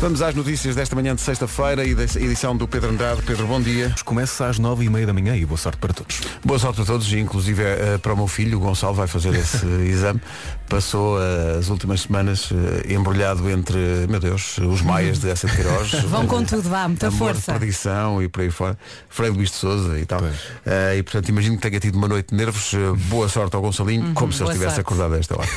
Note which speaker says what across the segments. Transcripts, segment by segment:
Speaker 1: Vamos às notícias desta manhã de sexta-feira e da edição do Pedro Andrade. Pedro, bom dia.
Speaker 2: Começa às nove e meia da manhã e boa sorte para todos.
Speaker 1: Boa sorte para todos, inclusive eh, para o meu filho, o Gonçalo vai fazer esse exame. Passou eh, as últimas semanas eh, embrulhado entre, meu Deus, os maias de Essa de Queiroz. eh,
Speaker 3: Vão com tudo, vá, muita
Speaker 1: Amor,
Speaker 3: força.
Speaker 1: perdição e por aí fora. Frei Luís de Souza e tal.
Speaker 2: Pois.
Speaker 1: Eh, e portanto imagino que tenha tido uma noite de nervos. Eh, boa sorte ao Gonçalinho, como se ele
Speaker 3: boa
Speaker 1: estivesse
Speaker 3: sorte.
Speaker 1: acordado a é esta hora.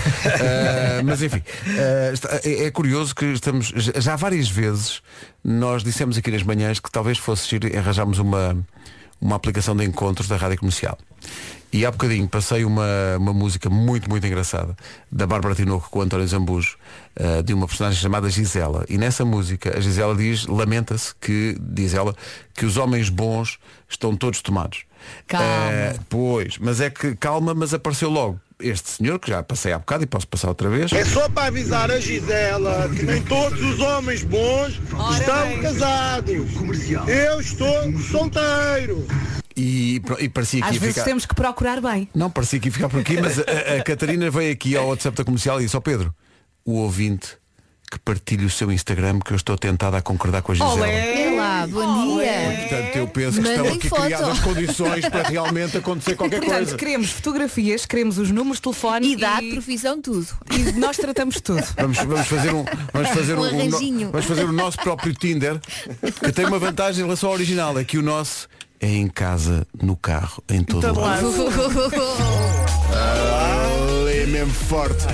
Speaker 1: Eh, mas enfim, eh, está- é, é curioso que estamos. Já já várias vezes nós dissemos aqui nas manhãs que talvez fosse giro arranjarmos uma, uma aplicação de encontros da Rádio Comercial. E há bocadinho passei uma, uma música muito, muito engraçada da Bárbara Tinoco com o António Zambujo, eh, de uma personagem chamada Gisela. E nessa música a Gisela diz, lamenta-se que, diz ela, que os homens bons estão todos tomados.
Speaker 3: Calma.
Speaker 1: Eh, pois, mas é que calma, mas apareceu logo este senhor, que já passei há bocado e posso passar outra vez.
Speaker 4: É só para avisar a Gisela que nem todos os homens bons
Speaker 3: Ora
Speaker 4: estão
Speaker 3: bem.
Speaker 4: casados. Eu estou solteiro.
Speaker 1: E, pro- e parecia que
Speaker 3: Às
Speaker 1: ia
Speaker 3: vezes
Speaker 1: ficar.
Speaker 3: temos que procurar bem.
Speaker 1: Não, parecia que ia ficar por aqui, mas a, a Catarina veio aqui ao WhatsApp da comercial e disse, ó Pedro, o ouvinte que partilhe o seu Instagram que eu estou tentada a concordar com a Gisela.
Speaker 5: É lá, bom dia.
Speaker 1: Portanto, eu penso que
Speaker 5: Mandem
Speaker 1: estão aqui
Speaker 5: foto.
Speaker 1: criadas condições para realmente acontecer qualquer
Speaker 3: Portanto,
Speaker 1: coisa.
Speaker 3: queremos fotografias, queremos os números de telefone
Speaker 5: Idade,
Speaker 3: e,
Speaker 5: profissão, tudo.
Speaker 3: e nós tratamos tudo.
Speaker 1: Vamos, vamos fazer um vamos fazer
Speaker 5: Um
Speaker 1: um, um no-
Speaker 5: arranjinho.
Speaker 1: vamos fazer o nosso próprio Tinder que tem uma vantagem em relação ao original é que o nosso é em casa no carro em todo
Speaker 3: Então
Speaker 1: o lado Ah, é mesmo forte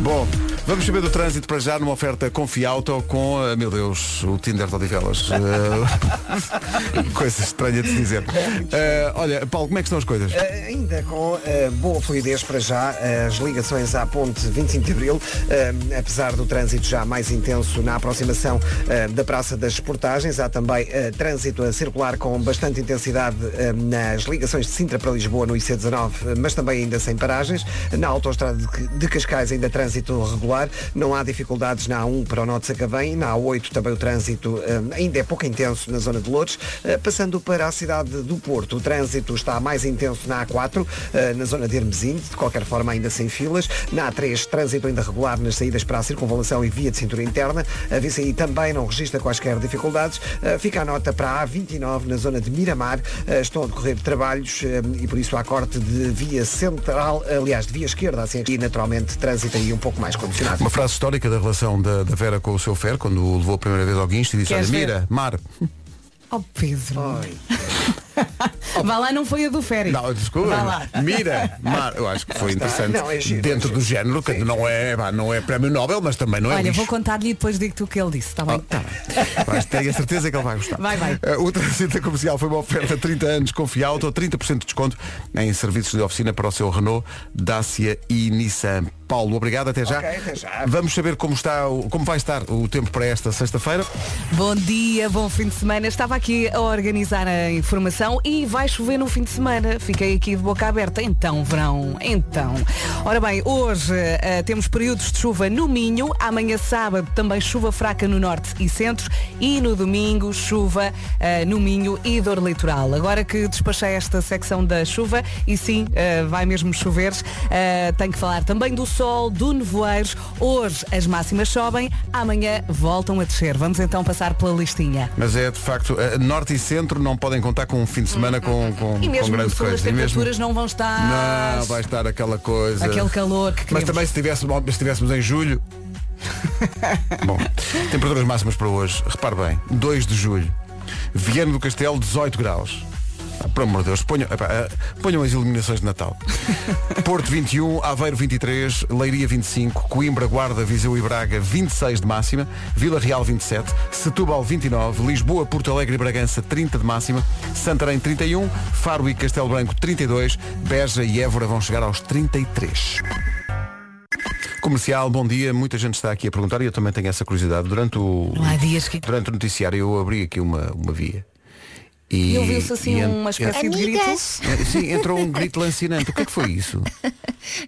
Speaker 1: bom vamos saber do trânsito para já numa oferta Confiauto com ah, meu Deus o Tinder de Odivelas Ah, coisa estranha de se dizer Ah, olha Paulo como é que estão as coisas
Speaker 6: Eh, Ainda com eh, boa fluidez para já, eh, as ligações à ponte 25 de Abril, eh, apesar do trânsito já mais intenso na aproximação eh, da Praça das Portagens, há também eh, trânsito a circular com bastante intensidade eh, nas ligações de Sintra para Lisboa no IC19, eh, mas também ainda sem paragens. Na autoestrada de- de Cascais ainda trânsito regular, não há dificuldades na A1 para o Norte de Sacavém, na A8 também o trânsito eh, ainda é pouco intenso na zona de Lourdes, eh, passando para a cidade do Porto, o trânsito está mais intenso na A4, eh, na zona de Hermesinde, de qualquer forma ainda sem filas. Na A3, trânsito ainda regular nas saídas para a circunvalação e via de cintura interna. A VCI também não registra quaisquer dificuldades. Eh, Fica a nota para a A29, na zona de Miramar. Eh, Estão a decorrer trabalhos eh, e por isso há corte de via central, aliás, de via esquerda, assim, e naturalmente trânsito aí um pouco mais condicionado.
Speaker 1: Uma frase histórica da relação da, da Vera com o seu Fer, quando o levou a primeira vez ao guincho e disse, olha,
Speaker 3: Queres ver?
Speaker 1: mira, mar.
Speaker 3: Oh Pedro. Vá lá, não foi a do Férias.
Speaker 1: Oh. Não, desculpa.
Speaker 3: Vá lá.
Speaker 1: Mira, mar. Eu acho que foi interessante.
Speaker 6: Não, é giro,
Speaker 1: Dentro
Speaker 6: é
Speaker 1: do género, que não é, pá, não é prémio Nobel, mas também não é
Speaker 3: Olha,
Speaker 1: lixo.
Speaker 3: vou contar-lhe e depois digo-te o que ele disse, está bem?
Speaker 1: Tá bem. Mas tenho a certeza que ele vai gostar.
Speaker 3: Vai, vai.
Speaker 1: Eh, O trânsito comercial foi uma oferta de 30 anos com Fialto, 30% de desconto em serviços de oficina para o seu Renault, Dacia e Nissan. Paulo, obrigado, até já.
Speaker 6: Ok, até já.
Speaker 1: Vamos saber como, está, o- como vai estar o tempo para esta sexta-feira.
Speaker 3: Bom dia, bom fim de semana. Estava aqui a organizar a informação e vai chover no fim de semana. Fiquei aqui de boca aberta. Então, verão, então. Ora bem, hoje eh, temos períodos de chuva no Minho, amanhã sábado também chuva fraca no norte e centro e no domingo chuva eh, no Minho e dor litoral. Agora que despachei esta secção da chuva e sim, eh, vai mesmo chover, eh, tenho que falar também do sol, do nevoeiros. Hoje as máximas sobem, amanhã voltam a descer. Vamos então passar pela listinha.
Speaker 1: Mas é de facto, eh, norte e centro não podem contar com um fim de semana com, com,
Speaker 3: E
Speaker 1: com
Speaker 3: mesmo no
Speaker 1: grande
Speaker 3: sul as
Speaker 1: coisa. E mesmo-
Speaker 3: temperaturas não vão estar
Speaker 1: Não, vai estar aquela coisa.
Speaker 3: aquele calor que
Speaker 1: Mas
Speaker 3: queremos.
Speaker 1: também se tivéssemos, se tivéssemos em julho. Bom, temperaturas máximas para hoje. Repare bem, 2 de julho. Viana do Castelo, 18 graus. Ah, Por amor de Deus, ponham, epá, ah, ponham as iluminações de Natal. Porto 21, Aveiro 23, Leiria 25, Coimbra, Guarda, Viseu e Braga 26 de máxima, Vila Real 27, Setúbal 29, Lisboa, Porto Alegre e Bragança 30 de máxima, Santarém 31, Faro e Castelo Branco 32, Beja e Évora vão chegar aos 33. Comercial, bom dia. Muita gente está aqui a perguntar e eu também tenho essa curiosidade. Durante o,
Speaker 3: Não há dias que-
Speaker 1: durante o noticiário eu abri aqui uma, uma via. E,
Speaker 3: E ouviu-se assim
Speaker 1: e en-
Speaker 3: uma espécie de grito.
Speaker 5: Amigas,
Speaker 1: en- Sim, entrou um grito lancinante. O que é que foi isso?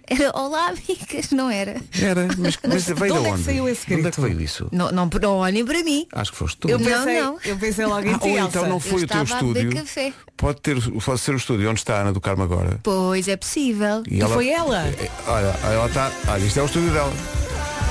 Speaker 5: era olá amigas, não era?
Speaker 1: Era, mas, mas veio
Speaker 3: De
Speaker 1: da
Speaker 3: onde é que
Speaker 1: onde?
Speaker 3: saiu esse
Speaker 1: De Onde é que
Speaker 3: grito?
Speaker 1: veio isso?
Speaker 5: Não, não, não olhem para mim.
Speaker 1: Acho que foste tu.
Speaker 3: Eu
Speaker 5: Não,
Speaker 3: pensei,
Speaker 5: não.
Speaker 3: eu pensei logo em
Speaker 1: Ah,
Speaker 3: ti,
Speaker 1: ou
Speaker 3: Elsa.
Speaker 1: então não foi
Speaker 5: Eu
Speaker 1: o teu
Speaker 5: estava a beber
Speaker 1: estúdio.
Speaker 5: café.
Speaker 1: Pode, ter, pode ser o estúdio onde está a Ana do Carmo agora.
Speaker 5: Pois é possível.
Speaker 3: E foi ela?
Speaker 1: tá- É, Olha, ela está. Olha, isto é o estúdio dela.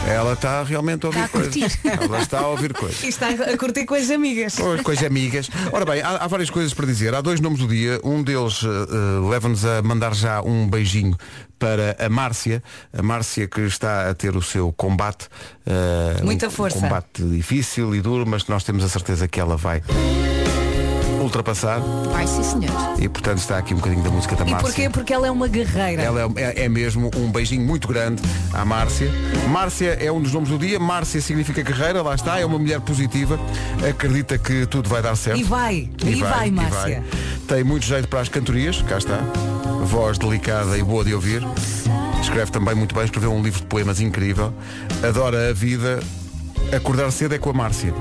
Speaker 1: Ela está realmente a ouvir
Speaker 3: Tá
Speaker 5: Está a
Speaker 1: coisas.
Speaker 5: curtir.
Speaker 1: Ela está a ouvir coisas.
Speaker 3: E está a curtir com as amigas.
Speaker 1: Pois, Coisas amigas. Ora bem, há, há várias coisas para dizer. Há dois nomes do dia. Um deles eh, eh, leva-nos a mandar já um beijinho para a Márcia. A Márcia que está a ter o seu combate. eh,
Speaker 3: Muita
Speaker 1: um
Speaker 3: força.
Speaker 1: combate difícil e duro, mas nós temos a certeza que ela vai ultrapassar.
Speaker 5: Vai, sim, senhor.
Speaker 1: E portanto está aqui um bocadinho da música da
Speaker 3: E
Speaker 1: Márcia.
Speaker 3: porquê? Porque ela é uma guerreira.
Speaker 1: Ela é, é- é mesmo um beijinho muito grande à Márcia. Márcia é um dos nomes do dia. Márcia significa guerreira, lá está, é uma mulher positiva. Acredita que tudo vai dar certo.
Speaker 3: E vai, e, vai, Márcia.
Speaker 1: Tem muito jeito para as cantorias, cá está. Voz delicada e boa de ouvir. Escreve também muito bem, escreveu um livro de poemas incrível. Adora a vida. Acordar cedo é com a Márcia.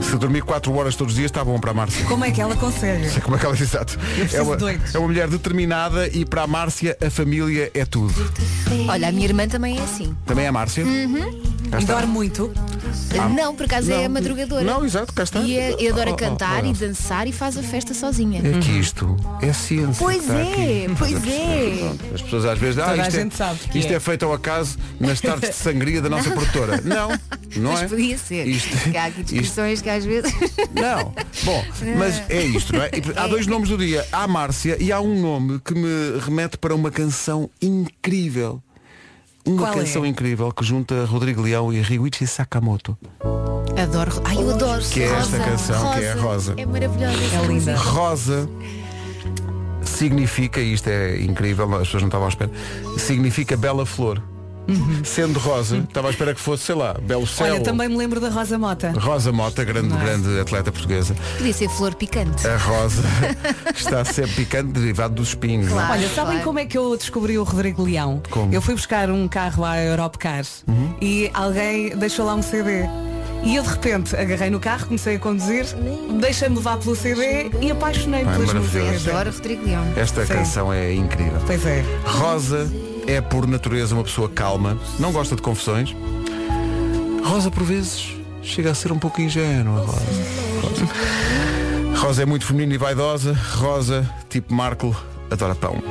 Speaker 1: Se dormir 4 horas todos os dias está bom para a Márcia.
Speaker 3: Como é que ela consegue?
Speaker 1: É Como é que ela diz exato? É
Speaker 3: preciso
Speaker 1: uma,
Speaker 3: de dois.
Speaker 1: é uma mulher determinada e para a Márcia a família é tudo.
Speaker 5: Olha, a minha irmã também é assim.
Speaker 1: Também é a Márcia?
Speaker 3: Uhum.
Speaker 1: Cá está.
Speaker 3: Dorme muito.
Speaker 5: Não, por acaso é
Speaker 1: Ah. Não.
Speaker 5: a madrugadora.
Speaker 1: Não, exato, cá está.
Speaker 5: E, é- e adora
Speaker 1: Oh, oh,
Speaker 5: cantar
Speaker 1: oh,
Speaker 5: e
Speaker 1: oh.
Speaker 5: dançar e faz a festa sozinha.
Speaker 1: É que isto é ciência.
Speaker 5: Pois
Speaker 1: Está
Speaker 5: é,
Speaker 1: aqui.
Speaker 5: pois é.
Speaker 1: Pronto, As pessoas às vezes ah,
Speaker 3: Toda a
Speaker 1: isto,
Speaker 3: gente
Speaker 1: é,
Speaker 3: sabe que
Speaker 1: isto
Speaker 3: é.
Speaker 1: é. feito ao acaso nas tardes de sangria da nossa produtora. Não, não
Speaker 5: Mas
Speaker 1: é?
Speaker 5: podia ser.
Speaker 1: Isto-
Speaker 5: Que há aqui
Speaker 1: isto-
Speaker 5: discussões que às vezes.
Speaker 1: Não. Bom, mas é isto, não é? E, Há dois nomes do dia. Há a Márcia e há um nome que me remete para uma canção incrível. Uma
Speaker 3: Qual é?
Speaker 1: canção incrível que junta Rodrigo Leão e Ryuichi Sakamoto.
Speaker 5: Adoro. Ai, eu adoro.
Speaker 1: Que é esta
Speaker 5: Rosa.
Speaker 1: canção, que é a Rosa.
Speaker 5: É maravilhosa. essa
Speaker 3: É linda.
Speaker 5: música.
Speaker 1: Rosa significa, e isto é incrível, as pessoas não estavam à espera, significa bela flor. Sendo rosa, estava à espera que fosse, sei lá, belo céu.
Speaker 3: Uhum. Olha, também me lembro da Rosa Mota.
Speaker 1: Rosa Mota, grande,
Speaker 3: Não é?
Speaker 1: grande atleta portuguesa.
Speaker 5: Podia ser flor picante.
Speaker 1: A rosa está sempre picante, derivado dos espinhos. não é?
Speaker 5: Claro.
Speaker 3: Olha, sabem
Speaker 5: Claro.
Speaker 3: como é que eu descobri o Rodrigo Leão?
Speaker 1: Como? Uhum.
Speaker 3: Eu fui buscar um carro à Europe Cars e alguém deixou lá um CD. E eu de repente agarrei no carro, comecei a conduzir, deixei-me levar pelo CD e apaixonei
Speaker 1: Ai,
Speaker 3: pelas
Speaker 1: maravilhoso.
Speaker 3: músicas.
Speaker 5: Adoro Rodrigo Leão.
Speaker 1: Esta
Speaker 3: Sim.
Speaker 1: canção é incrível.
Speaker 3: Pois é.
Speaker 1: Rosa é por natureza uma pessoa calma, não gosta de confusões. Rosa por vezes chega a ser um pouco ingênua. Rosa. Rosa. Rosa é muito feminina e vaidosa. Rosa, tipo Marco, adora pão.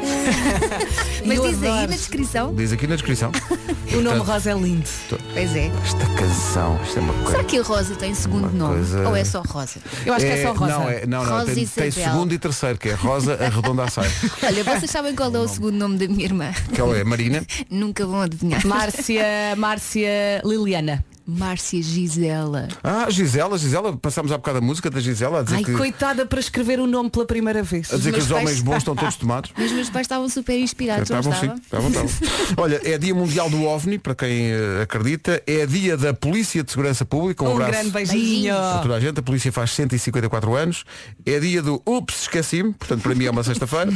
Speaker 5: Mas
Speaker 3: Eu
Speaker 5: diz aí
Speaker 3: adoro.
Speaker 5: na descrição.
Speaker 1: Diz aqui na descrição.
Speaker 3: O nome Rosa é lindo.
Speaker 5: Pois é.
Speaker 1: Esta canção, isto é uma coisa.
Speaker 5: Será que a Rosa tem segundo
Speaker 1: Uma
Speaker 5: nome?
Speaker 1: coisa-
Speaker 5: Ou é só Rosa?
Speaker 3: Eu acho que é só Rosa.
Speaker 1: Não, é, não, não,
Speaker 5: Rosa
Speaker 1: tem,
Speaker 5: e
Speaker 1: tem
Speaker 5: Isabel.
Speaker 1: segundo e terceiro, que é Rosa Arredonda a Saia.
Speaker 5: Olha, vocês sabem qual é o segundo nome da minha irmã?
Speaker 1: Que ela é Marina.
Speaker 5: Nunca vão adivinhar.
Speaker 3: Márcia, Márcia Liliana.
Speaker 5: Márcia Gisela.
Speaker 1: Ah, Gisela, Gisela, passámos há bocado a música da Gisela a dizer
Speaker 3: Ai,
Speaker 1: que.
Speaker 3: coitada para escrever o nome pela primeira vez.
Speaker 1: A dizer que
Speaker 5: meus
Speaker 1: os homens
Speaker 5: pais-
Speaker 1: bons estão todos tomados.
Speaker 5: Os meus pais estavam super inspirados, não
Speaker 1: Estavam Tá sim,
Speaker 5: estavam?
Speaker 1: estavam, estavam. Olha, é dia mundial do OVNI, para quem eh, acredita, é dia da Polícia de Segurança Pública, um,
Speaker 3: Um
Speaker 1: abraço
Speaker 3: grande beijinho.
Speaker 1: a toda a gente, a polícia faz 154 anos, é dia do Ups, esqueci-me, portanto para mim é uma sexta-feira,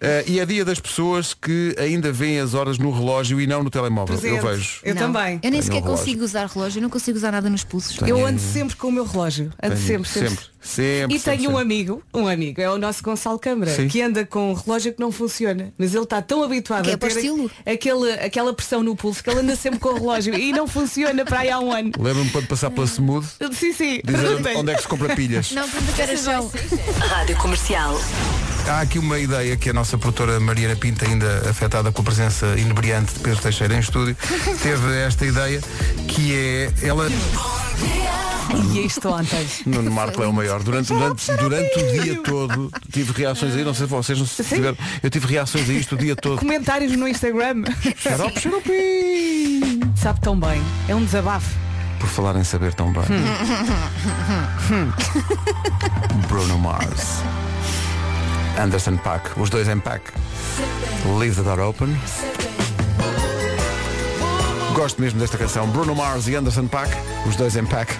Speaker 1: Eh, e é dia das pessoas que ainda veem as horas no relógio e não no telemóvel, eu
Speaker 3: Presente.
Speaker 1: vejo.
Speaker 3: Eu
Speaker 5: Não.
Speaker 3: também.
Speaker 5: Eu nem
Speaker 1: Tenho
Speaker 5: sequer
Speaker 1: um relógio.
Speaker 5: consigo usar relógio, eu não consigo usar nada nos pulsos.
Speaker 3: Eu ando sempre com o meu relógio. Ando
Speaker 1: Tenho-
Speaker 3: É sempre, sempre.
Speaker 1: sempre, sempre,
Speaker 3: E tenho
Speaker 1: sempre,
Speaker 3: um
Speaker 1: sempre.
Speaker 3: amigo, um amigo, é o nosso Gonçalo Câmara,
Speaker 1: Sim.
Speaker 3: que anda com um relógio que não funciona. Mas ele está tão habituado
Speaker 5: Que é
Speaker 3: a ter
Speaker 5: para o estilo.
Speaker 3: aquele, aquela pressão no pulso que ele anda sempre com o relógio e não funciona para aí há um ano.
Speaker 1: Lembro-me quando passar pela Smooth,
Speaker 3: Sim, sim,
Speaker 1: dizer
Speaker 3: perguntem.
Speaker 1: onde é que se compra pilhas.
Speaker 5: Não, pergunta que era João.
Speaker 7: Rádio Comercial.
Speaker 1: Há aqui uma ideia que a nossa produtora Mariana Pinto, ainda afetada com a presença inebriante de Pedro Teixeira em estúdio, teve esta ideia que é ela. é
Speaker 3: E
Speaker 5: é
Speaker 3: isto ontem.
Speaker 1: Nuno Marco é o maior. Durante, durante, durante o dia todo tive reações aí, não sei se vocês não se tiveram. Eu tive reações a isto o dia todo.
Speaker 3: Comentários no Instagram.
Speaker 1: Xarope, xarope.
Speaker 3: Sabe tão bem. É um desabafo.
Speaker 1: Por falar em saber tão bem.
Speaker 5: Hum.
Speaker 1: Bruno Mars. Anderson Pack. Os dois em pack. Leave the door open. Gosto mesmo desta canção. Bruno Mars e Anderson Pack. Os dois em pack.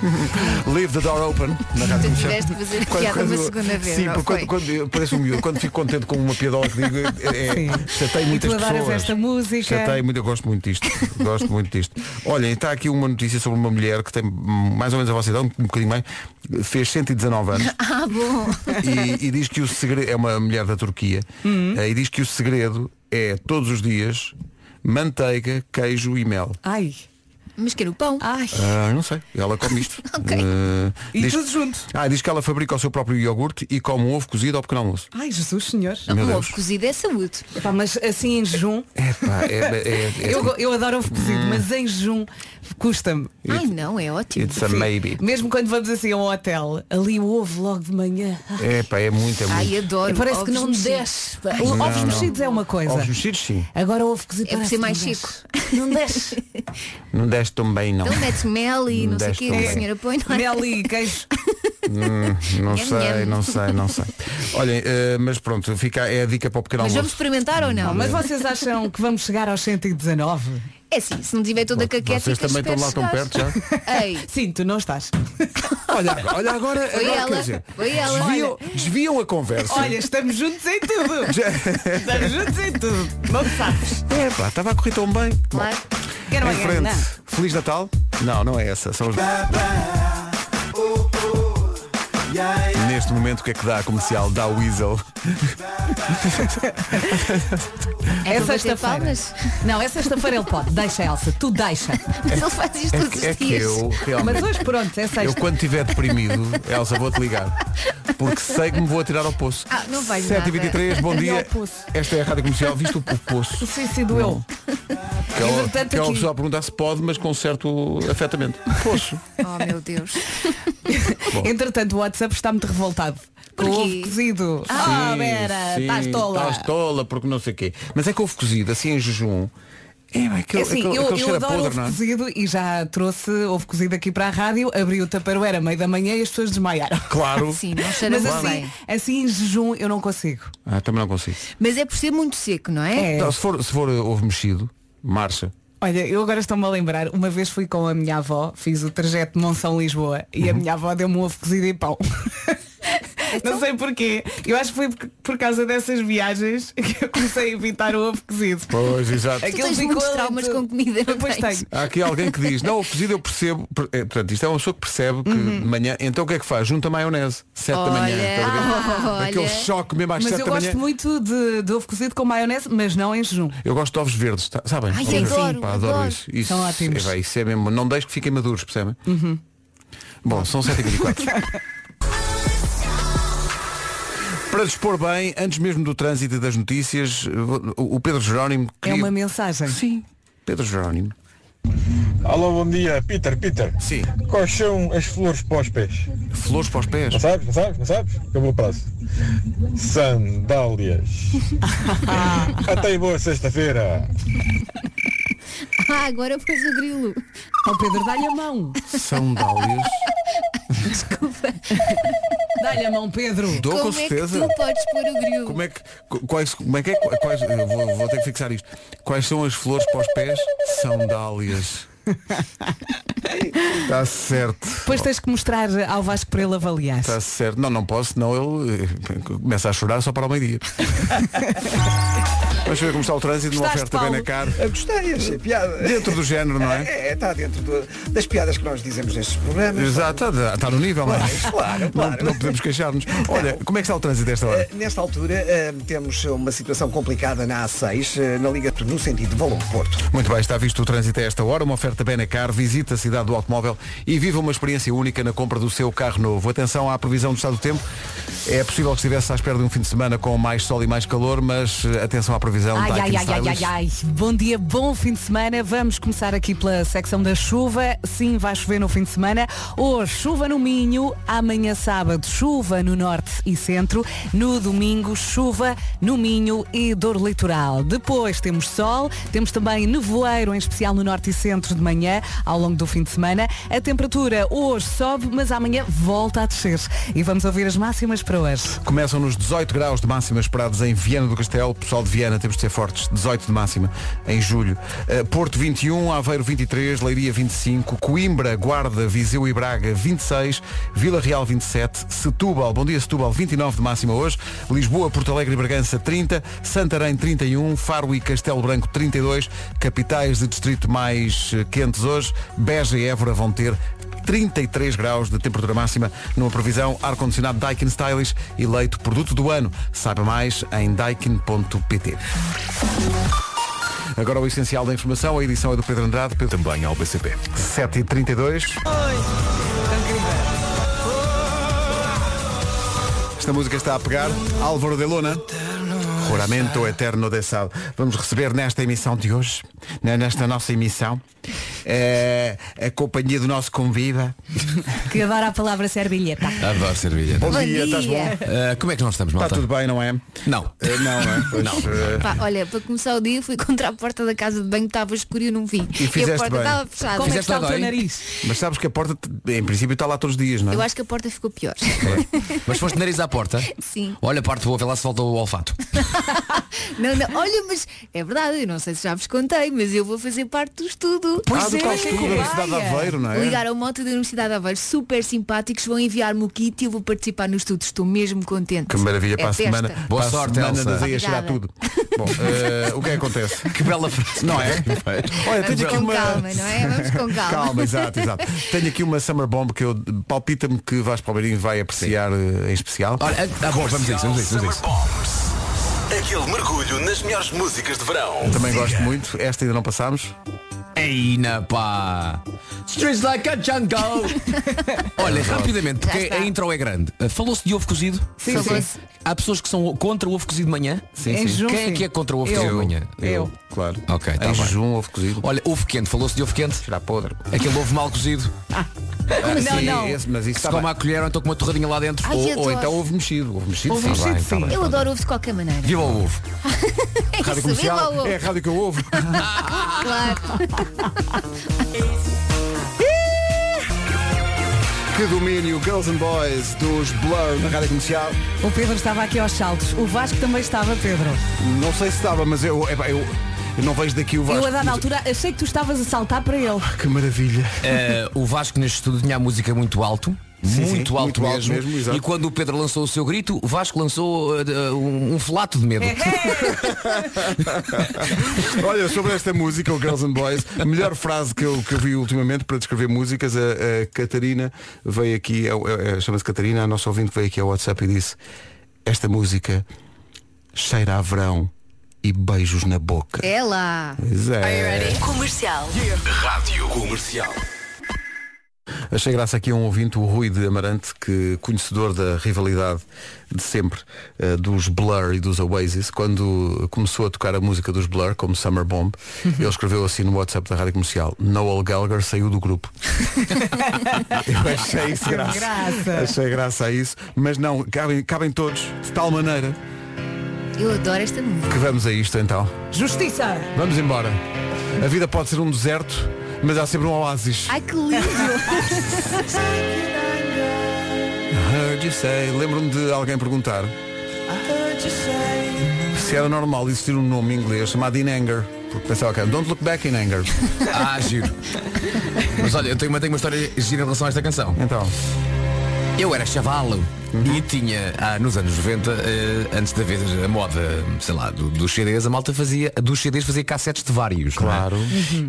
Speaker 1: Leave the door open. Na rádio Comercial.
Speaker 5: Tu tiveste que fazer a
Speaker 1: Quando-
Speaker 5: piada uma
Speaker 1: quando-
Speaker 5: segunda vez,
Speaker 1: Sim,
Speaker 5: não
Speaker 1: porque quando,
Speaker 5: foi?
Speaker 1: quando eu pareço um miúdo, quando fico contente com uma piadola que digo, é, é,
Speaker 3: Sim.
Speaker 1: chatei
Speaker 3: E
Speaker 1: muitas
Speaker 3: tu adoras
Speaker 1: pessoas.
Speaker 3: esta música.
Speaker 1: Chatei muito, eu gosto muito disto. gosto muito disto. Olhem, está aqui uma notícia sobre uma mulher que tem hum, mais ou menos a vossa idade, um bocadinho mais, fez 119 anos
Speaker 5: Ah, bom.
Speaker 1: e, e diz que o segredo, é uma mulher da Turquia,
Speaker 5: Uhum.
Speaker 1: eh, e diz que o segredo é todos os dias manteiga, queijo e mel.
Speaker 3: Ai.
Speaker 5: Mas quero pão.
Speaker 3: Ai.
Speaker 1: Ah, não sei, ela come isto.
Speaker 5: Ok.
Speaker 1: Ah,
Speaker 3: E
Speaker 1: diz-
Speaker 3: tudo junto.
Speaker 1: Ah, diz que ela fabrica o seu próprio iogurte e come um ovo cozido ao pequeno almoço.
Speaker 3: Ai, Jesus Senhor.
Speaker 5: Não,
Speaker 1: meu
Speaker 5: um
Speaker 1: Deus.
Speaker 5: ovo cozido é saúde.
Speaker 3: Epá, mas assim em jejum.
Speaker 1: Epá, é, é, é,
Speaker 3: Eu, eu adoro ovo cozido,
Speaker 1: Hum.
Speaker 3: mas em jejum custa-me.
Speaker 5: Ai não, é ótimo.
Speaker 1: It's a maybe.
Speaker 3: Mesmo quando vamos assim a um hotel, ali o ovo logo de manhã.
Speaker 1: Epá, é muito, é muito.
Speaker 5: Ai, adoro.
Speaker 3: Parece que
Speaker 5: ovos
Speaker 3: não
Speaker 5: mexidos.
Speaker 3: desce. pá. O- ovos mexidos é uma coisa.
Speaker 1: Ovos mexidos, sim.
Speaker 3: Agora o ovo cozido
Speaker 5: É por
Speaker 3: parece
Speaker 5: ser
Speaker 3: que
Speaker 5: mais
Speaker 3: não
Speaker 5: chico.
Speaker 3: desce. Não desce.
Speaker 1: Não deste tão bem, não.
Speaker 5: Então metes mel e não sei
Speaker 1: Hum,
Speaker 5: o
Speaker 1: Deste um
Speaker 5: que
Speaker 1: também.
Speaker 5: a senhora põe. Não é?
Speaker 3: Mel e queijo.
Speaker 1: Não
Speaker 5: Nham,
Speaker 1: sei,
Speaker 5: nham.
Speaker 1: não sei, não sei. Olhem, eh, mas pronto, fica, é a dica para o pequeno
Speaker 5: Mas vamos
Speaker 1: almoço.
Speaker 5: experimentar ou não?
Speaker 3: Mas vocês acham que vamos chegar aos 119?
Speaker 5: É sim, se não tiver toda caquética
Speaker 1: Vocês também
Speaker 5: espero
Speaker 1: estão lá tão
Speaker 5: chegar.
Speaker 1: perto já.
Speaker 5: Ei,
Speaker 3: Sim, tu não estás.
Speaker 1: Olha, olha agora, agora
Speaker 5: Foi
Speaker 1: quer
Speaker 5: ela,
Speaker 1: dizer,
Speaker 5: foi ela.
Speaker 1: desviam, desviam a conversa.
Speaker 3: Olha, estamos juntos em tudo. Estamos juntos em tudo. Não te sabes.
Speaker 1: É, pá, estava a correr tão bem.
Speaker 5: claro.
Speaker 3: Quero
Speaker 1: Bom, em
Speaker 3: amanhã,
Speaker 1: frente.
Speaker 3: não.
Speaker 1: Feliz Natal? Não, não é essa. São os... Neste momento o que é que dá a comercial? Dá o Weasel.
Speaker 3: É
Speaker 5: para bater
Speaker 3: sexta-feira.
Speaker 5: palmas.
Speaker 3: Não, é sexta-feira ele pode. Deixa, Elsa. Tu deixa.
Speaker 5: Mas ele faz isto todos
Speaker 1: É
Speaker 5: os
Speaker 1: que
Speaker 5: dias.
Speaker 1: eu
Speaker 3: Mas
Speaker 1: realmente.
Speaker 3: hoje pronto, é
Speaker 1: Eu
Speaker 3: sexta.
Speaker 1: quando estiver deprimido, Elsa, vou-te ligar. Porque sei que me vou atirar ao poço.
Speaker 5: Ah, não vais
Speaker 1: 7h23, bom
Speaker 3: Não,
Speaker 1: dia.
Speaker 3: poço.
Speaker 1: Esta é a Rádio Comercial, visto o poço.
Speaker 3: Sim, sim, doeu.
Speaker 1: Que é o-
Speaker 3: Entretanto,
Speaker 1: que é uma
Speaker 3: aqui-
Speaker 1: pessoa a perguntar se pode, mas com um certo afetamento. Poço.
Speaker 5: Oh meu Deus.
Speaker 3: Entretanto, o WhatsApp está muito revoltado. Com o
Speaker 5: Porquê?
Speaker 3: ovo cozido. Ah,
Speaker 1: Sim,
Speaker 3: Vera,
Speaker 1: sim, tá
Speaker 3: estás tola.
Speaker 1: Estás tola, porque não sei o quê. Mas é que ovo cozido, assim em jejum. É, bem,
Speaker 3: É
Speaker 1: aquele,
Speaker 3: assim,
Speaker 1: aquele,
Speaker 3: eu,
Speaker 1: aquele
Speaker 3: eu
Speaker 1: cheiro a
Speaker 3: adoro
Speaker 1: podre,
Speaker 3: ovo
Speaker 1: não é?
Speaker 3: cozido e já trouxe ovo cozido aqui para a rádio, abri o taparoeira à meio da manhã e as pessoas desmaiaram.
Speaker 1: Claro.
Speaker 5: Sim, não cheira
Speaker 3: Mas
Speaker 5: muito
Speaker 3: assim,
Speaker 5: bem.
Speaker 3: assim em jejum eu não consigo.
Speaker 1: Ah, também não consigo.
Speaker 5: Mas é por ser muito seco, não é?
Speaker 3: É.
Speaker 1: Então, se, for, se for eh, ovo mexido, marcha.
Speaker 3: Olha, eu agora estou-me a lembrar, uma vez fui com a minha avó, fiz o trajeto de Monção-Lisboa e a
Speaker 1: Uhum.
Speaker 3: minha avó deu-me um ovo cozido e pão. Não sei porquê. Eu acho que foi por- por causa dessas viagens que eu comecei a evitar o ovo cozido.
Speaker 1: Pois, exato.
Speaker 5: Tu tens muitos traumas com comida, não
Speaker 3: Depois
Speaker 5: tens?
Speaker 3: tenho.
Speaker 1: Há aqui alguém que diz, não, ovo cozido eu percebo. Per- eh, Portanto, isto é uma pessoa que percebe que
Speaker 3: Uhum.
Speaker 1: de manhã. Então o que é que faz? Junta maionese. 7 da manhã.
Speaker 5: Olha,
Speaker 1: estás a ver?
Speaker 5: olha.
Speaker 1: Aquele choque mesmo às
Speaker 3: Ah, Mas
Speaker 1: 7
Speaker 3: eu
Speaker 1: da manhã.
Speaker 3: gosto muito de, de ovo cozido com maionese, mas não em jejum. É
Speaker 1: Eu gosto de ovos verdes, tá- sabem?
Speaker 5: Ai,
Speaker 1: Ovos
Speaker 5: sim,
Speaker 1: verdes.
Speaker 5: adoro,
Speaker 1: Pá, adoro,
Speaker 5: adoro.
Speaker 1: isso. isso
Speaker 3: São ótimos. Uhum.
Speaker 1: É, pá, isso é mesmo. Não deixe que fiquem maduros, percebem? Bom, são 7h24. Para dispor bem, antes mesmo do trânsito e das notícias, o o Pedro Jerónimo
Speaker 3: É
Speaker 1: queria...
Speaker 3: uma mensagem.
Speaker 1: Sim, Pedro Jerónimo.
Speaker 8: Alô, bom dia, Peter, Peter.
Speaker 1: Sim.
Speaker 8: Quais são as flores para os pés?
Speaker 1: Flores para os pés.
Speaker 8: Não sabes, não sabes, não sabes? Acabou o prazo. Sandálias. Até aí, boa sexta-feira.
Speaker 5: Ah, agora pôs o grilo.
Speaker 3: Ó Pedro, dá-lhe a mão.
Speaker 1: São dálias.
Speaker 3: Dá-lhe a mão, Pedro.
Speaker 1: Dou
Speaker 5: Como
Speaker 1: com
Speaker 5: é
Speaker 1: certeza.
Speaker 5: que tu podes pôr o grilo?
Speaker 1: Como é que. qu- Quais, como é que é. Quais, eu vou, vou ter que fixar isto. Quais são as flores para os pés? São dálias. Está certo.
Speaker 3: Depois tens que mostrar ao Vasco para ele avaliar.
Speaker 1: Está certo. Não, não posso, senão ele eh, começa a chorar só para o meio-dia. Vamos ver como está o trânsito numa
Speaker 3: Gostaste,
Speaker 1: oferta
Speaker 3: Paulo?
Speaker 1: bem na cara.
Speaker 6: Eu gostei, achei piada.
Speaker 1: Dentro do género, não é?
Speaker 6: É, está dentro do- das piadas que nós dizemos nestes programas.
Speaker 1: Exato, está, está no nível, não é?
Speaker 6: Claro, claro.
Speaker 1: Não podemos queixar-nos. Olha, como é que está o trânsito desta hora?
Speaker 6: Nesta altura eh, temos uma situação complicada na A6, eh, na Liga no sentido de Valor-Porto.
Speaker 1: Muito bem, está visto o trânsito a esta hora, uma oferta Benacar, visita a cidade do automóvel e viva uma experiência única na compra do seu carro novo. Atenção à previsão do estado do tempo. É possível que estivesse à espera de um fim de semana com mais sol e mais calor, mas eh, atenção à previsão
Speaker 3: Ai,
Speaker 1: da
Speaker 3: ai,
Speaker 1: Akin
Speaker 3: ai, ai,
Speaker 1: Stylish.
Speaker 3: ai, ai. Bom dia, bom fim de semana. Vamos começar aqui pela secção da chuva. Sim, vai chover no fim de semana. Hoje, chuva no Minho. Amanhã, sábado, chuva no Norte e Centro. No domingo, chuva no Minho e dor litoral. Depois temos sol. Temos também nevoeiro, em especial no Norte e Centro de manhã, ao longo do fim de semana. A temperatura hoje sobe, mas amanhã volta a descer. E vamos ouvir as máximas para hoje.
Speaker 1: Começam nos 18 graus de máxima esperados em Viana do Castelo. Pessoal de Viana, temos de ser fortes. 18 de máxima em julho. Eh, Porto 21, Aveiro 23, Leiria 25, Coimbra, Guarda, Viseu e Braga 26, Vila Real 27, Setúbal, bom dia Setúbal, 29 de máxima hoje, Lisboa, Porto Alegre e Bragança 30, Santarém 31, Faro e Castelo Branco 32, capitais de distrito mais eh, quentes hoje, Beja e Évora vão ter 33 graus de temperatura máxima numa previsão ar-condicionado Daikin Stylish eleito produto do ano. Saiba mais em daikin.pt. Agora o essencial da informação, a edição é do Pedro Andrade, Pedro
Speaker 2: Também ao BCP.
Speaker 1: 7h32. Esta música está a pegar Álvaro de Luna. Juramento Eterno de Sal. Vamos receber nesta emissão de hoje, né, nesta nossa emissão, eh, a companhia do nosso conviva.
Speaker 9: Que adora a palavra servilheta.
Speaker 3: Ah,
Speaker 10: Adoro servilha.
Speaker 1: Bom,
Speaker 5: Bom
Speaker 1: dia,
Speaker 5: dia.
Speaker 1: estás bom?
Speaker 10: Ah, como é que nós estamos,
Speaker 1: Está
Speaker 10: malta?
Speaker 1: tudo bem, não é?
Speaker 10: Não.
Speaker 1: Eh, não, é? Pois,
Speaker 10: Não.
Speaker 1: eh,
Speaker 5: Pá, olha, para começar o dia fui contra a porta da casa de banho, estava escuro e eu não vi. E,
Speaker 1: fizeste
Speaker 5: a porta
Speaker 1: bem.
Speaker 5: estava fechada.
Speaker 3: Como é que
Speaker 10: Fizeste
Speaker 3: está o teu
Speaker 10: bem?
Speaker 3: nariz?
Speaker 1: mas sabes que a porta, em princípio, está lá todos os dias, não é?
Speaker 5: Eu acho que a porta ficou pior.
Speaker 10: Mas foste de nariz à porta?
Speaker 5: Sim.
Speaker 10: Olha, parte boa, vê lá se volta o olfato.
Speaker 5: não, não, olha, mas é verdade, eu não sei se já vos contei, mas eu vou fazer parte do estudo.
Speaker 1: ah, do
Speaker 3: é,
Speaker 1: tal
Speaker 3: que
Speaker 1: estudo, da
Speaker 3: cobaia.
Speaker 1: Universidade de Aveiro, não é?
Speaker 5: Ligaram ao moto da Universidade de Aveiro, super simpáticos, vão enviar-me o kit e eu vou participar no estudo. Estou mesmo contente.
Speaker 1: Que maravilha,
Speaker 5: é
Speaker 1: para a
Speaker 5: festa.
Speaker 1: semana.
Speaker 10: Boa
Speaker 1: para a
Speaker 10: sorte,
Speaker 1: semana
Speaker 10: Elsa.
Speaker 1: andas aí a chegar a
Speaker 5: Obrigada.
Speaker 1: tudo. Bom, eh, o que é que acontece?
Speaker 10: Que bela frase.
Speaker 1: Não é? Olha,
Speaker 5: Vamos
Speaker 1: tenho aqui
Speaker 5: com
Speaker 1: uma.
Speaker 5: calma, não é? Vamos com calma.
Speaker 1: Calma, exato, exato. Tenho aqui uma Summer Bomb que eu palpita-me que Vasco Palmeirinho vai apreciar eh, em especial.
Speaker 10: Olha, ah, bom, vamos a isso, vamos a isso, vamos a isso.
Speaker 8: Aquele mergulho nas melhores músicas de verão.
Speaker 1: Também gosto muito. Esta ainda não passámos.
Speaker 10: Ei, na pá. Streets like a jungle. Olha, rapidamente,
Speaker 5: Já
Speaker 10: porque
Speaker 5: está.
Speaker 10: a intro é grande. Ah, Falou-se de ovo cozido.
Speaker 3: Sim, sim.
Speaker 5: Falou-se.
Speaker 10: Há pessoas que são contra o ovo cozido de manhã.
Speaker 3: Em jejum,
Speaker 10: Quem é
Speaker 3: sim.
Speaker 10: que é contra o ovo cozido de manhã?
Speaker 3: Eu.
Speaker 1: Claro.
Speaker 10: Ok, tá
Speaker 1: em
Speaker 10: bem.
Speaker 1: jejum, ovo cozido.
Speaker 10: Olha, ovo quente. Falou-se de ovo quente.
Speaker 1: Será podre.
Speaker 10: Aquele ovo mal cozido.
Speaker 3: Não,
Speaker 1: Sim,
Speaker 3: não.
Speaker 1: esse, mas
Speaker 10: Que
Speaker 1: isso
Speaker 10: se
Speaker 1: está
Speaker 10: come
Speaker 1: bem.
Speaker 10: à colher ou então com uma torradinha lá dentro.
Speaker 5: Ai,
Speaker 10: Ou-
Speaker 5: eu
Speaker 1: Ou
Speaker 5: adoro.
Speaker 1: então ovo mexido. Ovo mexido,
Speaker 3: Ovo
Speaker 1: sim.
Speaker 3: mexido,
Speaker 1: tá bem,
Speaker 3: um sim.
Speaker 5: Eu adoro ovo de qualquer maneira.
Speaker 10: Viva o ovo.
Speaker 1: Rádio
Speaker 5: É isso, viva o
Speaker 1: comercial.
Speaker 5: ovo.
Speaker 1: É a rádio que eu ouvo.
Speaker 5: Claro.
Speaker 1: que domínio, Girls and Boys, dos Blur na rádio comercial.
Speaker 3: O Pedro estava aqui aos saltos. O Vasco também estava, Pedro.
Speaker 1: Não sei se estava, mas eu, epá, eu, eu não vejo daqui o Vasco. Ah,
Speaker 3: eu a dada altura achei que tu estavas a saltar para ele.
Speaker 1: Que maravilha.
Speaker 10: Eh, o Vasco neste estudo tinha a música muito alto.
Speaker 1: Sim,
Speaker 10: muito,
Speaker 1: sim,
Speaker 10: alto
Speaker 1: muito alto
Speaker 10: mesmo,
Speaker 1: mesmo, exato.
Speaker 10: e quando o Pedro lançou o seu grito, o Vasco lançou eh, de- um, um flato de medo.
Speaker 1: Olha, sobre esta música, o Girls and Boys, a melhor frase que eu, que eu vi ultimamente para descrever músicas, a, a Catarina veio aqui, é o- é- é- chama-se Catarina, a nossa ouvinte veio aqui ao WhatsApp e disse esta música cheira a verão e beijos na boca.
Speaker 5: É lá.
Speaker 1: Pois é.
Speaker 7: Comercial.
Speaker 8: Rádio Comercial.
Speaker 1: Achei graça aqui a um ouvinte, o Rui de Amarante, que conhecedor da rivalidade de sempre eh, dos Blur e dos Oasis, quando começou a tocar a música dos Blur, como Summer Bomb, ele escreveu assim no WhatsApp da Rádio Comercial, Noel Gallagher saiu do grupo. Eu achei isso graça.
Speaker 3: Graça.
Speaker 1: Achei graça a isso, mas não, cabem, cabem todos, de tal maneira
Speaker 5: Eu adoro esta música.
Speaker 1: que vamos a isto então.
Speaker 3: Justiça.
Speaker 1: Vamos embora. A vida pode ser um deserto, mas há sempre um oásis.
Speaker 5: Ai que lindo!
Speaker 1: Heard you say. Lembro-me de alguém perguntar se era normal existir um nome em inglês chamado In Anger. Porque pensava que era Don't Look Back in Anger.
Speaker 10: ah, giro. Mas olha, eu tenho uma, tenho uma história gira em relação a esta canção.
Speaker 1: Então, Uhum.
Speaker 10: Eu era chavalo e tinha, ah, nos anos 90, eh, antes da vez a moda, sei lá, do- dos CDs, a malta fazia, dos CDs fazia cassetes de vários. não é?
Speaker 1: Claro.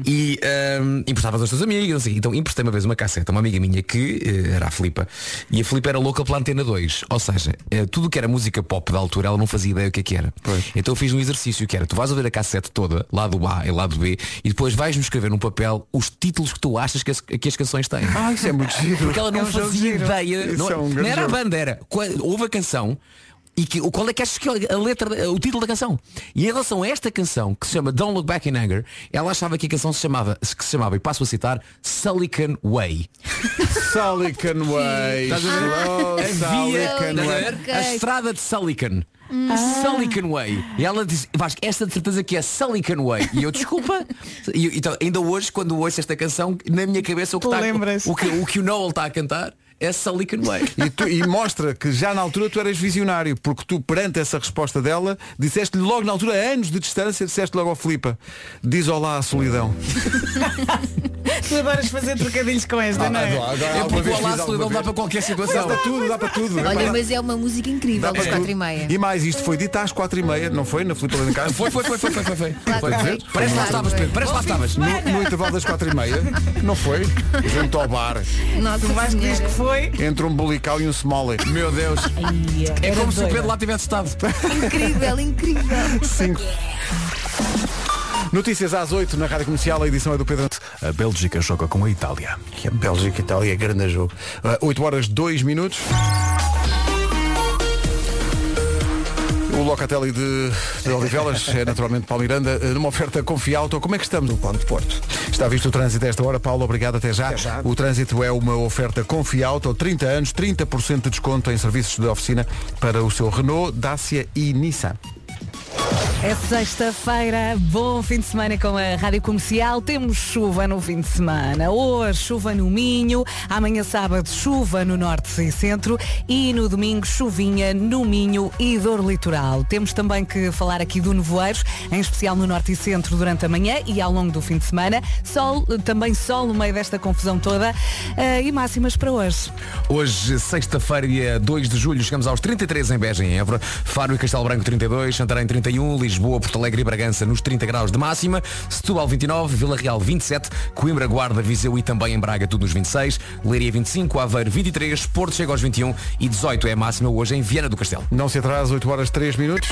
Speaker 10: E ahm, emprestava aos teus amigos, não sei. o quê. Então emprestei uma vez uma casseta a uma amiga minha que eh, era a Filipa. E a Filipa era louca pela antena 2. Ou seja, eh, tudo o que era música pop da altura, ela não fazia ideia o que é que era. Então eu fiz um exercício que era, tu vais ouvir a cassete toda, lado A e lado B, e depois vais-me escrever num papel os títulos que tu achas que as, que as canções têm.
Speaker 1: ah, isso é muito giro.
Speaker 10: Porque ela não
Speaker 1: É um jogo
Speaker 10: fazia
Speaker 1: giro.
Speaker 10: ideia.
Speaker 1: Isso
Speaker 10: Não,
Speaker 1: é um
Speaker 10: não
Speaker 1: grande
Speaker 10: era a
Speaker 1: jogo.
Speaker 10: banda, era. qua- Houve a canção. E que, o- qual é que achas que é a letra, o título da canção? E em relação a esta canção, que se chama Don't Look Back in Anger, ela achava que a canção se chamava, que se chamava e passo a citar, Silicon Way.
Speaker 1: Silicon Way.
Speaker 10: Estás a ver? É
Speaker 1: Slow
Speaker 10: Havia
Speaker 1: Silicon
Speaker 10: estás a
Speaker 1: Way.
Speaker 10: ver? é? a estrada de Silicon.
Speaker 1: Ah.
Speaker 10: Silicon Way. E ela diz, Vasco, esta de certeza que é Silicon Way. E eu, desculpa. E, eu- então, ainda hoje, quando ouço esta canção, na minha cabeça o que, está,
Speaker 3: Lembras?
Speaker 10: o que, o, que o Noel está a cantar é Silicon Way.
Speaker 1: E, tu- e mostra que já na altura tu eras visionário, porque tu, perante essa resposta dela, disseste-lhe logo na altura, a anos de distância, disseste logo ao Filipa, diz olá à solidão.
Speaker 3: Tu adoras fazer trocadilhos com esta, não é?
Speaker 10: É porque o Olá Solidão dá
Speaker 1: dá
Speaker 10: para qualquer situação.
Speaker 1: para tudo, dá para tudo.
Speaker 5: Olha, mas é uma música incrível às quatro e meia.
Speaker 1: E mais, isto foi dito às 4h30, não foi? Na Filipe Lena Castro?
Speaker 10: Foi, foi, foi, foi, foi, foi. foi.
Speaker 5: Claro
Speaker 10: Foi.
Speaker 5: que foi.
Speaker 10: Parece que lá estavas, Pedro. Parece que lá estavas.
Speaker 1: No, no intervalo das 4h30, não foi? Junto ao bar,
Speaker 5: Nossa
Speaker 3: O Vasco diz que
Speaker 5: Senhora.
Speaker 3: foi.
Speaker 1: entre um bulical e um smoller.
Speaker 10: Meu Deus. É como se o
Speaker 3: doida.
Speaker 10: Pedro lá tivesse estado.
Speaker 5: Incrível, incrível.
Speaker 1: Notícias às 8 na Rádio Comercial, a edição é do Pedro.
Speaker 2: A Bélgica joga com a Itália.
Speaker 1: Que a Bélgica e Itália, grande jogo. Ah, 8 horas 2 minutos. O Locatelli de, de Olivelas é naturalmente Paulo Miranda, eh, numa oferta confialto. Como é que estamos? No Ponto Porto. Está visto o trânsito a esta hora. Paulo, obrigado. Até já. O trânsito é uma oferta confialto. 30 anos, 30% de desconto em serviços de oficina para o seu Renault, Dacia e Nissan.
Speaker 3: É sexta-feira, bom fim de semana com a Rádio Comercial. Temos chuva no fim de semana. Hoje chuva no Minho, amanhã sábado chuva no Norte e Centro e no domingo chuvinha no Minho e Dor Litoral. Temos também que falar aqui do nevoeiros, em especial no Norte e Centro durante a manhã e ao longo do fim de semana. Sol, também sol no meio desta confusão toda eh, e máximas para hoje.
Speaker 10: Hoje, sexta-feira, dia 2 de julho, chegamos aos 33 em Beja, em Évora, Faro e Castelo Branco 32, Santarém 31, Lisboa, Porto Alegre e Bragança nos 30 graus de máxima, Setúbal 29, Vila Real 27, Coimbra, Guarda, Viseu e também em Braga tudo nos 26, Leiria 25, Aveiro 23, Porto chega aos 21 e 18 é a máxima hoje em Viana do Castelo.
Speaker 1: Não se atrasa, 8 horas 3 minutos.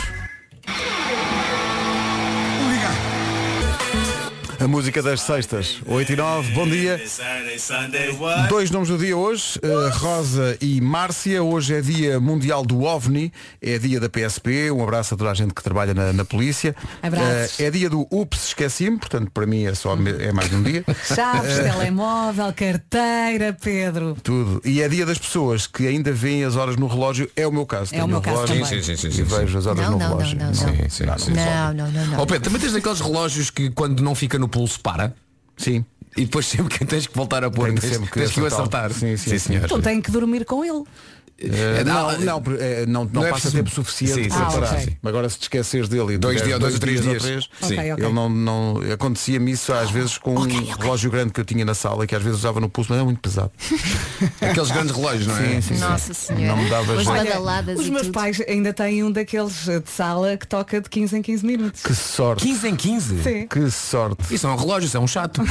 Speaker 1: A música das sextas, 8 e 9, bom dia. Dois nomes do dia hoje, eh, Rosa e Márcia. Hoje é dia mundial do OVNI, é dia da PSP. Um abraço a toda a gente que trabalha na, na polícia.
Speaker 3: Abraços.
Speaker 1: Eh, é dia do Ups, esqueci-me, portanto para mim é só me- é mais de um dia.
Speaker 3: Chaves,
Speaker 1: Eh,
Speaker 3: telemóvel, carteira, Pedro.
Speaker 1: tudo. E é dia das pessoas que ainda veem as horas no relógio. É o meu caso.
Speaker 3: É o
Speaker 1: Tenho
Speaker 3: meu caso
Speaker 1: relógio
Speaker 3: também.
Speaker 10: Sim, sim, sim,
Speaker 1: E
Speaker 10: sim, sim.
Speaker 1: vejo as horas
Speaker 5: Não,
Speaker 1: no
Speaker 5: não, não,
Speaker 1: relógio.
Speaker 5: não, não.
Speaker 10: Sim, sim, sim,
Speaker 5: Não, não, não, não.
Speaker 10: Ó Pedro, também tens daqueles relógios que quando não fica no pulso para
Speaker 1: Sim.
Speaker 10: e depois sempre que tens que voltar a pôr,
Speaker 1: Tenho
Speaker 10: tens,
Speaker 1: sempre que
Speaker 10: tens que o
Speaker 1: acertar.
Speaker 10: acertar.
Speaker 1: Sim, sim, sim.
Speaker 10: senhor.
Speaker 3: Então
Speaker 5: tá.
Speaker 3: tem que dormir com ele.
Speaker 1: Eh,
Speaker 10: Eh,
Speaker 1: não,
Speaker 10: não,
Speaker 1: não, pre- eh, não, não
Speaker 10: não é
Speaker 1: passa
Speaker 10: preciso-
Speaker 1: tempo suficiente
Speaker 10: Sim,
Speaker 1: para
Speaker 3: sim, sim,
Speaker 1: parar.
Speaker 3: sim.
Speaker 1: Mas Agora se te esqueceres dele e
Speaker 10: Dois
Speaker 1: tiveres
Speaker 10: dias, dois ou três
Speaker 1: ou
Speaker 10: dias.
Speaker 1: três,
Speaker 10: Sim.
Speaker 3: Ok, ok.
Speaker 1: Ele não, não acontecia-me isso às vezes com um relógio grande que eu tinha na sala que às vezes usava no pulso, mas é muito pesado.
Speaker 10: Aqueles grandes relógios, não é?
Speaker 1: Sim, sim, sim.
Speaker 5: Nossa
Speaker 1: Não
Speaker 5: Senhora.
Speaker 1: me dava
Speaker 5: Mas
Speaker 1: jeito.
Speaker 5: olha, badaladas
Speaker 3: Os
Speaker 5: e
Speaker 3: meus
Speaker 5: tudo.
Speaker 3: pais ainda têm um daqueles eh, de sala que toca de 15 em 15 minutos.
Speaker 1: Que sorte.
Speaker 10: 15 em 15?
Speaker 3: Sim.
Speaker 1: Que sorte.
Speaker 10: Isso é um relógio, isso é um chato.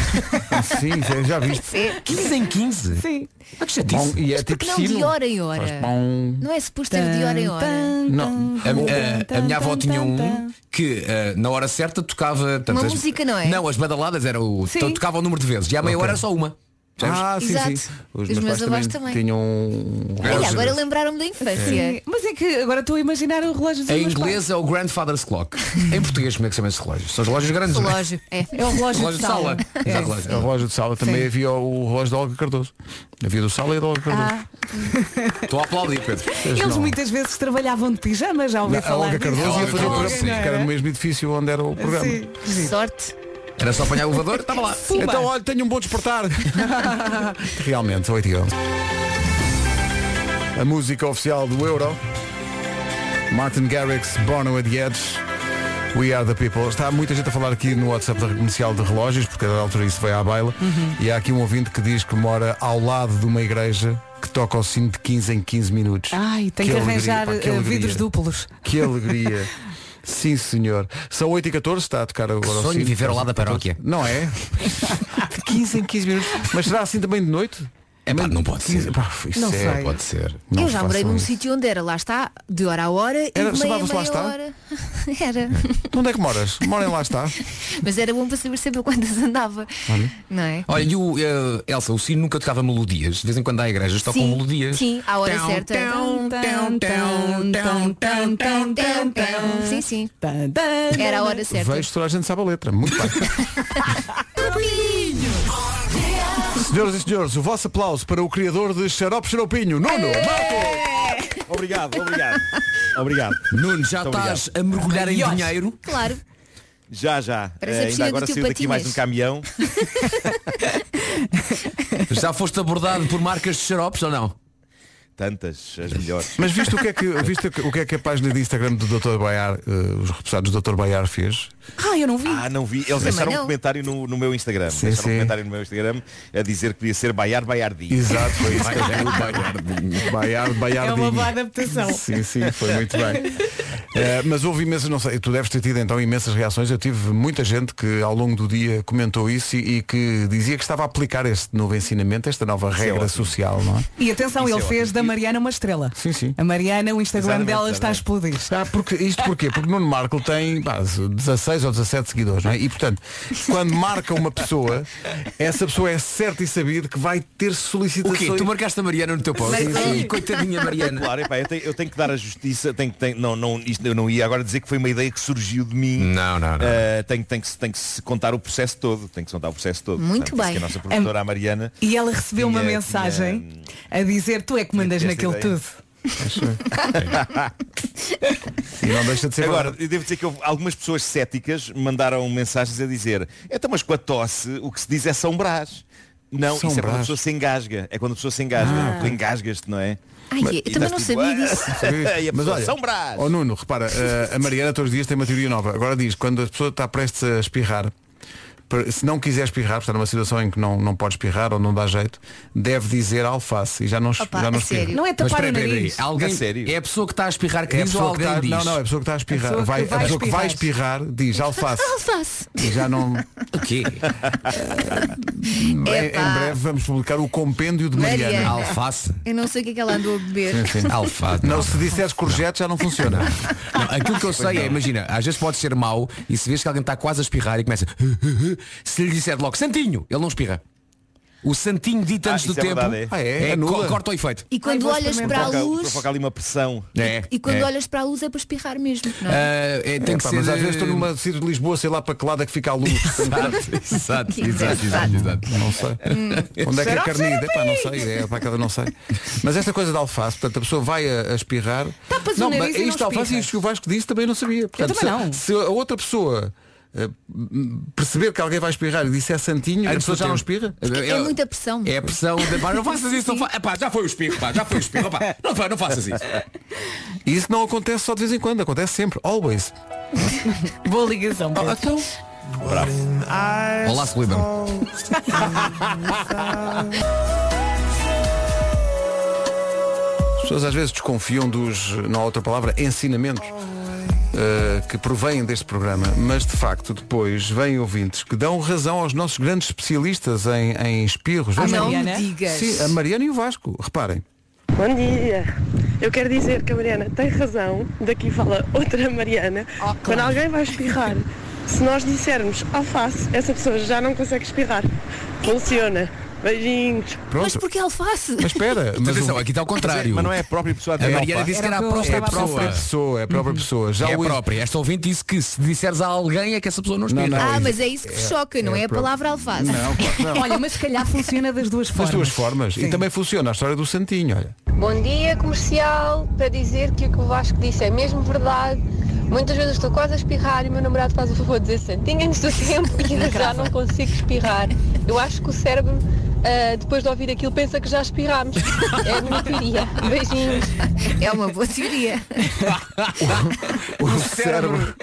Speaker 1: Sim, já- já viste.
Speaker 5: Sim.
Speaker 10: 15 em 15?
Speaker 3: Sim.
Speaker 10: Ah, que chatice.
Speaker 1: Bom, e é
Speaker 5: Mas
Speaker 1: tipo
Speaker 5: É, porque não de
Speaker 1: sino.
Speaker 5: hora em hora?
Speaker 1: Faz pão.
Speaker 5: Não é suposto ser de hora em hora.
Speaker 1: Não.
Speaker 10: A, a- a minha avó tinha um que ah, na hora certa tocava portanto,
Speaker 5: Uma música, não é?
Speaker 10: Não, as badaladas era o
Speaker 3: Sim.
Speaker 10: então, tocava o número de vezes e à meia hora era só uma
Speaker 1: Ah, sim,
Speaker 5: Exato.
Speaker 1: sim. Os meus pais
Speaker 5: avós
Speaker 1: também,
Speaker 5: também.
Speaker 1: tinham um
Speaker 5: Olha,
Speaker 1: relógio.
Speaker 5: agora lembraram-me da infância.
Speaker 3: Sim. Mas é que agora estou a imaginar o relógio dos
Speaker 10: em
Speaker 3: meus
Speaker 10: inglês é o grandfather's clock em português como é que se chama esse relógio? são os relógios grandes não é?
Speaker 5: Relógio. É.
Speaker 3: pais. É o relógio,
Speaker 10: relógio de sala, Exato, relógio.
Speaker 1: A relógio de sala também
Speaker 3: Sim.
Speaker 1: havia o relógio da Olga Cardoso. Havia do sala e da Olga Cardoso.
Speaker 3: Ah,
Speaker 10: estou a aplaudir Pedro
Speaker 3: eles
Speaker 1: não.
Speaker 3: muitas vezes trabalhavam de pijama, já ouvi
Speaker 1: Não, a
Speaker 3: falar.
Speaker 1: Olga
Speaker 3: disso.
Speaker 1: Cardoso ia
Speaker 10: A
Speaker 1: fazer o
Speaker 10: Olga
Speaker 1: programa,
Speaker 10: Cardoso,
Speaker 1: porque era no mesmo edifício onde era o programa.
Speaker 3: é? Sim.
Speaker 5: Sorte.
Speaker 10: era só apanhar o elevador estava lá
Speaker 3: Pumba.
Speaker 1: Então, olha, tenho um bom despertar. Realmente, 8 e 11. A música oficial do Euro. Martin Garrix, Bono at the Edge. We are the people. Está muita gente a falar aqui no WhatsApp da comercial de relógios, porque a dada altura isso vai à baila.
Speaker 3: Uhum.
Speaker 1: E há aqui um ouvinte que diz que mora ao lado de uma igreja que toca o sino de 15 em 15 minutos.
Speaker 3: Ai, tem que,
Speaker 1: alegria,
Speaker 3: arranjar
Speaker 1: pá, que
Speaker 3: eh,
Speaker 1: alegria.
Speaker 3: vidros duplos.
Speaker 1: Que alegria. Sim, senhor. São 8 e 14 está a tocar agora o
Speaker 10: sonho
Speaker 1: sino.
Speaker 10: viver ao lado da paróquia.
Speaker 1: Não é? De 15 em 15 minutos. Mas será assim também de noite?
Speaker 10: é pá, não pode ser
Speaker 1: Pá, isso
Speaker 3: Não
Speaker 1: é-
Speaker 3: sei.
Speaker 10: pode ser
Speaker 1: Não
Speaker 5: eu já morei
Speaker 1: façam
Speaker 5: num
Speaker 1: isso.
Speaker 5: sítio onde era, lá está, de hora a hora
Speaker 1: Era-
Speaker 5: e de meia a
Speaker 1: chamava-se lá
Speaker 5: meia
Speaker 1: está?
Speaker 5: hora. era.
Speaker 1: Onde é que moras? Morem lá está.
Speaker 5: Mas era bom para saber sempre quantas andava. Não é?
Speaker 10: Olha, e o eh, Elsa, o sino nunca tocava melodias. De vez em quando há igrejas que tocam
Speaker 5: Sim,
Speaker 10: melodias.
Speaker 5: sim, à hora
Speaker 10: Tão,
Speaker 5: certa.
Speaker 10: tão, tão, tão, tão, tão, tão, tão, tão.
Speaker 5: Sim, sim. Era a hora certa.
Speaker 1: Vejo toda a gente sabe a letra. Muito bem. Senhoras e senhores, o vosso aplauso para o criador de Xarope Xaropinho, Nuno Mato.
Speaker 11: Obrigado, obrigado. Obrigado.
Speaker 10: Nuno, já estás a mergulhar em dinheiro.
Speaker 5: Claro.
Speaker 11: Já, já.
Speaker 5: Parece a
Speaker 11: Eh, ainda
Speaker 5: piscina do
Speaker 11: agora
Speaker 5: tio
Speaker 11: saiu daqui
Speaker 5: Patinhas.
Speaker 11: mais um caminhão.
Speaker 10: Já foste abordado por marcas de xaropes ou não?
Speaker 11: Tantas, as melhores.
Speaker 1: Mas visto o que é que, visto o que, é que a página de Instagram do Dr. Baiar, eh, os repousados do Dr. Baiar fez?
Speaker 3: Ah, eu não vi.
Speaker 11: Ah, não vi. Eles
Speaker 5: Também
Speaker 11: deixaram
Speaker 5: não.
Speaker 11: um comentário no, no meu Instagram.
Speaker 1: Sim,
Speaker 11: deixaram
Speaker 1: sim.
Speaker 11: um comentário no meu Instagram a dizer que podia ser Baiar Baiardi.
Speaker 1: Exato, foi isso. Baiar, Baiardinho. Baiar,
Speaker 3: É uma
Speaker 1: Baiardinho.
Speaker 3: boa adaptação.
Speaker 1: Sim, sim, foi muito bem. Eh, mas houve imensas, não sei, tu deves ter tido então imensas reações. Eu tive muita gente que ao longo do dia comentou isso e, e que dizia que estava a aplicar este novo ensinamento, esta nova regra social, não é?
Speaker 3: E atenção,
Speaker 1: Isso
Speaker 3: ele
Speaker 1: é
Speaker 3: fez da Mariana uma estrela.
Speaker 1: Sim, sim.
Speaker 3: A Mariana, o Instagram
Speaker 1: Exatamente,
Speaker 3: dela está a explodir.
Speaker 1: Ah, porque, isto porquê? Porque Nuno Marco tem pá, 16 ou 17 seguidores, não é? E portanto, quando marca uma pessoa, essa pessoa é certa e sabida que vai ter solicitações.
Speaker 10: O quê? Tu marcaste a Mariana no teu post? Sim, sim. Ai, coitadinha Mariana.
Speaker 11: Claro, epá, eu, tenho, eu tenho que dar a justiça. Tenho, que- tenho- não, não, isto eu não ia agora dizer que foi uma ideia que surgiu de
Speaker 1: Hum.
Speaker 11: mim.
Speaker 10: Não, não, não.
Speaker 11: Eh, tem, tem, que, se- tem que se contar o processo todo. Tem que se contar o processo todo.
Speaker 3: Muito
Speaker 11: Portanto, isso
Speaker 3: bem.
Speaker 11: que a nossa produtora, a Mariana.
Speaker 3: E ela recebeu uma
Speaker 11: Tinha-
Speaker 3: mensagem a dizer tu é que mandas
Speaker 11: tinha
Speaker 3: naquilo
Speaker 11: esta ideia.
Speaker 3: tudo.
Speaker 1: E não deixa de ser
Speaker 11: Agora, eu devo dizer que houve algumas pessoas céticas mandaram mensagens a dizer então, mas com a tosse, o que se diz é São Brás. Não,
Speaker 1: São
Speaker 11: isso é quando a
Speaker 1: Brás.
Speaker 11: pessoa se engasga. É quando a pessoa se engasga.
Speaker 1: Ah.
Speaker 11: Tu engasgas-te, não é?
Speaker 5: Ai,
Speaker 11: Mas-
Speaker 5: eu
Speaker 11: e
Speaker 5: também
Speaker 11: estás
Speaker 5: não
Speaker 11: tipo,
Speaker 5: tá sabia
Speaker 11: "Ah",
Speaker 5: disso.
Speaker 11: e a
Speaker 1: Mas
Speaker 11: pessoa,
Speaker 1: olha,
Speaker 11: São Brás!
Speaker 1: ó Nuno, repara, eh, a Mariana todos os dias tem uma teoria nova. Agora diz, quando a pessoa está prestes a espirrar, per- se não quiser espirrar, está numa situação em que não, não pode espirrar ou não dá jeito, deve dizer alface e já não, es-
Speaker 10: Opa,
Speaker 1: já não
Speaker 10: a
Speaker 1: espirra.
Speaker 10: sério? Não é tapar o nariz.
Speaker 1: Alguém,
Speaker 10: É sério? É a pessoa que está a espirrar que
Speaker 1: é a
Speaker 10: diz
Speaker 1: pessoa
Speaker 10: ou
Speaker 1: que está-
Speaker 10: alguém
Speaker 1: Não,
Speaker 10: diz?
Speaker 1: não, é a pessoa que está a
Speaker 10: A pessoa
Speaker 1: espirrar.
Speaker 10: que
Speaker 1: Vai,
Speaker 10: vai
Speaker 1: a pessoa que vai espirrar diz alface.
Speaker 5: Alface.
Speaker 1: E já não.
Speaker 10: O quê?
Speaker 1: Em- em
Speaker 5: Epá.
Speaker 1: breve vamos publicar o compêndio de Mariana.
Speaker 5: Mariana. Eu não sei o que é que ela andou a beber.
Speaker 1: Sim, sim.
Speaker 10: Alface.
Speaker 1: Não, se disseres corjeto já não funciona.
Speaker 10: Não, aquilo que eu sei é, imagina, às vezes pode ser mau e se vês que alguém está quase a espirrar e começa se lhe disser logo Santinho, ele não espirra. O Santinho dito antes
Speaker 11: isso
Speaker 10: do
Speaker 11: é
Speaker 10: tempo
Speaker 11: verdade, é? Ah, é? Anula.
Speaker 10: co- corta o efeito.
Speaker 5: E quando olhas para a
Speaker 11: Provoca-
Speaker 5: luz.
Speaker 11: Provoca ali uma pressão.
Speaker 10: É.
Speaker 5: E quando
Speaker 10: É.
Speaker 5: olhas para a luz é para espirrar mesmo. Não é?
Speaker 10: Ah, é, tem que
Speaker 1: Epá,
Speaker 10: ser,
Speaker 1: mas às vezes
Speaker 10: eh,
Speaker 1: estou numa cidade de Lisboa, sei lá para que lado é que fica a luz.
Speaker 10: exato,
Speaker 5: exato, exato,
Speaker 1: Não
Speaker 3: Hum.
Speaker 1: sei. Onde é que é
Speaker 5: Será
Speaker 1: a
Speaker 5: que
Speaker 1: carnida?
Speaker 5: será
Speaker 1: Epá, não
Speaker 5: para aí?
Speaker 1: sei, é para cada não sei. Mas esta coisa de alface, portanto, a pessoa vai a, a espirrar.
Speaker 3: Tapas o
Speaker 1: não,
Speaker 3: nariz
Speaker 1: mas
Speaker 3: e não
Speaker 1: isto de alface
Speaker 3: espirras.
Speaker 1: e isto que o Vasco disse também não sabia. Portanto,
Speaker 3: também
Speaker 1: se-
Speaker 3: não.
Speaker 1: Se, a outra pessoa eh, perceber que alguém vai espirrar e disser é santinho, a
Speaker 10: Antes
Speaker 1: pessoa
Speaker 10: do
Speaker 1: já não
Speaker 10: tempo.
Speaker 1: espirra?
Speaker 5: Porque é muita pressão.
Speaker 10: É a pressão da pá, não faças isso, não fa... Epá, já foi o espirro, pá, já foi o espirro, pá. Não, fa- não faças isso.
Speaker 1: E isso não acontece só de vez em quando, acontece sempre, always.
Speaker 3: Boa ligação.
Speaker 1: então.
Speaker 11: Bravo.
Speaker 10: Olá, Solidão.
Speaker 1: As pessoas às vezes desconfiam dos, na outra palavra, ensinamentos eh, que provêm deste programa, mas de facto depois vêm ouvintes que dão razão aos nossos grandes especialistas em, em espirros.
Speaker 12: À
Speaker 1: Vejam-
Speaker 12: Mariana? Não me digas.
Speaker 1: Sim, a Mariana e o Vasco, reparem.
Speaker 12: Bom dia. Eu quero dizer que a Mariana tem razão. Daqui fala outra Mariana.
Speaker 13: Ah,
Speaker 12: Quando alguém vai espirrar, se nós dissermos alface, essa pessoa já não consegue espirrar. Funciona. Beijinhos.
Speaker 1: Pronto. Mas
Speaker 5: porque alface?
Speaker 1: Mas espera, mas
Speaker 10: atenção,
Speaker 1: o-
Speaker 10: aqui está ao contrário.
Speaker 1: Mas não é
Speaker 11: a própria pessoa
Speaker 1: a dizer,
Speaker 10: A Mariana
Speaker 1: opa.
Speaker 10: disse que era a
Speaker 1: Era o que eu
Speaker 10: própria
Speaker 1: estava a
Speaker 10: pessoa.
Speaker 1: pensar. Pessoa, é a própria pessoa. Já
Speaker 10: é a
Speaker 1: o-
Speaker 10: própria. Esta ouvinte disse que se disseres a alguém é que essa pessoa não espirra.
Speaker 5: ah, mas é isso que vos choca, não é, a palavra alface.
Speaker 1: Não, claro, não.
Speaker 3: Olha, mas se calhar funciona das duas
Speaker 1: Das
Speaker 3: formas.
Speaker 1: duas formas. E também funciona a história do Santinho, olha.
Speaker 13: Bom dia, comercial. Para dizer que o que o Vasco disse é mesmo verdade. Muitas vezes estou quase a espirrar e o meu namorado faz o favor de dizer santinho antes do tempo e eu já não consigo espirrar. Eu acho que o cérebro, ah, depois de ouvir aquilo, pensa que já espirramos. É a minha teoria. Beijinhos.
Speaker 5: É uma boa teoria.
Speaker 1: O, cérebro.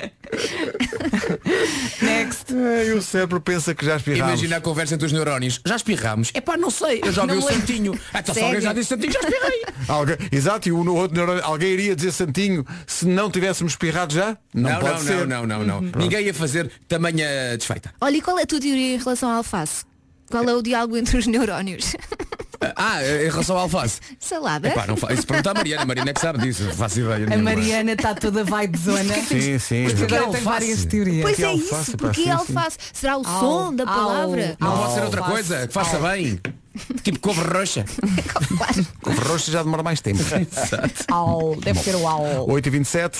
Speaker 3: Next.
Speaker 1: E o cérebro pensa que já espirramos.
Speaker 10: Imagina a conversa entre os neurónios. Já espirramos. É pá, não sei. Eu já ouvi
Speaker 1: Não
Speaker 10: o
Speaker 1: lembro.
Speaker 10: Santinho. Ah, então se alguém
Speaker 1: Sério?
Speaker 10: já disse Santinho, já espirrei.
Speaker 1: Alguém- exato, e um no outro neurônio, alguém iria dizer santinho se não tivéssemos espirrado já? Não,
Speaker 10: Não,
Speaker 1: pode
Speaker 10: não,
Speaker 1: ser.
Speaker 10: não, não, não, não. Uhum. Ninguém ia fazer tamanha desfeita.
Speaker 5: Olha, e qual é a tua teoria em relação à alface? Qual é o diálogo entre os neurónios?
Speaker 10: Ah, em relação ao alface.
Speaker 5: Salada?
Speaker 10: Epá, não fa... Isso pergunta à Mariana. A Mariana é que sabe disso. Não faço ideia né?
Speaker 3: A
Speaker 10: nenhuma.
Speaker 3: Mariana está toda vai de zona.
Speaker 1: Sim, sim.
Speaker 3: Porque
Speaker 1: Porque
Speaker 3: agora
Speaker 1: é
Speaker 3: tem
Speaker 1: alface.
Speaker 3: várias teorias.
Speaker 5: Pois
Speaker 1: Que
Speaker 5: é
Speaker 1: alface,
Speaker 5: isso,
Speaker 1: pá,
Speaker 5: porque
Speaker 1: sim,
Speaker 5: é
Speaker 1: sim.
Speaker 5: alface. Será o som da palavra?
Speaker 10: Não pode ser outra coisa. Que faça bem. Tipo couve roxa.
Speaker 1: O rosto já demora mais tempo.
Speaker 10: Exato.
Speaker 3: Au, deve ser o au.
Speaker 1: 8h27.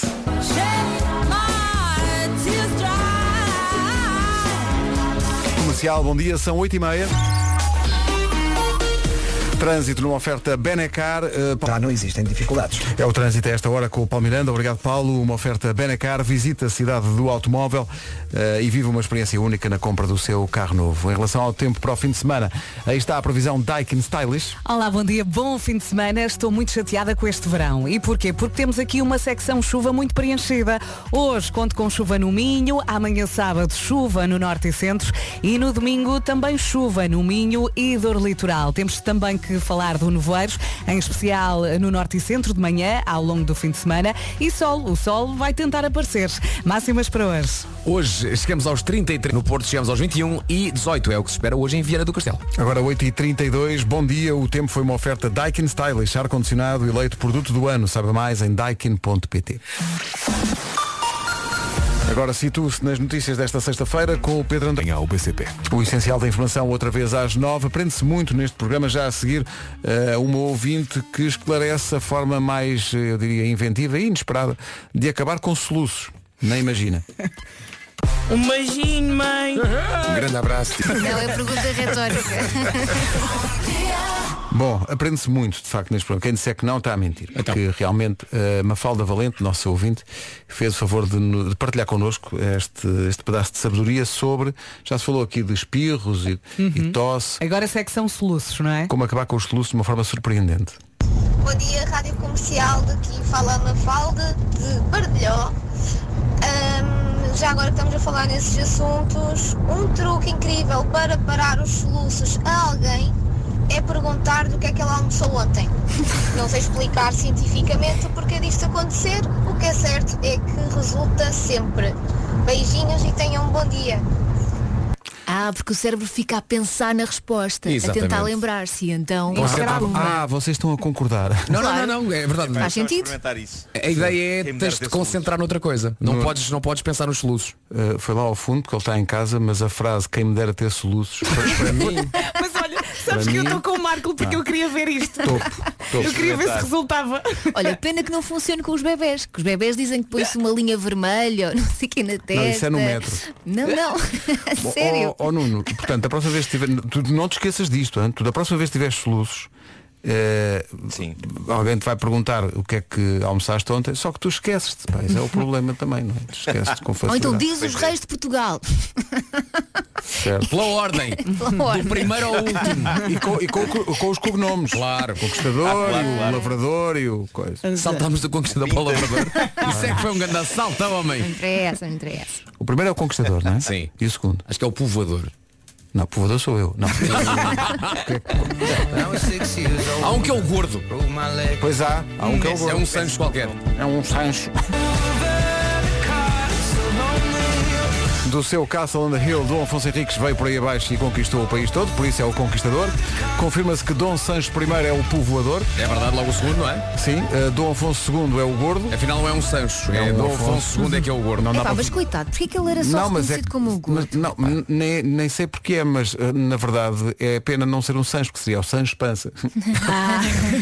Speaker 1: Comercial, bom dia, são 8h30. Trânsito numa oferta Benecar. eh, Já
Speaker 6: não existem dificuldades.
Speaker 1: É o trânsito a esta hora com o Paulo Miranda. Obrigado, Paulo. Uma oferta Benecar. Visita a cidade do automóvel eh, e vive uma experiência única na compra do seu carro novo. Em relação ao tempo para o fim de semana, aí está a previsão Daikin Stylish.
Speaker 3: Olá, bom dia, bom fim de semana. Estou muito chateada com este verão. E porquê? Porque temos aqui uma secção chuva muito preenchida. Hoje conto com chuva no Minho, amanhã sábado chuva no Norte e Centro e no domingo também chuva no Minho e dor litoral. Temos também que que falar do nevoeiros, em especial no norte e centro de manhã, ao longo do fim de semana. E sol, o sol vai tentar aparecer. Máximas para hoje.
Speaker 10: Hoje chegamos aos 33, no Porto chegamos aos 21 e 18 é o que se espera hoje em Viana do Castelo.
Speaker 1: Agora 8h32, bom dia. O tempo foi uma oferta Daikin Stylish, ar-condicionado eleito produto do ano. Sabe mais em daikin.pt. Agora situa-se nas notícias desta sexta-feira com o Pedro André.
Speaker 2: ao BCP.
Speaker 1: O essencial da informação outra vez às nove. Aprende-se muito neste programa, já a seguir eh, uma ouvinte que esclarece a forma mais, eh, eu diria, inventiva e inesperada de acabar com soluços. Nem imagina.
Speaker 14: Um beijinho, mãe.
Speaker 1: Um grande abraço.
Speaker 5: Não, é pergunta retórica.
Speaker 1: Bom, aprende-se muito, de facto, neste programa. Quem disser que não está a mentir. Porque realmente a Mafalda Valente, nossa ouvinte, fez o favor de, no- de partilhar connosco este, este pedaço de sabedoria sobre, já se falou aqui de espirros e, e tosse,
Speaker 3: Agora se é que são soluços, não é?
Speaker 1: como acabar com os soluços de uma forma surpreendente.
Speaker 15: Bom dia, Rádio Comercial, daqui fala Mafalda de Bardelhó. Ahm, já agora que estamos a falar nesses assuntos, um truque incrível para parar os soluços a alguém é perguntar do que é que ela almoçou ontem. Não sei explicar cientificamente o porquê disto acontecer, o que é certo é que resulta sempre. Beijinhos e tenham um bom dia.
Speaker 5: Ah, porque o cérebro fica a pensar na resposta, a tentar
Speaker 1: Exatamente.
Speaker 5: lembrar-se, e então.
Speaker 1: Vocês- ah, vocês estão a concordar.
Speaker 10: Não, não, não, não, é verdade.
Speaker 5: Faz sentido.
Speaker 10: A ideia é tens de concentrar noutra coisa. Não, podes, não podes pensar nos soluços.
Speaker 1: é? Eh, foi lá ao fundo, porque ele está em casa, mas a frase quem me dera ter soluços foi para mim.
Speaker 3: Mas olha,
Speaker 1: Para
Speaker 3: sabes que eu
Speaker 1: mim-
Speaker 3: estou com o Marco porque
Speaker 1: Ah.
Speaker 3: eu queria ver isto.
Speaker 1: Topo, topo.
Speaker 3: Eu queria ver se
Speaker 1: Experimentar.
Speaker 3: resultava.
Speaker 5: Olha, pena que não funcione com os bebés, que os bebés dizem que põe-se uma linha vermelha, ou não sei o que na testa.
Speaker 1: isso é no metro.
Speaker 5: Não, não.
Speaker 1: Ó,
Speaker 5: Sério.
Speaker 1: Ó, ó, Oh, Nuno, portanto, da próxima vez que tiver, tu não te esqueças disto, hein? tu da próxima vez que tiveres soluços, eh, alguém te vai perguntar o que é que almoçaste ontem, só que tu esqueces-te, pá, esse é o problema também, não é? Tu esqueces-te com
Speaker 5: Ou
Speaker 1: facilidade.
Speaker 5: então diz
Speaker 1: é.
Speaker 5: os reis de Portugal.
Speaker 1: Certo.
Speaker 10: Pela ordem.
Speaker 5: Pela ordem.
Speaker 1: e com, e com o co- com os cognomes. Claro. O conquistador, e o lavrador e o coisa.
Speaker 10: Ah, Saltámos do conquistador para o lavrador. Isso é que foi um grande assalto,
Speaker 5: Não
Speaker 10: homem.
Speaker 5: interessa, não interessa.
Speaker 1: O primeiro é o conquistador, não é? Sim. E o segundo?
Speaker 10: Acho que é o povoador.
Speaker 1: Não, povoador sou eu. Não.
Speaker 10: Há um que é o gordo.
Speaker 1: Pois há, há um que é o
Speaker 10: Esse
Speaker 1: gordo.
Speaker 10: É um Sancho qualquer.
Speaker 1: É um Sancho. Do seu Castle on the Hill, Dom Afonso Henriques veio por aí abaixo e conquistou o país todo, por isso é o conquistador. Confirma-se que Dom Sancho I é o povoador.
Speaker 10: É verdade, logo o segundo, não é?
Speaker 1: Sim, eh, Dom Afonso II é o gordo.
Speaker 10: Afinal não é um Sancho, é,
Speaker 1: um
Speaker 10: Dom
Speaker 1: Afonso.
Speaker 10: Afonso II é que é o gordo.
Speaker 1: Não dá
Speaker 5: Epá,
Speaker 1: para-
Speaker 5: mas coitado, porque é que ele era só
Speaker 1: mas é
Speaker 5: reconhecido como o
Speaker 1: que- mas não, n- nem, nem sei porque é, mas eh, na verdade é pena não ser um Sancho, que seria o Sancho Pança.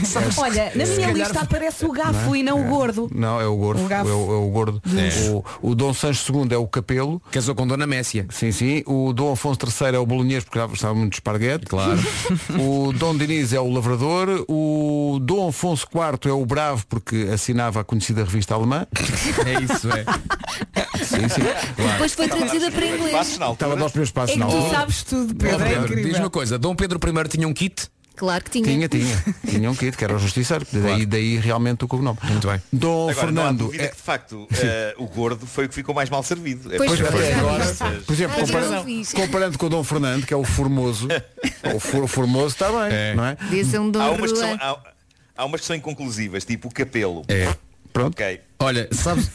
Speaker 1: Sabes que-
Speaker 3: Olha, na
Speaker 1: se
Speaker 3: minha
Speaker 1: calhar-
Speaker 3: lista aparece o gafo
Speaker 1: Não é?
Speaker 3: e não
Speaker 1: É.
Speaker 3: o gordo.
Speaker 1: Não, é o gordo.
Speaker 3: O gafo.
Speaker 1: É, o, é o gordo.
Speaker 10: É.
Speaker 1: O, o Dom Sancho II é o capelo.
Speaker 10: Casou com Dona Messia.
Speaker 1: Sim, sim. O Dom Afonso III é o bolonhês, porque já estava muito de esparguete. Claro. o Dom Diniz é o lavrador. O Dom Afonso IV é o bravo, porque assinava a conhecida revista alemã.
Speaker 10: É isso, é.
Speaker 1: Sim, sim.
Speaker 5: Depois foi traduzida para inglês.
Speaker 11: Tá.
Speaker 1: Estava nos meus passos
Speaker 5: É que
Speaker 1: na
Speaker 5: tu
Speaker 1: altura.
Speaker 5: sabes tudo, Pedro,
Speaker 10: Ó,
Speaker 5: é incrível.
Speaker 10: Diz-me uma coisa, Dom Pedro I tinha um kit?
Speaker 5: Claro que tinha.
Speaker 1: Tinha, tinha. Tinha um kit, que era o justiceiro. Daí, daí realmente o cognome. Muito bem. Dom
Speaker 11: Agora, não há
Speaker 1: Fernando.
Speaker 11: dúvida
Speaker 1: é-
Speaker 11: que de facto eh, o gordo foi o que ficou mais mal servido. É
Speaker 1: Pois,
Speaker 11: porque
Speaker 1: até
Speaker 11: foi-
Speaker 1: agora,
Speaker 11: estas-
Speaker 5: tá.
Speaker 1: por exemplo,
Speaker 11: Ah,
Speaker 1: comparando, comparando com o Dom Fernando, que é o formoso, o, for, o formoso está bem, não é?
Speaker 5: um
Speaker 11: há, umas que são, há, há umas que são inconclusivas, tipo o capelo.
Speaker 10: É.
Speaker 1: Pronto.
Speaker 10: Olha, sabes,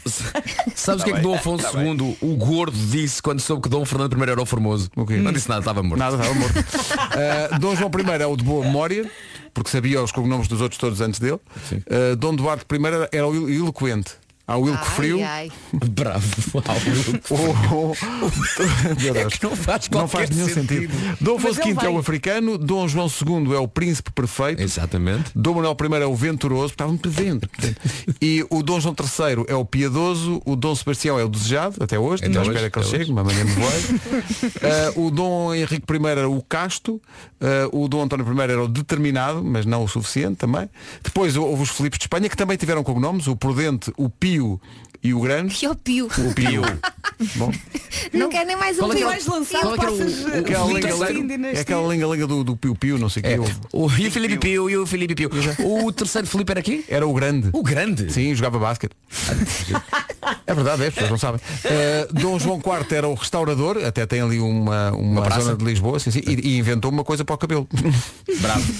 Speaker 10: sabes o que é que
Speaker 11: Tá bem,
Speaker 10: Dom Afonso
Speaker 11: tá bem.
Speaker 10: II, o gordo, disse quando soube que Dom Fernando I era o formoso? Não disse nada, estava morto.
Speaker 1: Nada, estava morto. Uh, Dom João I é o de boa memória, porque sabia os cognomes dos outros todos antes dele. Uh, Dom Duarte I era o elo- eloquente. Há o Ilco Frio.
Speaker 5: Ai, ai.
Speaker 10: Bravo. não faz
Speaker 1: É Não faz nenhum sentido. Dom Afonso V é o africano, Dom João II é o príncipe perfeito.
Speaker 10: Exatamente.
Speaker 1: Dom Manuel I é o venturoso, estava muito dentro. E o Dom João III é o piedoso, o Dom Sebastião é o desejado, até hoje,
Speaker 10: Até
Speaker 1: não
Speaker 10: hoje,
Speaker 1: espera que ele
Speaker 10: até hoje.
Speaker 1: chegue, mas amanhã me vai. Ah, o Dom Henrique I era o casto, ah, o Dom António I era o determinado, mas não o suficiente também. Depois houve os Filipes de Espanha, que também tiveram cognomes, o Prudente, o Pio e o Grande.
Speaker 5: Que é o Pio.
Speaker 1: O Pio. Bom,
Speaker 5: Não, quero nem mais um
Speaker 3: Qual é que
Speaker 5: pio.
Speaker 3: é o- Mais lançado,
Speaker 5: Qual é que é o-
Speaker 3: passas,
Speaker 5: o-
Speaker 1: É aquela linga-linga é aquela linga-linga do, do Piu Piu, não sei É. o que.
Speaker 10: O, e o Filipe Pio, e o Filipe Pio. O terceiro Filipe era aqui?
Speaker 1: Era o grande.
Speaker 10: O grande?
Speaker 1: Sim, jogava basquete. é verdade, é, as pessoas não sabem. Uh, Dom João IV era o restaurador, até tem ali uma, uma,
Speaker 10: praça.
Speaker 1: zona de Lisboa, sim, sim, e, e inventou uma coisa para o cabelo.
Speaker 10: Bravo.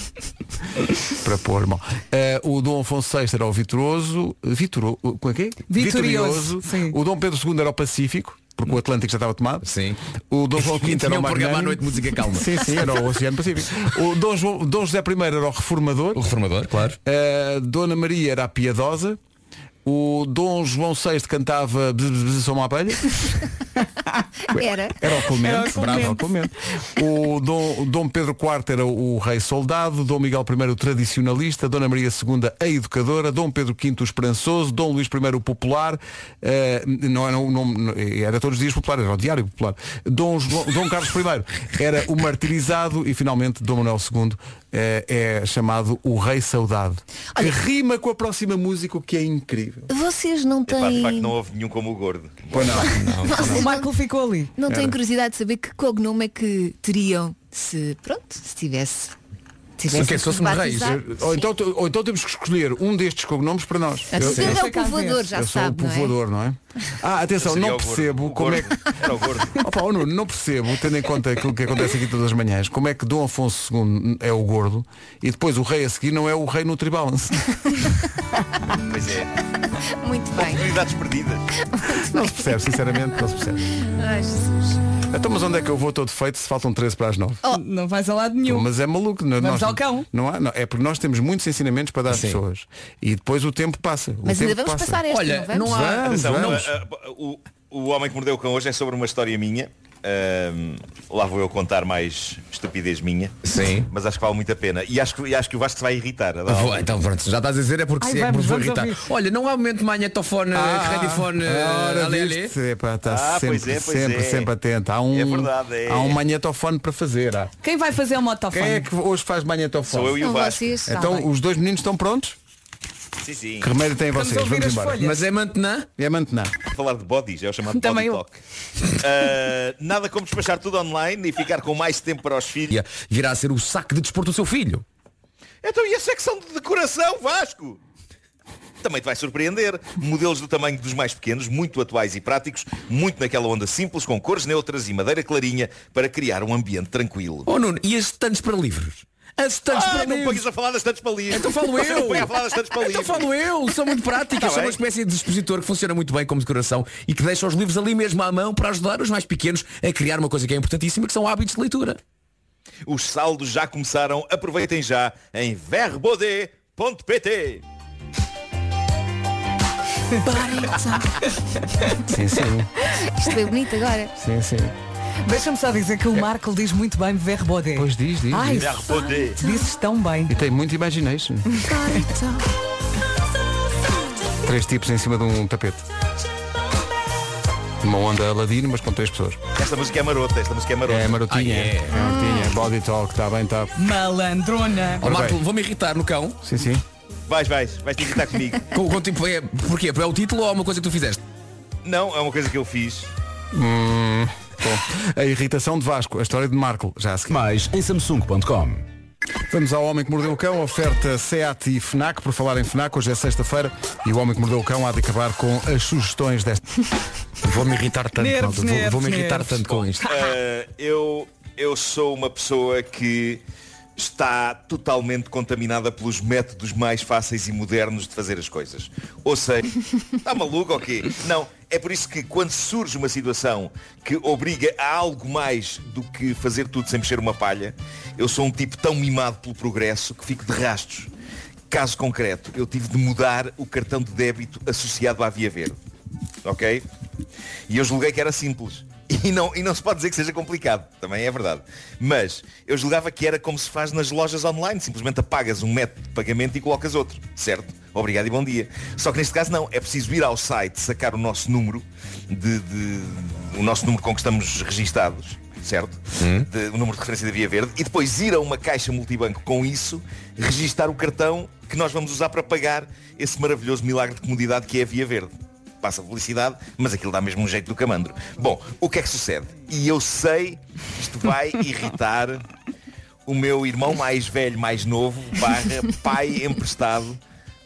Speaker 1: para pôr, irmão. Uh, o Dom Afonso VI era o Vituroso. Vituro, como é que é?
Speaker 3: Vitorioso, sim.
Speaker 1: O Dom Pedro II era o Pacífico. Porque o Atlântico já estava tomado.
Speaker 10: Sim.
Speaker 1: O Dom João V
Speaker 10: E tinha
Speaker 1: era
Speaker 10: um
Speaker 1: o
Speaker 10: programa
Speaker 1: Magnano.
Speaker 10: à noite de música calma.
Speaker 1: Sim, sim, era o Oceano Pacífico. O Dom, João, Dom José I era o reformador. O
Speaker 10: reformador, claro.
Speaker 1: Dona Maria era a piedosa. O Dom João VI cantava "Bzz, bzz, bzz, Sou uma abelha.
Speaker 5: Era.
Speaker 1: Era o
Speaker 5: Era
Speaker 1: Clemente.
Speaker 5: o
Speaker 1: Bravo, era o Clemente. O Dom, o Dom Pedro IV era o rei soldado. Dom Miguel I o tradicionalista. Dona Maria II a educadora. Dom Pedro V o esperançoso. Dom Luís I o popular. Eh, não, era o nome- não- era todos os dias popular, era o diário popular. Dom, João- Dom Carlos I era o martirizado. E finalmente Dom Manuel II eh, é chamado o rei saudade. Que rima com a próxima música, o que é incrível.
Speaker 5: Vocês não
Speaker 11: Pá, de
Speaker 5: têm.
Speaker 11: facto não houve nenhum como o gordo.
Speaker 1: Pois não.
Speaker 3: O Marco ficou ali.
Speaker 5: Não tenho
Speaker 11: Era.
Speaker 5: curiosidade de saber que cognome é que teriam se, pronto, se tivesse. tivesse
Speaker 1: Se quer, se fôssemos reis.
Speaker 5: batizar.
Speaker 1: Ou então, ou então temos que escolher um destes cognomes para nós.
Speaker 5: Ah, tu és o povoador, já
Speaker 1: eu sou
Speaker 5: sabe,
Speaker 1: o
Speaker 5: não é?
Speaker 1: povoador, não é? Ah, atenção,
Speaker 11: Seria
Speaker 1: não
Speaker 11: o gordo.
Speaker 1: percebo
Speaker 11: O
Speaker 1: como é
Speaker 11: gordo.
Speaker 1: que.
Speaker 11: Era o gordo.
Speaker 1: Opa, oh, Nuno, não percebo, tendo em conta aquilo que acontece aqui todas as manhãs, como é que Dom Afonso II é o gordo e depois o rei a seguir não é o rei no Tribalance.
Speaker 11: Pois é.
Speaker 5: Muito bem.
Speaker 11: Oportunidades perdidas.
Speaker 1: Não se percebe, sinceramente, não se percebe.
Speaker 5: Ai, Jesus.
Speaker 1: Então, mas onde é que eu vou todo feito se faltam 13 para as 9?
Speaker 5: Oh.
Speaker 3: Não vais a lado nenhum.
Speaker 1: Mas é maluco. não-
Speaker 3: Vamos
Speaker 1: nós-
Speaker 3: ao cão.
Speaker 1: Não há, não, é porque nós temos muitos ensinamentos para dar às pessoas. E depois o tempo passa. o
Speaker 5: Mas ainda
Speaker 1: tempo
Speaker 5: vamos
Speaker 1: passa.
Speaker 5: passar este,
Speaker 10: Olha,
Speaker 5: não vamos?
Speaker 10: não há-
Speaker 11: Atenção,
Speaker 1: vamos.
Speaker 11: ah, ah, o, o Homem que Mordeu o Cão hoje é sobre uma história minha. Ahm, lá vou eu contar mais estupidez minha.
Speaker 10: Sim.
Speaker 11: Mas acho que vale muito a pena. E acho que, e acho que o Vasco se vai irritar. a dar
Speaker 10: Vou-
Speaker 11: aula.
Speaker 10: então pronto, se já estás a dizer é porque
Speaker 11: Ai,
Speaker 10: sim, é que me
Speaker 11: vamos,
Speaker 10: vou
Speaker 11: vamos
Speaker 10: irritar. Olha, não há momento magnetofone,
Speaker 1: Ah,
Speaker 10: radifone,
Speaker 1: ora,
Speaker 10: ali, ali.
Speaker 1: viste? Epá, está
Speaker 10: Ah,
Speaker 1: sempre,
Speaker 10: pois é, pois
Speaker 1: sempre,
Speaker 10: é.
Speaker 1: sempre atento. Há um,
Speaker 10: É verdade, é.
Speaker 1: há um magnetofone para fazer. há.
Speaker 3: Quem vai fazer o motofone?
Speaker 1: Quem é que hoje faz magnetofone?
Speaker 11: Sou eu e o São Vasco. vocês,
Speaker 1: Então
Speaker 11: sabem.
Speaker 1: os dois meninos estão prontos?
Speaker 11: Sim, sim.
Speaker 1: Que remédio têm vocês? Vamos, embora.
Speaker 10: é mantenã?
Speaker 1: É mantenã.
Speaker 11: Falar de bodies, é o chamado
Speaker 1: Também
Speaker 11: body talk. Ah, nada como despachar tudo online e ficar com mais tempo para os filhos.
Speaker 10: Virá a ser o saco de desporto do seu filho.
Speaker 11: Então e a secção de decoração, Vasco? Também te vai surpreender. Modelos do tamanho dos mais pequenos, muito atuais e práticos, muito naquela onda simples, com cores neutras e madeira clarinha, para criar um ambiente tranquilo.
Speaker 10: Oh Nuno, e as estantes para livros? As estantes
Speaker 11: Ah,
Speaker 10: para
Speaker 11: não
Speaker 10: livros.
Speaker 11: ponhas a falar das estantes para livros.
Speaker 10: Então falo
Speaker 11: Você não
Speaker 10: eu.
Speaker 11: põe a falar das estantes para
Speaker 10: Então
Speaker 11: livros.
Speaker 10: falo eu. São muito práticas.
Speaker 11: Tá
Speaker 10: são uma
Speaker 11: bem.
Speaker 10: espécie de expositor que funciona muito bem como decoração e que deixa os livros ali mesmo à mão para ajudar os mais pequenos a criar uma coisa que é importantíssima, que são hábitos de leitura.
Speaker 11: Os saldos já começaram. Aproveitem já em verbode.pt.
Speaker 1: Sim, sim.
Speaker 5: Isto foi bonito agora.
Speaker 1: Sim, sim.
Speaker 3: Deixa-me só dizer que o Marco diz muito bem verbodé. Pois
Speaker 1: diz, diz.
Speaker 3: Ai,
Speaker 1: diz.
Speaker 11: Verbodé.
Speaker 3: Dizes tão bem.
Speaker 1: E tem muito imagination. Três tipos em cima de um tapete. Uma onda Aladino, mas com três pessoas.
Speaker 11: Esta música é marota, esta música é marota.
Speaker 1: É marotinha. É marotinha. Body talk, está bem, está.
Speaker 3: Malandrona.
Speaker 1: Ora
Speaker 10: Marco,
Speaker 1: bem.
Speaker 10: vou-me irritar no cão.
Speaker 1: Sim, sim.
Speaker 11: Vais, vais, vais te irritar comigo.
Speaker 10: Com, com, tipo, é, porquê? É o título ou é uma coisa que tu fizeste?
Speaker 11: Não, é uma coisa que eu fiz.
Speaker 1: Hum, bom. A irritação de Vasco, a história de Marco, já a seguir. Mais em Samsung.com. Vamos ao Homem que Mordeu o Cão, oferta SEAT e FNAC, por falar em FNAC, hoje é sexta-feira e o Homem que Mordeu o Cão há de acabar com as sugestões desta.
Speaker 10: Vou-me irritar
Speaker 1: tanto, Nervos, malta, vou- nervos, vou-me irritar nervos. tanto com
Speaker 11: Bom,
Speaker 1: isto.
Speaker 11: eh, eu, eu sou uma pessoa que está totalmente contaminada pelos métodos mais fáceis e modernos de fazer as coisas. Ou seja, está maluco ou quê? Não, é por isso que quando surge uma situação que obriga a algo mais do que fazer tudo sem mexer uma palha, eu sou um tipo tão mimado pelo progresso que fico de rastos. Caso concreto, eu tive de mudar o cartão de débito associado à Via Verde. Ok? E eu julguei que era simples. E não, e não se pode dizer que seja complicado, também é verdade. Mas eu julgava que era como se faz nas lojas online, simplesmente apagas um método de pagamento e colocas outro, certo? Obrigado e bom dia. Só que neste caso não, é preciso ir ao site, sacar o nosso número, de, de- o nosso número com que estamos registados, certo? de- o número de referência da Via Verde e depois ir a uma caixa multibanco com isso, registar o cartão que nós vamos usar para pagar esse maravilhoso milagre de comodidade que é a Via Verde. Pá, passa publicidade, mas aquilo dá mesmo um jeito do camandro. Bom, o que é que sucede? E eu sei, isto vai irritar o meu irmão mais velho, mais novo, barra pai emprestado,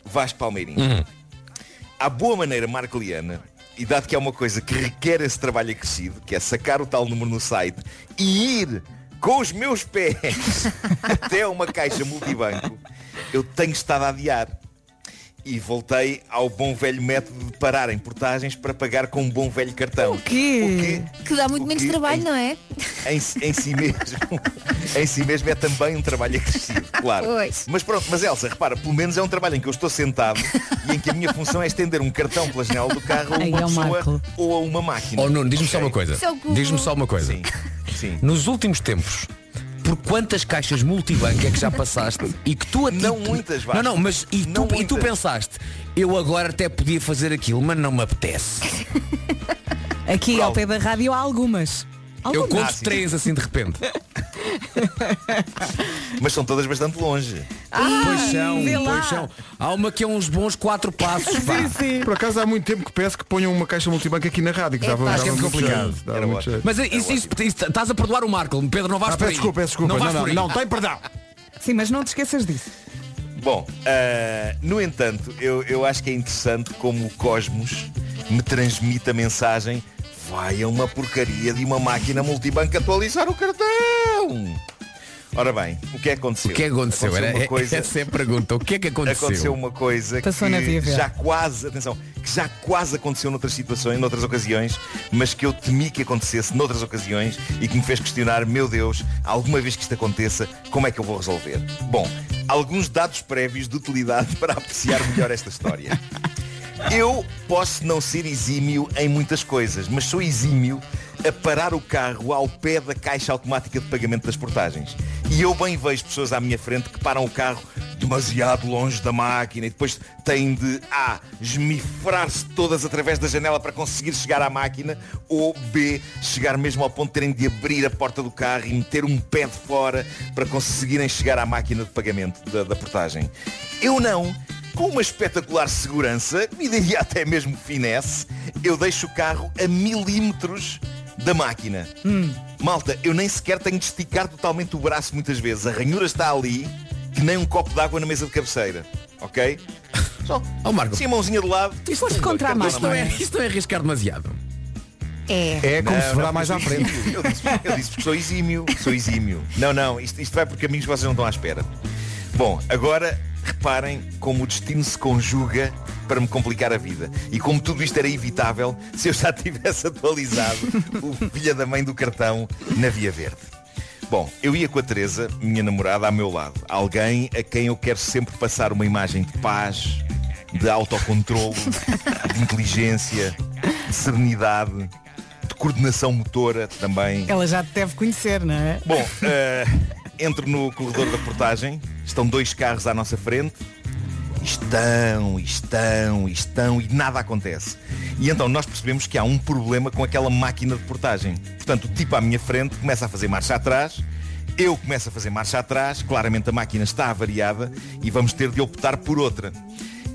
Speaker 11: Vasco Palmeirinho.
Speaker 10: Uhum.
Speaker 11: À boa maneira marcoliana, e dado que é uma coisa que requer esse trabalho acrescido, que é sacar o tal número no site e ir com os meus pés até uma caixa multibanco, eu tenho estado a adiar. E voltei ao bom velho método de parar em portagens para pagar com um bom velho cartão. O
Speaker 5: Que, que dá muito menos
Speaker 11: que
Speaker 5: trabalho, não é?
Speaker 11: em, si- em si mesmo em si mesmo é também um trabalho acrescido, claro.
Speaker 5: Pois.
Speaker 11: Mas pronto, mas Elsa, repara, pelo menos é um trabalho em que eu estou sentado e em que a minha função é estender um cartão pela janela do carro a
Speaker 10: Ai,
Speaker 11: uma
Speaker 10: é o Marco.
Speaker 11: pessoa ou a uma máquina.
Speaker 10: Oh Nuno, diz-me só
Speaker 11: Ok?
Speaker 10: uma coisa.
Speaker 11: Isso é o Google.
Speaker 10: Diz-me só uma coisa. Nos últimos tempos, por quantas caixas multibanco é que já passaste e que tu a Não
Speaker 11: muitas,
Speaker 10: Não, não, mas e, tu, e tu pensaste, eu agora até podia fazer aquilo, mas não me apetece.
Speaker 3: Aqui
Speaker 10: Qual?
Speaker 3: ao pé da rádio há algumas.
Speaker 10: Eu
Speaker 3: Algumas.
Speaker 10: conto três assim de repente.
Speaker 3: Ah,
Speaker 11: Mas são todas bastante longe.
Speaker 3: Ah,
Speaker 10: pois são,
Speaker 3: vê lá.
Speaker 10: pois são. Há uma que é uns bons quatro passos. pá.
Speaker 1: Por acaso há muito tempo que peço que ponham uma caixa multibanco aqui na rádio, que
Speaker 10: Epá,
Speaker 1: dava,
Speaker 10: acho
Speaker 1: dava
Speaker 10: que é
Speaker 1: muito
Speaker 10: muito complicado.
Speaker 1: jeito, dava
Speaker 10: Era
Speaker 1: muito
Speaker 10: ótimo.
Speaker 1: jeito.
Speaker 10: Mas isso, isso, isso- estás a perdoar o Marco, Pedro, não vais
Speaker 1: Ah,
Speaker 10: por
Speaker 1: peço
Speaker 10: aí.
Speaker 1: desculpa, peço desculpa.
Speaker 10: Não vais
Speaker 1: Não, não,
Speaker 10: por aí.
Speaker 1: não, tem perdão.
Speaker 3: Sim, mas não te esqueças disso.
Speaker 11: Bom, ah, no entanto, eu, eu acho que é interessante como o cosmos me transmite a mensagem vai a uma porcaria de uma máquina multibanco atualizar o cartão. Ora bem, o que é que aconteceu?
Speaker 10: O que é que aconteceu? Era,
Speaker 11: uma coisa,
Speaker 10: Essa é a pergunta. O que é que aconteceu?
Speaker 11: aconteceu uma coisa
Speaker 10: Passou na
Speaker 11: que
Speaker 10: Bíblia.
Speaker 11: já quase, atenção, que já quase aconteceu noutras situações, noutras ocasiões, mas que eu temi que acontecesse noutras ocasiões e que me fez questionar, meu Deus, alguma vez que isto aconteça, como é que eu vou resolver? Bom, alguns dados prévios de utilidade para apreciar melhor esta história. Eu posso não ser exímio em muitas coisas, mas sou exímio a parar o carro ao pé da caixa automática de pagamento das portagens. E eu bem vejo pessoas à minha frente que param o carro demasiado longe da máquina e depois têm de A. esmifrar-se todas através da janela para conseguir chegar à máquina ou B. chegar mesmo ao ponto de terem de abrir a porta do carro e meter um pé de fora para conseguirem chegar à máquina de pagamento da, da portagem. Eu não com uma espetacular segurança, e diria até mesmo finesse, eu deixo o carro a milímetros da máquina. Malta, eu nem sequer tenho de esticar totalmente o braço muitas vezes. A ranhura está ali, que nem um copo de água na mesa de cabeceira. Ok? Só.
Speaker 10: Oh, Marco.
Speaker 11: Sim, a mãozinha de lado.
Speaker 10: Tu foste
Speaker 11: contra a
Speaker 10: Mas isto não é,
Speaker 11: máquina.
Speaker 10: isto não é arriscar demasiado.
Speaker 5: É.
Speaker 10: É como se verá
Speaker 11: porque
Speaker 10: mais
Speaker 11: sou
Speaker 10: à frente.
Speaker 11: exímio. Eu disse, eu disse porque sou exímio. Sou exímio. Não, não, isto, isto vai por caminhos que vocês não estão à espera. Bom, agora reparem como o destino se conjuga para me complicar a vida. E como tudo isto era evitável se eu já tivesse atualizado o filha da mãe do cartão na Via Verde. Bom, eu ia com a Teresa, minha namorada, ao meu lado. Alguém a quem eu quero sempre passar uma imagem de paz, de autocontrolo, de inteligência, de serenidade, de coordenação motora também.
Speaker 3: Ela já te deve conhecer, não é?
Speaker 11: Bom, eh, entro no corredor da portagem, estão dois carros à nossa frente, estão, estão, estão e nada acontece. E então nós percebemos que há um problema com aquela máquina de portagem. Portanto, o tipo à minha frente começa a fazer marcha atrás, eu começo a fazer marcha atrás, claramente a máquina está avariada e vamos ter de optar por outra.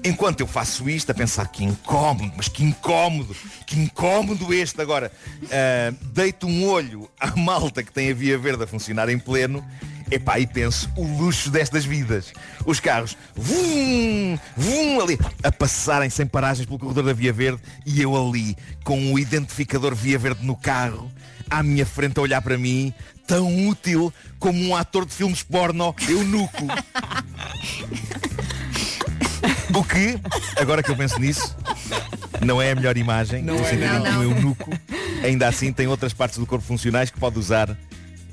Speaker 11: Enquanto eu faço isto, a pensar que incómodo, mas que incómodo, que incómodo este agora, ah, deito um olho à malta que tem a Via Verde a funcionar em pleno, epá, e penso o luxo destas vidas. Os carros, vum, vum, ali, a passarem sem paragens pelo corredor da Via Verde e eu ali, com o identificador Via Verde no carro, à minha frente a olhar para mim, tão útil como um ator de filmes porno, eu nuco. O que, agora que eu penso nisso, não é a melhor imagem, no sentido em que o eunuco ainda assim tem outras partes do corpo funcionais que pode usar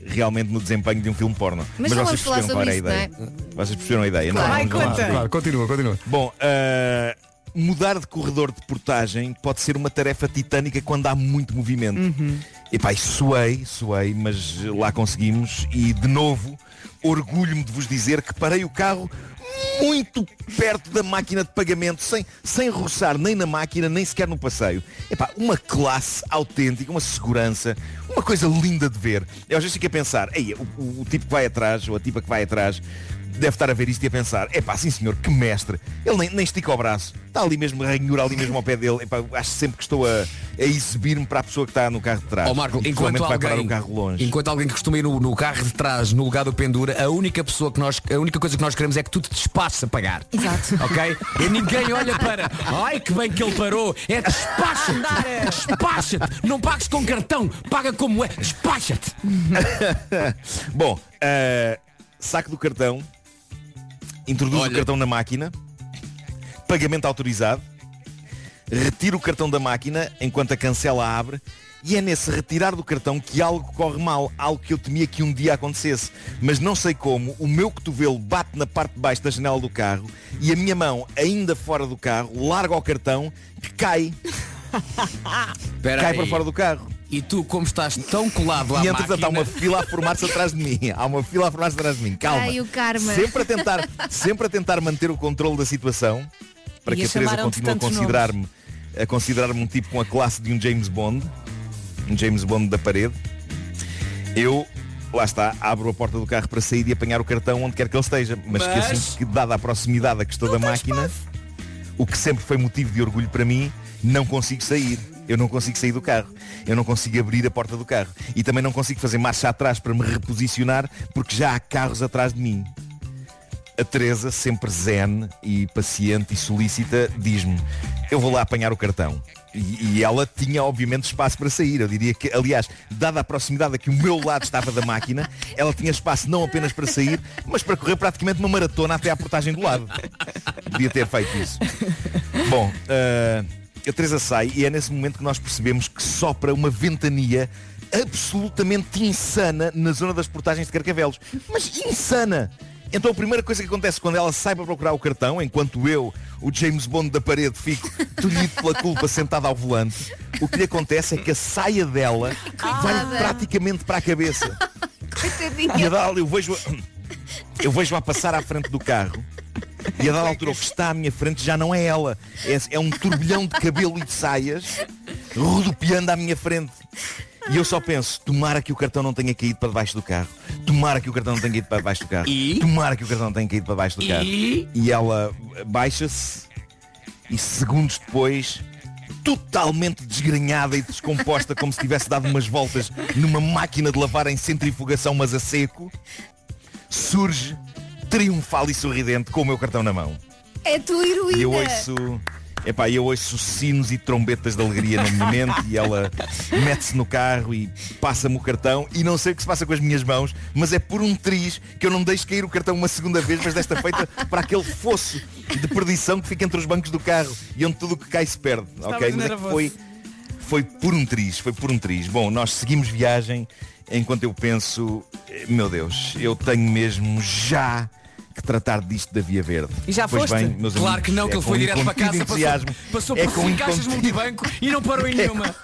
Speaker 11: realmente no desempenho de um filme porno.
Speaker 5: Mas não vamos
Speaker 11: qual
Speaker 5: falar
Speaker 11: era a
Speaker 5: sobre
Speaker 11: ideia.
Speaker 5: isso, é?
Speaker 11: Vocês perceberam a ideia,
Speaker 1: Claro.
Speaker 11: não?
Speaker 1: Vai,
Speaker 11: Vamos lá.
Speaker 1: conta. Claro,
Speaker 11: continua, continua. Bom, ah, mudar de corredor de portagem pode ser uma tarefa titânica quando há muito movimento. Epá, e suei, suei, mas lá conseguimos e de novo orgulho-me de vos dizer que parei o carro muito perto da máquina de pagamento, sem, sem roçar nem na máquina, nem sequer no passeio. Epá, uma classe autêntica, uma segurança, uma É coisa linda de ver. Eu às vezes fico a pensar, Ei, o, o- o tipo que vai atrás, ou a tipa que vai atrás, deve estar a ver isto e a pensar, é pá, sim senhor, que mestre. Ele nem, nem estica o braço. Está ali mesmo, ranhura ali mesmo ao pé dele. Epá, acho sempre que estou a, a exibir-me para a pessoa que está no carro de trás.
Speaker 10: Ó Marco,
Speaker 11: E que
Speaker 10: enquanto
Speaker 11: provavelmente vai parar
Speaker 10: alguém,
Speaker 11: o carro longe.
Speaker 10: enquanto alguém que costuma ir no, no carro de trás, no lugar do pendura, a única pessoa que nós, a única coisa que nós queremos é que tu te despaches a pagar.
Speaker 9: Exato.
Speaker 10: Ok? E ninguém olha para, ai que bem que ele parou. É despacha-te. Despacha-te. Não pagues com cartão, paga como é. Despacha-te.
Speaker 11: Bom, ah, saco do cartão, introduz o cartão na máquina, pagamento autorizado, retira o cartão da máquina enquanto a cancela abre e é nesse retirar do cartão que algo corre mal, algo que eu temia que um dia acontecesse. Mas não sei como, o meu cotovelo bate na parte de baixo da janela do carro e a minha mão, ainda fora do carro, larga o cartão que cai.
Speaker 10: Espera
Speaker 11: cai
Speaker 10: aí.
Speaker 11: para fora do carro.
Speaker 10: E tu, como estás tão colado à
Speaker 11: E entretanto há
Speaker 10: máquina-
Speaker 11: uma fila a formar-se atrás de mim. Há uma fila a formar-se atrás de mim. Calma.
Speaker 5: Ai, o karma.
Speaker 11: Sempre a tentar, sempre a tentar manter o controle da situação, para
Speaker 5: E
Speaker 11: que
Speaker 5: a
Speaker 11: a Teresa
Speaker 5: chamaram-te
Speaker 11: continue a
Speaker 5: tantos
Speaker 11: considerar-me a considerar-me um tipo com a classe de um James Bond, um James Bond da parede. Eu Lá está, abro a porta do carro para sair e apanhar o cartão onde quer que ele esteja. Mas,
Speaker 10: Mas-
Speaker 11: que assim que dada a proximidade a que estou da máquina, o que sempre foi motivo de orgulho para mim, não consigo sair. Eu não consigo sair do carro. Eu não consigo abrir a porta do carro. E também não consigo fazer marcha atrás para me reposicionar porque já há carros atrás de mim. A Teresa, sempre zen e paciente e solícita, diz-me, eu vou lá apanhar o cartão. E, e ela tinha obviamente espaço para sair. Eu diria que, aliás, dada a proximidade a que o meu lado estava da máquina, ela tinha espaço não apenas para sair, mas para correr praticamente uma maratona até à portagem do lado. Devia ter feito isso. Bom, ah, a Teresa sai e é nesse momento que nós percebemos que sopra uma ventania absolutamente insana na zona das portagens de Carcavelos. Mas insana! Então a primeira coisa que acontece quando ela sai para procurar o cartão, enquanto eu, o James Bond da parede, fico tolhido pela culpa sentado ao volante, o que lhe acontece é que a saia dela vai
Speaker 5: Coitada.
Speaker 11: praticamente para a cabeça.
Speaker 5: Coitadinha.
Speaker 11: E a dada, eu vejo eu vejo-a passar à frente do carro e a dada altura o que está à minha frente já não é ela. É, é um turbilhão de cabelo e de saias rodopiando à minha frente. E eu só penso, tomara que o cartão não tenha caído para debaixo do carro. Tomara que o cartão não tenha caído para debaixo do carro. Tomara que o cartão não tenha caído para debaixo do carro.
Speaker 10: E?
Speaker 11: E ela baixa-se e segundos depois totalmente desgrenhada e descomposta como se tivesse dado umas voltas numa máquina de lavar em centrifugação mas a seco surge triunfal e sorridente com o meu cartão na mão
Speaker 5: É tu heroína.
Speaker 11: e eu ouço epá, eu ouço sinos e trombetas de alegria na minha mente e ela mete-se no carro e passa-me o cartão e não sei o que se passa com as minhas mãos mas é por um triz que eu não deixo cair o cartão uma segunda vez mas desta feita para aquele fosso de perdição que fica entre os bancos do carro e onde tudo o que cai se perde
Speaker 16: Estavas
Speaker 11: ok mas é que
Speaker 16: nervoso.
Speaker 11: foi foi por um triz, foi por um triz. Bom, nós seguimos viagem enquanto eu penso, eh, meu Deus, eu tenho mesmo já que tratar disto da Via Verde.
Speaker 10: E já
Speaker 11: pois
Speaker 10: foste?
Speaker 11: Bem, meus
Speaker 10: Claro
Speaker 11: amigos,
Speaker 10: que não, que
Speaker 11: é
Speaker 10: ele foi
Speaker 11: com
Speaker 10: direto para casa,
Speaker 11: incontido
Speaker 10: passou-
Speaker 11: entusiasmo,
Speaker 10: passou
Speaker 11: é
Speaker 10: por
Speaker 11: com
Speaker 10: cinco caixas de
Speaker 11: incontido-
Speaker 10: multibanco e não parou em
Speaker 11: É
Speaker 10: nenhuma.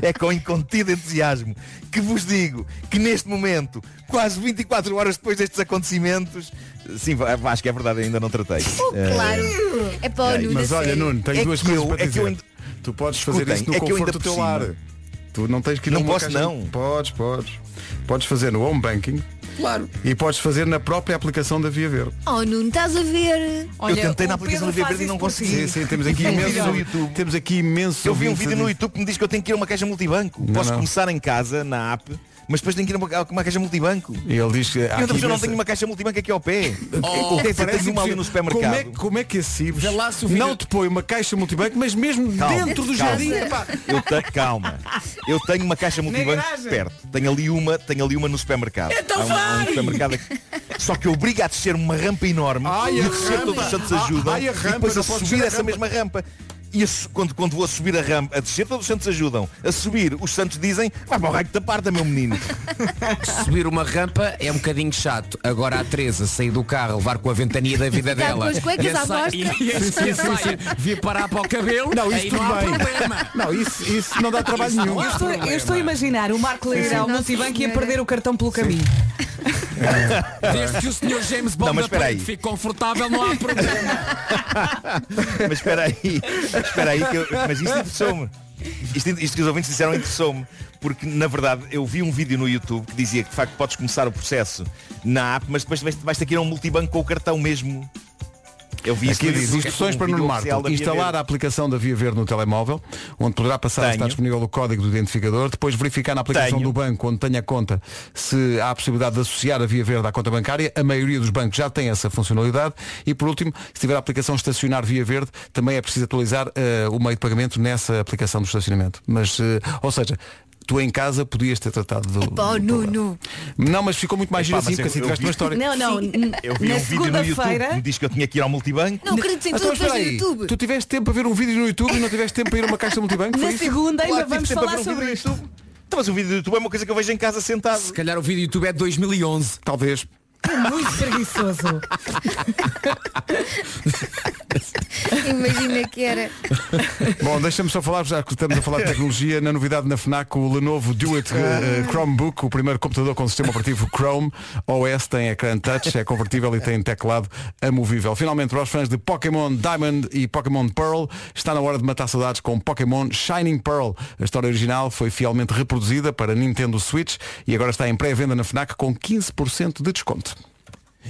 Speaker 11: é com incontido entusiasmo que vos digo que neste momento, quase 24 horas depois destes acontecimentos, sim, va- acho que é verdade, ainda não tratei.
Speaker 10: Oh,
Speaker 11: Eh,
Speaker 5: Oh, Claro. É para o Nuno.
Speaker 1: Mas
Speaker 5: a
Speaker 1: olha,
Speaker 5: sério.
Speaker 1: Nuno, tenho
Speaker 11: É
Speaker 1: duas
Speaker 11: que
Speaker 1: coisas
Speaker 11: eu-
Speaker 1: para
Speaker 11: é que eu
Speaker 1: dizer.
Speaker 11: ainda-
Speaker 1: Tu podes fazer
Speaker 11: Escutem,
Speaker 1: isso no
Speaker 11: é que eu
Speaker 1: conforto
Speaker 11: ainda
Speaker 1: do
Speaker 11: por
Speaker 1: teu
Speaker 11: cima-
Speaker 1: lar. Tu não tens que ir
Speaker 11: Não
Speaker 1: numa
Speaker 11: posso,
Speaker 1: caixa de-
Speaker 11: não.
Speaker 1: Podes, podes. Podes fazer no home banking. Claro. E podes fazer na própria aplicação da Via Verde.
Speaker 5: Oh, Nuerde, estás a ver.
Speaker 11: eu tentei na aplicação da Via Verde e não consegui.
Speaker 1: Sim, sim, temos aqui
Speaker 11: Eu vi um
Speaker 1: imenso.
Speaker 11: vídeo no YouTube.
Speaker 1: Temos aqui imenso.
Speaker 11: Eu vi um
Speaker 1: ouvinte
Speaker 11: vídeo no
Speaker 1: de-
Speaker 11: YouTube que me diz que eu tenho que ir a uma caixa multibanco.
Speaker 1: Não,
Speaker 11: Posso
Speaker 1: não.
Speaker 11: começar em casa, na app, mas depois tenho que ir a uma, a uma caixa multibanco.
Speaker 1: E ele diz que.
Speaker 11: E outra pessoa não tem uma caixa multibanco aqui ao pé.
Speaker 1: Oh,
Speaker 11: Quer dizer,
Speaker 1: parece
Speaker 11: tenho uma ali
Speaker 1: impossível.
Speaker 11: no
Speaker 1: Como é,
Speaker 11: supermercado.
Speaker 1: como é que a Cibos
Speaker 10: Vê lá se o vídeo-
Speaker 1: não te põe uma caixa multibanco, mas mesmo
Speaker 11: Calma,
Speaker 1: dentro do
Speaker 11: calma.
Speaker 1: jardim? epá.
Speaker 11: Eu tenho, calma. Eu tenho uma caixa multibanco
Speaker 1: garagem.
Speaker 11: perto. Tenho ali uma, tenho ali uma no supermercado.
Speaker 1: Então
Speaker 11: Há um- há um
Speaker 1: vai!
Speaker 11: supermercado aqui. Só que obriga a descer uma rampa enorme.
Speaker 1: Ai,
Speaker 11: e
Speaker 1: a
Speaker 11: o descer todos
Speaker 1: rampa.
Speaker 11: os santos
Speaker 1: Ai,
Speaker 11: ajudam.
Speaker 1: ai, a rampa,
Speaker 11: e depois
Speaker 1: não
Speaker 11: a
Speaker 1: posso
Speaker 11: subir
Speaker 1: descer a
Speaker 11: essa
Speaker 1: rampa.
Speaker 11: mesma rampa. E a su- quando, quando vou a subir a rampa, a descer todos os santos ajudam. A subir, os santos dizem, vai para o raio que te aparta, meu menino.
Speaker 10: Subir uma rampa é um bocadinho chato. Agora a Teresa sair do carro, levar com a ventania da vida
Speaker 5: Ficar
Speaker 10: dela.
Speaker 5: Tá com as cuecas
Speaker 10: e a
Speaker 5: à
Speaker 10: sa-
Speaker 5: mostra.
Speaker 10: E, e a
Speaker 5: Sim, sim,
Speaker 10: e a
Speaker 5: sim,
Speaker 10: saia vir parar para o cabelo.
Speaker 1: Não, isso
Speaker 10: aí
Speaker 1: tudo
Speaker 10: não há
Speaker 1: bem.
Speaker 10: problema.
Speaker 1: Não, isso, isso não dá trabalho
Speaker 3: Eu
Speaker 1: nenhum.
Speaker 3: estou, eu estou a imaginar o Marco
Speaker 1: Sim,
Speaker 3: ir
Speaker 1: sim.
Speaker 3: ao
Speaker 1: Nossa
Speaker 3: multibanco e a perder o cartão pelo caminho.
Speaker 10: Desde que o senhor James
Speaker 11: Não,
Speaker 10: Bond
Speaker 11: mas
Speaker 10: da
Speaker 11: espera aí.
Speaker 10: parede fique confortável, não há problema.
Speaker 11: Mas espera aí, espera aí, que eu, mas isso interessou-me. Isto, isto que os ouvintes disseram interessou-me, porque na verdade eu vi um vídeo no YouTube que dizia que de facto podes começar o processo na app, mas depois vais, vais ter que ir a um multibanco com o cartão mesmo. Eu vi um
Speaker 1: Aqui
Speaker 11: isso,
Speaker 1: diz instruções para Nuno Marco. Instalar a aplicação da Via Verde no telemóvel, onde poderá passar a estar
Speaker 11: Tenho.
Speaker 1: disponível o código do identificador, depois verificar na aplicação
Speaker 11: Tenho.
Speaker 1: do banco onde tenha conta se há a possibilidade de associar a Via Verde à conta bancária. A maioria dos bancos já tem essa funcionalidade. E por último, se tiver a aplicação estacionar Via Verde, também é preciso atualizar eh, o meio de pagamento nessa aplicação do estacionamento. Mas, eh, ou seja, tu em casa podias ter tratado do.
Speaker 5: Pô, Nuno.
Speaker 1: Não, mas ficou muito mais
Speaker 11: Epá,
Speaker 1: giro assim,
Speaker 11: mas eu-
Speaker 1: porque assim
Speaker 11: eu
Speaker 1: tiveste
Speaker 11: vi-
Speaker 1: uma história.
Speaker 3: Não, não. n-
Speaker 11: Eu vi
Speaker 3: na
Speaker 11: um vídeo no YouTube
Speaker 3: segunda-feira.
Speaker 11: que me diz que eu tinha que ir ao multibanco.
Speaker 3: Não, querido, sim, tu
Speaker 1: Então,
Speaker 3: não
Speaker 1: espera
Speaker 3: fez no
Speaker 1: aí.
Speaker 3: YouTube.
Speaker 1: Tu tiveste tempo para ver um vídeo no YouTube e não tiveste tempo para ir a uma caixa multibanco?
Speaker 3: Na
Speaker 1: foi isso?
Speaker 3: segunda ainda
Speaker 1: Claro que tive
Speaker 3: vamos
Speaker 1: tempo para ver
Speaker 3: falar
Speaker 1: um vídeo
Speaker 3: sobre
Speaker 1: no
Speaker 3: isto. é
Speaker 1: YouTube.
Speaker 11: Então, mas o vídeo do YouTube é uma coisa que eu vejo em casa sentado.
Speaker 10: Se calhar o vídeo do YouTube é de 2011.
Speaker 1: Talvez.
Speaker 3: É muito preguiçoso.
Speaker 5: Imagina que era.
Speaker 1: Bom, deixa-me só falar, já que estamos a falar de tecnologia, na novidade na FNAC, o Lenovo Duet
Speaker 3: Ah.
Speaker 1: eh, Chromebook, o primeiro computador com sistema operativo Chrome OS, tem ecrã touch, é convertível e tem teclado amovível. Finalmente, para os fãs de Pokémon Diamond e Pokémon Pearl, está na hora de matar saudades com Pokémon Shining Pearl. A história original foi fielmente reproduzida para Nintendo Switch e agora está em pré-venda na FNAC com 15% de desconto.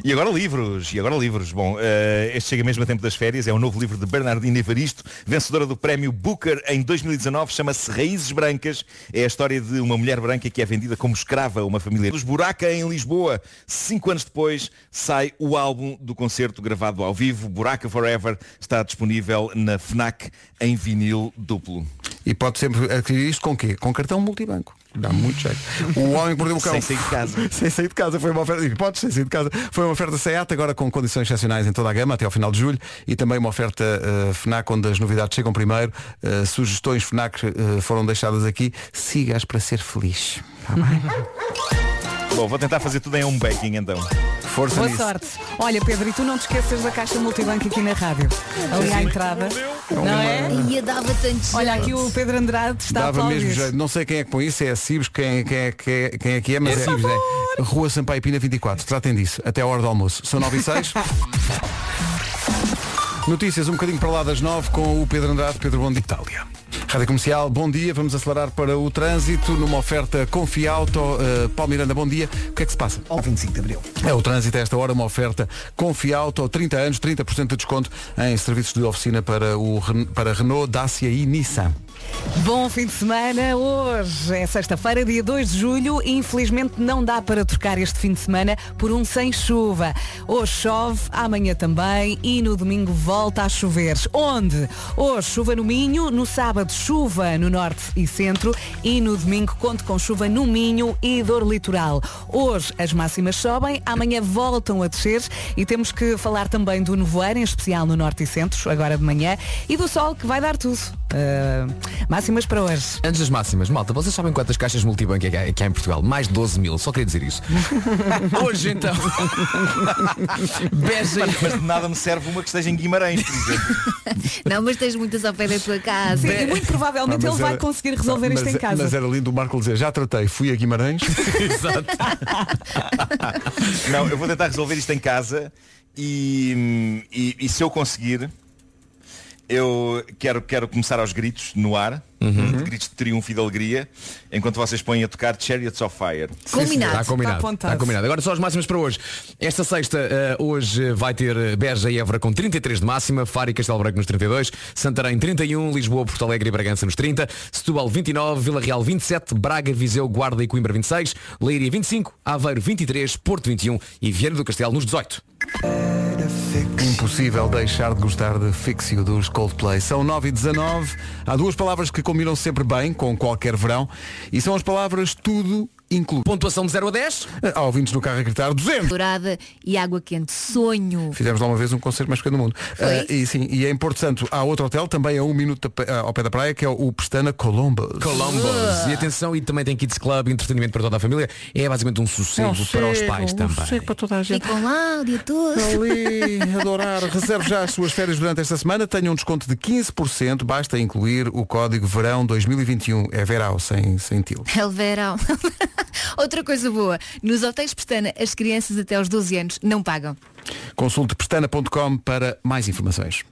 Speaker 11: E agora livros, e agora livros. Bom, eh, este chega mesmo a tempo das férias, é um novo livro de Bernardina Evaristo, vencedora do prémio Booker em 2019, chama-se Raízes Brancas. É a história de uma mulher branca que é vendida como escrava a uma família dos Buraca em Lisboa. Cinco anos depois sai o álbum do concerto gravado ao vivo, Buraca Forever, está disponível na FNAC em vinil duplo.
Speaker 1: E pode sempre adquirir isto com quê? Com cartão multibanco. Dá muito jeito. O homem que mordeu o cão.
Speaker 11: Sem sair de casa.
Speaker 1: sem sair de casa foi uma oferta. e Podes sem sair de casa. Foi uma oferta SEAT, agora com condições excepcionais em toda a gama até ao final de julho. E também uma oferta eh, FNAC, onde as novidades chegam primeiro. Eh, sugestões FNAC eh, foram deixadas aqui. Sigas para ser feliz. Tá bem?
Speaker 11: Bom, vou tentar fazer tudo em um backing então.
Speaker 1: Força
Speaker 3: Boa
Speaker 11: nisso.
Speaker 3: sorte. Olha, Pedro, e tu não te esqueças da caixa multibanco aqui na rádio. Ali à entrada. Não é?
Speaker 5: Ia dava tantos.
Speaker 3: Olha, aqui o Pedro Andrade está a
Speaker 1: Dava
Speaker 3: falar
Speaker 1: mesmo jeito. Não sei quem é que põe isso, é a Cibos, quem, quem, é, quem, é, quem é que é, mas
Speaker 3: É
Speaker 1: é,
Speaker 3: Cibos,
Speaker 1: é. Rua Sampaio Pina 24. Tratem disso. Até a hora do almoço. São 9 e 6. Notícias um bocadinho para lá das 9 com o Pedro Andrade. Pedro, bom dia. Itália. Rádio Comercial, bom dia. Vamos acelerar para o trânsito numa oferta Confiauto. Uh, Paulo Miranda, bom dia. O que é que se passa?
Speaker 6: Ao 25 de Abril.
Speaker 1: É o trânsito a esta hora, uma oferta Confiauto, 30 anos, 30% de desconto em serviços de oficina para, o, Ren- para Renault, Dacia e Nissan.
Speaker 3: Bom fim de semana. Hoje é sexta-feira, dia 2 de julho e infelizmente não dá para trocar este fim de semana por um sem chuva. Hoje chove, amanhã também e no domingo volta a chover. Onde? Hoje chuva no Minho, no sábado chuva no norte e centro e no domingo conto com chuva no Minho e dor litoral. Hoje as máximas sobem, amanhã voltam a descer e temos que falar também do nevoeiro, em especial no norte e centro, agora de manhã, e do sol que vai dar tudo. Uh, máximas para hoje.
Speaker 10: Antes das máximas, malta, vocês sabem quantas caixas multibanco é que há, que há em Portugal? Mais de 12 mil, só queria dizer isso. Hoje então. Beija.
Speaker 11: Mas, mas de nada me serve uma que esteja em Guimarães, por exemplo.
Speaker 5: Não, mas tens muitas ao pé da tua casa.
Speaker 3: Sim, e muito provavelmente
Speaker 1: Pá, É. Ah, mas
Speaker 3: é ele vai
Speaker 1: era-
Speaker 3: conseguir resolver
Speaker 1: Pá,
Speaker 3: isto
Speaker 1: mas
Speaker 3: em
Speaker 1: é-
Speaker 3: casa.
Speaker 1: Mas era lindo o Marco dizer, já tratei, fui a Guimarães.
Speaker 10: Exato.
Speaker 11: Não, eu vou tentar resolver isto em casa e, e- e se eu conseguir, eu quero, quero começar aos gritos no ar, de gritos de triunfo e de alegria, enquanto vocês põem a tocar Chariots of Fire.
Speaker 5: Combinado.
Speaker 10: Está combinado.
Speaker 5: Está apontado.
Speaker 10: Está combinado. Agora só as máximas para hoje. Esta sexta, eh, hoje eh, vai ter eh, Beja e Évora com 33 de máxima, Faro e Castelo Branco nos 32, Santarém 31, Lisboa, Porto Alegre e Bragança nos 30, Setúbal 29, Vila Real 27, Braga, Viseu, Guarda e Coimbra 26, Leiria 25, Aveiro 23, Porto 21 e Viana do Castelo nos 18.
Speaker 1: Impossível deixar de gostar de Fixio dos Coldplay. São 9 e 19. Há duas palavras que combinam sempre bem com qualquer verão e são as palavras tudo incluído. Ah,
Speaker 10: Pontuação de 0 a 10?
Speaker 1: Há ouvintes no carro a gritar 200.
Speaker 5: Dourada e água quente. Sonho.
Speaker 1: Fizemos lá uma vez um concerto mais pequeno do mundo. Ah, e sim, e em Porto Santo há outro hotel, também a um minuto da pa- ah, ao pé da praia, que é o Pestana Columbus.
Speaker 10: Columbus. E atenção, e também tem Kids Club, entretenimento para toda a família. É basicamente um sossego um para os pais também.
Speaker 1: para toda a gente.
Speaker 5: Ficam lá o dia todo.
Speaker 1: Ali, adorar. Reserve já as suas férias durante esta semana. Tenha um desconto de 15%. Basta incluir o código verão 2021. É verão, sem, sem til.
Speaker 5: É o verão. Outra coisa boa, nos hotéis Pestana, as crianças até aos 12 anos não pagam.
Speaker 1: Consulte pestana.com para mais informações.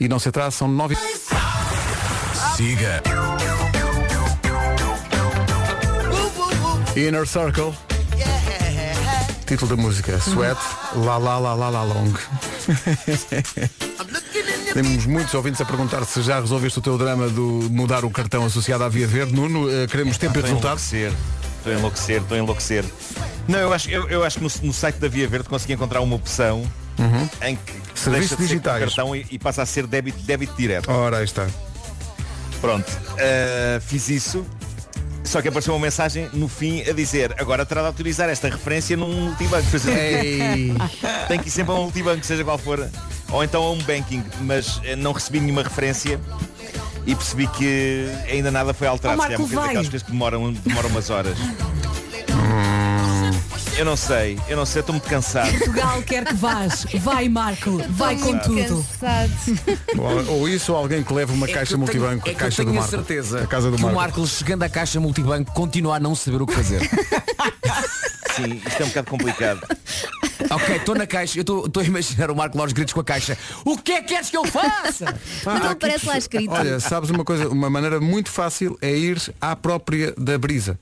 Speaker 1: E não se atrasa, são nove...
Speaker 2: Siga.
Speaker 1: Inner Circle. Título da música, Sweat, La La La La La Long. Temos muitos ouvintes a perguntar se já resolveste o teu drama do mudar o cartão associado à Via Verde. Nuno, eh, queremos tempo e
Speaker 11: Estou a
Speaker 1: resultado.
Speaker 11: enlouquecer, estou a enlouquecer, estou a enlouquecer. Não, eu acho, eu, eu acho que no, no site da Via Verde consegui encontrar uma opção
Speaker 1: Uhum.
Speaker 11: em que
Speaker 1: Serviços
Speaker 11: deixa de ser com
Speaker 1: digitais.
Speaker 11: cartão e, e passa a ser débito, débito direto.
Speaker 1: Ora, aí está.
Speaker 11: Pronto, ah, fiz isso. Só que apareceu uma mensagem no fim a dizer agora terá de autorizar esta referência num multibanco. Pois eu-
Speaker 1: Ei.
Speaker 3: É.
Speaker 11: Tem que ir sempre a um multibanco, seja qual for. Ou então a um banking, mas eh, não recebi nenhuma referência e percebi que ainda nada foi alterado.
Speaker 16: Oh,
Speaker 11: Se calhar é
Speaker 16: Marco,
Speaker 11: uma coisa
Speaker 16: vai.
Speaker 11: daquelas coisas que demoram, demoram umas horas. Eu não sei, eu não sei, estou muito cansado.
Speaker 9: Portugal quer que vás. Vai, Marco.
Speaker 1: Então
Speaker 9: Vai
Speaker 11: Estou
Speaker 9: com
Speaker 11: muito
Speaker 9: tudo.
Speaker 1: Ou, ou isso ou alguém que leva
Speaker 10: É
Speaker 1: uma
Speaker 10: que
Speaker 1: caixa
Speaker 10: eu tenho-
Speaker 1: multibanco,
Speaker 10: é
Speaker 1: a
Speaker 10: que
Speaker 1: caixa
Speaker 10: eu
Speaker 1: do
Speaker 10: tenho a
Speaker 1: Marco.
Speaker 10: certeza
Speaker 1: a casa do
Speaker 10: que
Speaker 1: Marco.
Speaker 10: o Marco chegando à caixa multibanco continua a não saber o que fazer.
Speaker 11: Sim, isto é um bocado complicado.
Speaker 10: ok, estou na caixa, eu estou a imaginar o Marco lá aos gritos com a caixa. O que é que queres que eu faça?
Speaker 5: Mas não aparece lá escrito.
Speaker 1: Olha, sabes uma coisa, uma maneira muito fácil é ir à própria da Brisa.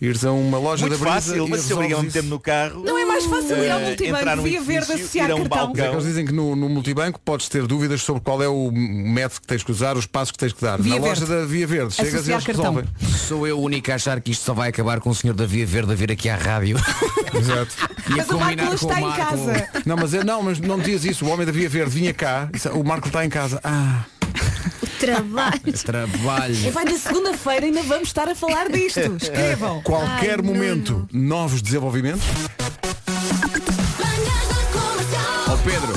Speaker 1: Ires a uma loja
Speaker 11: Muito
Speaker 1: da Brisa
Speaker 11: fácil,
Speaker 1: e
Speaker 11: mas se um eu
Speaker 1: resolves
Speaker 11: ligar a
Speaker 1: isso.
Speaker 11: meter-me no carro.
Speaker 3: Não é mais fácil ir ao
Speaker 11: eh,
Speaker 3: multibanco,
Speaker 11: entrar num
Speaker 3: via verde,
Speaker 11: edifício,
Speaker 3: associar
Speaker 11: ir a um
Speaker 3: cartão.
Speaker 1: Mas é que
Speaker 11: balcão.
Speaker 1: eles dizem que no, no multibanco podes ter dúvidas sobre qual é o método que tens que usar, os passos que tens que dar.
Speaker 10: Via
Speaker 1: Na loja
Speaker 10: Verde.
Speaker 1: da Via Verde, chegas e eles resolvem.
Speaker 10: Sou eu o único a achar que isto só vai acabar com o senhor da Via Verde a vir aqui à rádio.
Speaker 1: Exato.
Speaker 10: E a combinar com o Marco.
Speaker 1: Não, mas, é- não, mas não dias isso. O homem da Via Verde vinha cá, disse, o Marco está em casa. Ah,
Speaker 5: Trabalho.
Speaker 10: trabalho.
Speaker 3: E É, vai na segunda-feira ainda vamos estar a falar disto. Escrevam.
Speaker 1: Qualquer momento, novos desenvolvimentos.
Speaker 10: Ó Pedro.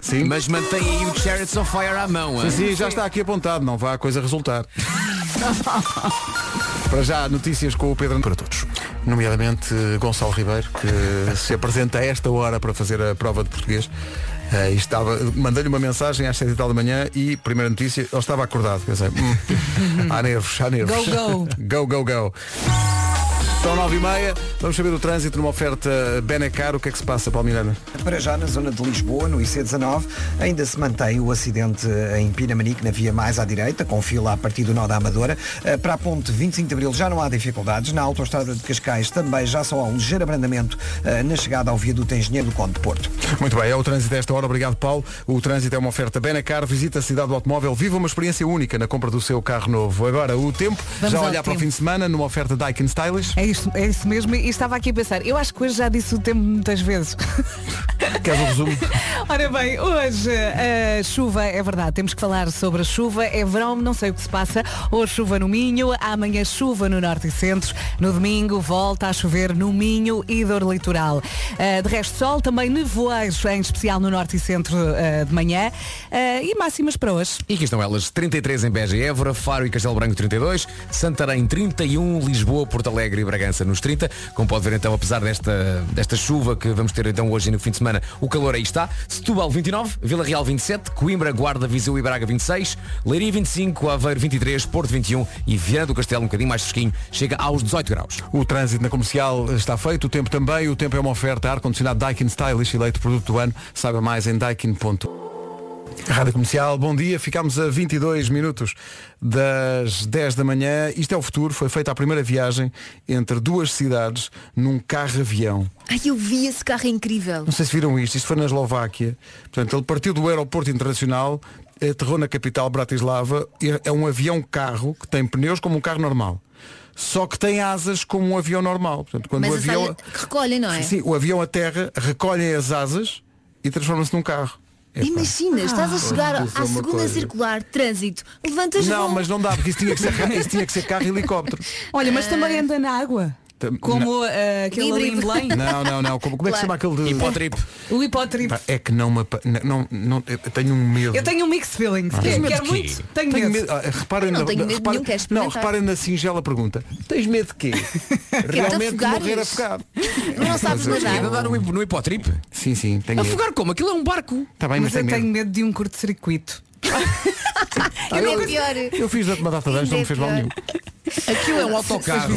Speaker 1: Sim.
Speaker 10: Mas mantém aí o Chariots of Fire à mão.
Speaker 1: Sim,
Speaker 10: hein?
Speaker 1: sim, já está aqui apontado, não vá a coisa resultar. Para já, notícias com o Pedro para todos. Nomeadamente eh, Gonçalo Ribeiro, que se apresenta a esta hora para fazer a prova de português. Eh, e estava, mandei-lhe uma mensagem às 7 e tal da manhã e, primeira notícia, ele estava acordado. Pensei, hum, há nervos, há nervos.
Speaker 16: Go, go.
Speaker 1: go, go, go. São 9 e meia, vamos saber do trânsito numa oferta Benacar. O que é que se passa, Palmeirana?
Speaker 6: Para já, na zona de Lisboa, no IC19, ainda se mantém o acidente eh, em Pinamanique, na via mais à direita, com fila a partir do nó da Amadora. Eh, Para a ponte 25 de Abril já não há dificuldades. Na autoestrada de Cascais também já só há um ligeiro abrandamento eh, na chegada ao viaduto Engenheiro do Conde de Porto.
Speaker 1: Muito bem, é o trânsito a esta hora. Obrigado, Paulo. O trânsito é uma oferta Benacar. Visita a cidade do automóvel. Viva uma experiência única na compra do seu carro novo. Agora, o tempo.
Speaker 3: Vamos
Speaker 1: já
Speaker 3: ao
Speaker 1: olhar para o
Speaker 3: tempo.
Speaker 1: fim de semana numa oferta Daikin Stylish.
Speaker 3: É, isto, é isso mesmo, e estava aqui a pensar, eu acho que hoje já disse o tempo muitas vezes.
Speaker 1: Queres o resumo?
Speaker 3: Ora bem, hoje a chuva, é verdade, temos que falar sobre a chuva, é verão, não sei o que se passa. Hoje chuva no Minho, amanhã chuva no Norte e Centro, no domingo volta a chover no Minho e dor litoral. Ah, de resto, sol, também nevoeiros, em especial no Norte e Centro ah, de manhã, Ah, e máximas para hoje.
Speaker 10: E aqui estão elas, 33 em Beja e Évora, Faro e Castelo Branco 32, Santarém 31, Lisboa, Porto Alegre e Bragança nos 30. Como pode ver então, apesar desta, desta chuva que vamos ter então hoje e no fim de semana, o calor aí está. Setúbal 29, Vila Real 27, Coimbra, Guarda, Viseu e Braga 26, Leiria 25, Aveiro 23, Porto 21 e Viana do Castelo, um bocadinho mais fresquinho, chega aos 18 graus.
Speaker 1: O trânsito na comercial está feito. O tempo também. O tempo é uma oferta ar-condicionado Daikin Stylish, eleito produto do ano. Saiba mais em daikin. Rádio Comercial, bom dia. Ficámos a 22 minutos das 10 da manhã. Isto é o futuro. Foi feita a primeira viagem entre duas cidades num carro-avião.
Speaker 5: Ai, eu vi esse carro é incrível.
Speaker 1: Não sei se viram isto, isto foi na Eslováquia. Portanto, ele partiu do aeroporto internacional, aterrou na capital Bratislava, e é um avião-carro que tem pneus como um carro normal. Só que tem asas como um avião normal. Portanto, quando
Speaker 5: Mas
Speaker 1: o
Speaker 5: a
Speaker 1: avião.
Speaker 5: saia- recolhem, não é?
Speaker 1: Sim, o avião aterra, recolhe as asas e transforma-se num carro. Epá.
Speaker 5: Imagina, estás a chegar
Speaker 1: Ah.
Speaker 5: à
Speaker 1: Isso é uma
Speaker 5: segunda
Speaker 1: coisa.
Speaker 5: circular, trânsito, levantas
Speaker 1: Não,
Speaker 5: voo.
Speaker 1: mas não dá, porque isso tinha que ser, ca- isso tinha que ser carro e helicóptero.
Speaker 3: Olha,
Speaker 10: Eh,
Speaker 3: mas também anda na água.
Speaker 1: Tam-
Speaker 3: Como
Speaker 1: não.
Speaker 3: ah, aquele ali em Belém.
Speaker 1: Não, não, não. Como, como é que se chama aquele de.
Speaker 10: Hipotrip.
Speaker 3: O hipotrip.
Speaker 1: Pá, É que não me. apa- Não, não, eu tenho um medo.
Speaker 3: Eu tenho um mixed feelings.
Speaker 1: Ah.
Speaker 3: Quero, quero muito. Tenho, medo.
Speaker 1: Ah, reparem
Speaker 3: Eu não
Speaker 1: na,
Speaker 3: tenho medo
Speaker 1: reparem,
Speaker 3: nenhum, quero
Speaker 1: não,
Speaker 3: experimentar. é
Speaker 1: reparem na singela pergunta. Tens medo de quê? Realmente
Speaker 10: afogares?
Speaker 1: morrer afogado.
Speaker 10: Não sabes
Speaker 1: Mas,
Speaker 10: nadar.
Speaker 1: eh,
Speaker 10: Nadar um no, hip- no hipotrip?
Speaker 1: Sim, sim, tenho medo.
Speaker 10: Afogar como? Aquilo é um barco.
Speaker 1: Tá bem, mas
Speaker 3: mas eu
Speaker 1: tem medo.
Speaker 3: tenho medo de um curto-circuito.
Speaker 5: é
Speaker 1: Ah,
Speaker 3: Eu
Speaker 1: eu,
Speaker 3: nunca-
Speaker 1: eu fiz durante uma data de anos, não me fez mal nenhum.
Speaker 10: É um Aquilo é um autocarro.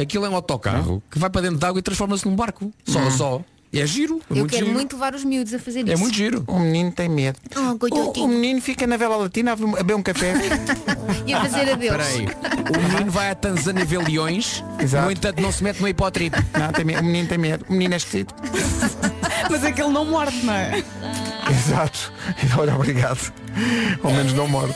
Speaker 10: Aquilo é um autocarro que vai para dentro de água e transforma-se num barco. Só, só. É giro. É
Speaker 5: Uhum. Eu
Speaker 10: muito
Speaker 5: quero
Speaker 10: giro.
Speaker 5: muito levar os miúdos a fazer isso.
Speaker 10: É muito giro.
Speaker 1: Um
Speaker 16: O menino tem medo.
Speaker 3: Ah,
Speaker 5: Oh, coitadinho.
Speaker 16: O, o menino fica na vela latina a beber um café.
Speaker 5: E a
Speaker 1: Ah,
Speaker 5: fazer
Speaker 16: Espera
Speaker 5: adeus.
Speaker 16: aí.
Speaker 10: O menino vai à Tanzânia ver leões, no entanto não se mete no hipotrip.
Speaker 16: Não, tem medo. O menino tem medo. O menino é esquisito.
Speaker 3: Mas é que ele não morde, não é?
Speaker 1: Exato. Então, Olha, obrigado. Ao menos não moro.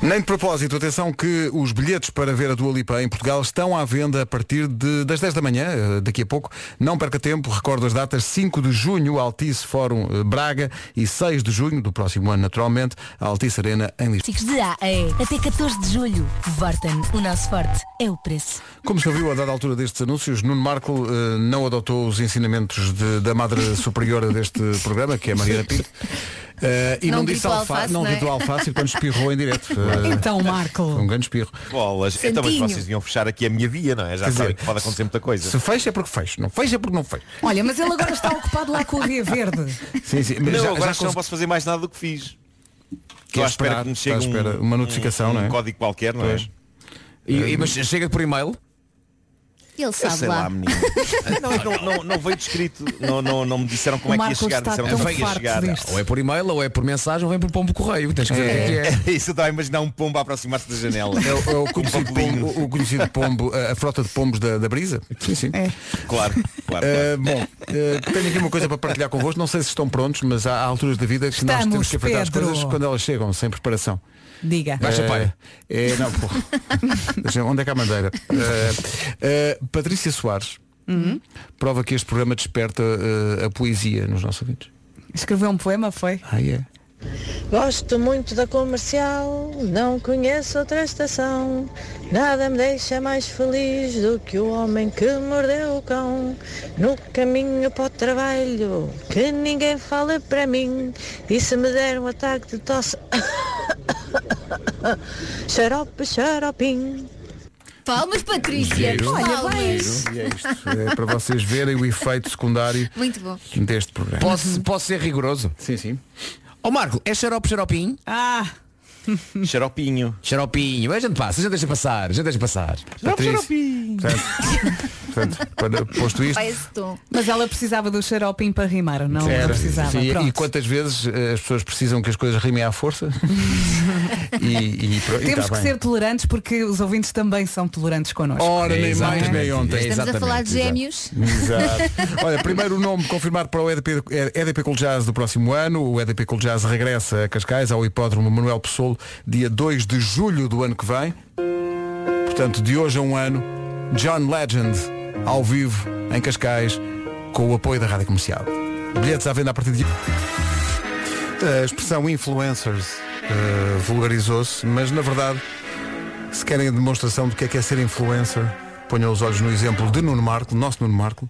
Speaker 1: Nem de propósito, atenção que os bilhetes para ver a Dua Lipa em Portugal estão à venda a partir de- das 10 da manhã, eh, daqui a pouco. Não perca tempo, recordo as datas 5 de junho, Altice Fórum eh, Braga e 6 de junho, do próximo ano naturalmente, Altice Arena em Lisboa.
Speaker 17: Chicos de A a E. Até 14 de julho. Vorten, o nosso forte é o preço.
Speaker 1: Como se ouviu a dada altura destes anúncios, Nuno Marco eh, não adotou os ensinamentos de- da madre superiora deste programa, que é a Mariana Pinto. eh, e não,
Speaker 3: Não
Speaker 1: disse
Speaker 3: gritou
Speaker 1: alface,
Speaker 3: alface,
Speaker 1: não
Speaker 3: não é?
Speaker 1: gritou alface e quando espirrou em direto. Eh,
Speaker 3: Então, Marco.
Speaker 1: foi um grande espirro.
Speaker 11: Bolas. Então, mas
Speaker 3: Santinho.
Speaker 11: vocês deviam fechar aqui a minha via, não é? Já sabem
Speaker 1: Quer dizer,
Speaker 11: que pode acontecer muita coisa.
Speaker 1: Se fecha é porque fecha, não fecha é porque não fecha.
Speaker 3: Olha, mas ele agora está ocupado lá com o Ria Verde.
Speaker 1: Sim, sim, mas
Speaker 11: não, agora
Speaker 1: já- já
Speaker 11: acho que não
Speaker 1: consegui-
Speaker 11: posso fazer mais nada do que fiz.
Speaker 1: Que
Speaker 11: Estou
Speaker 1: é
Speaker 11: à espera
Speaker 1: esperar,
Speaker 11: que me chegue
Speaker 1: está à espera
Speaker 11: um-
Speaker 1: uma notificação,
Speaker 11: um,
Speaker 1: não é?
Speaker 11: Um código qualquer, não
Speaker 1: Pois.
Speaker 11: é?
Speaker 10: E- e- mas chega por e-mail?
Speaker 5: Ele sabe
Speaker 11: sei lá, menino. não, é que não, não, não veio descrito. Não, não, não me disseram como
Speaker 10: O
Speaker 11: é que ia
Speaker 10: Marco
Speaker 11: chegar.
Speaker 10: está
Speaker 11: Disseram
Speaker 10: tão
Speaker 11: como é que ia
Speaker 10: farto
Speaker 11: chegar.
Speaker 10: disto. Ou é por e-mail, ou é por mensagem, ou vem por pombo correio. Tens que ver o que é que é.
Speaker 11: Isso eu estava a imaginar um pombo a aproximar-se da janela.
Speaker 1: É o- é o
Speaker 11: Com um
Speaker 1: conhecido
Speaker 11: papelinho.
Speaker 1: pombo, o conhecido pombo, a, a frota de pombos da, da brisa. Sim, sim.
Speaker 11: Claro, claro.
Speaker 1: Eh, bom, eh, tenho aqui uma coisa para partilhar convosco. Não sei se estão prontos, mas há há alturas da vida que nós temos
Speaker 3: Estamos,
Speaker 1: que enfrentar as
Speaker 3: Pedro.
Speaker 1: coisas quando elas chegam, sem preparação.
Speaker 3: Diga.
Speaker 1: Eh, É, não, pô. Deixa- Onde é que há a bandeira? Eh, eh, Patrícia Soares
Speaker 3: Uhum.
Speaker 1: prova que este programa desperta eh, a poesia nos nossos ouvintes.
Speaker 3: Escreveu um poema, foi?
Speaker 1: Ah, é?
Speaker 18: Gosto muito da comercial, não conheço outra estação. Nada me deixa mais feliz do que o homem que mordeu o cão. No caminho para o trabalho, que ninguém fala para mim. E se me der um ataque de tosse. xarope, xaropim.
Speaker 5: Palmas, Patrícia.
Speaker 1: Giro.
Speaker 5: Olha,
Speaker 1: Giro.
Speaker 5: vais.
Speaker 1: E é isto. É para vocês verem o efeito secundário
Speaker 5: Muito bom.
Speaker 1: deste programa.
Speaker 10: Posso, posso ser rigoroso?
Speaker 1: Sim, sim.
Speaker 10: Ó Marco, é xarope, xaropinho?
Speaker 3: Ah!
Speaker 1: Ehm,
Speaker 11: Xaropinho.
Speaker 10: Xaropinho. A gente passa, a gente deixa passar, a gente deixa passar.
Speaker 1: Portanto, portanto, para, posto isto,
Speaker 3: Mas ela precisava do xaropim para rimar, ou não? Ela
Speaker 1: Era.
Speaker 3: precisava.
Speaker 1: É, Sim,
Speaker 3: Pronto.
Speaker 1: e quantas vezes eh, as pessoas precisam que as coisas rimem à força? e, e, pro- e
Speaker 3: Temos
Speaker 1: tá bem.
Speaker 3: que
Speaker 1: Oh.
Speaker 3: ser tolerantes porque os ouvintes também são tolerantes connosco.
Speaker 1: Ora, nem mais nem ontem.
Speaker 5: Estamos a falar de gêmeos.
Speaker 1: Exato. Olha, primeiro o nome confirmado para o EDP, EDP Cool Jazz do próximo ano. O EDP Cool Jazz regressa a Cascais, ao Hipódromo Manuel Pessoa, dia 2 de julho do ano que vem. Portanto, de hoje a um ano, John Legend, ao vivo, em Cascais, com o apoio da Rádio Comercial. Bilhetes à venda a partir de... A expressão influencers eh, vulgarizou-se, mas na verdade, se querem a demonstração do que é que é ser influencer, ponham os olhos no exemplo de Nuno Marco, nosso Nuno Marco.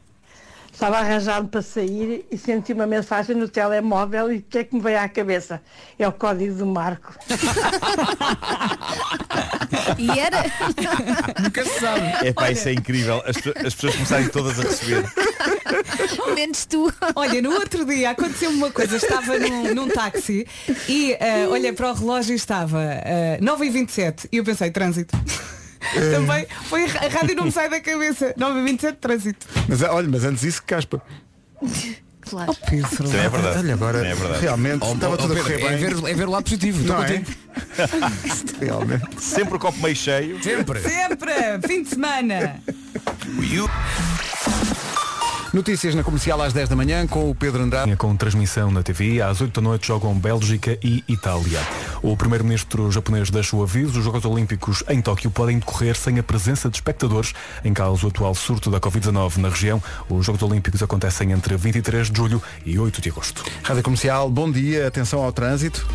Speaker 12: Estava arranjado para sair e senti uma mensagem no telemóvel e o que é que me veio à cabeça? É o código do Marco.
Speaker 5: E era.
Speaker 10: Nunca se sabe.
Speaker 11: É pá, isso é incrível. As, pe- as pessoas começarem todas a receber.
Speaker 5: Menos tu.
Speaker 3: Olha, no outro dia aconteceu uma coisa, estava num, num táxi e eh, olhei para o relógio e estava eh, 9h27 e eu pensei, trânsito.
Speaker 1: Eh.
Speaker 3: Também foi a ra- a rádio não me sai da cabeça. 9h27 trânsito.
Speaker 1: Mas olha, mas antes disso, caspa.
Speaker 5: Claro.
Speaker 11: Também é verdade.
Speaker 1: Olha, agora
Speaker 11: Também é verdade.
Speaker 1: realmente estava tudo a correr bem.
Speaker 10: o lado positivo.
Speaker 1: Não é?
Speaker 11: Realmente. Sempre o copo meio cheio.
Speaker 10: Sempre.
Speaker 3: Sempre! Fim de semana!
Speaker 1: Notícias na comercial às 10 da manhã com o Pedro Andrade.
Speaker 2: Com transmissão na TV, às 8 da noite jogam Bélgica e Itália. O primeiro-ministro japonês deixou aviso, os Jogos Olímpicos em Tóquio podem decorrer sem a presença de espectadores em causa do atual surto da Covid-19 na região. Os Jogos Olímpicos acontecem entre 23 de julho e 8 de agosto.
Speaker 1: Rádio Comercial, bom dia, atenção ao trânsito.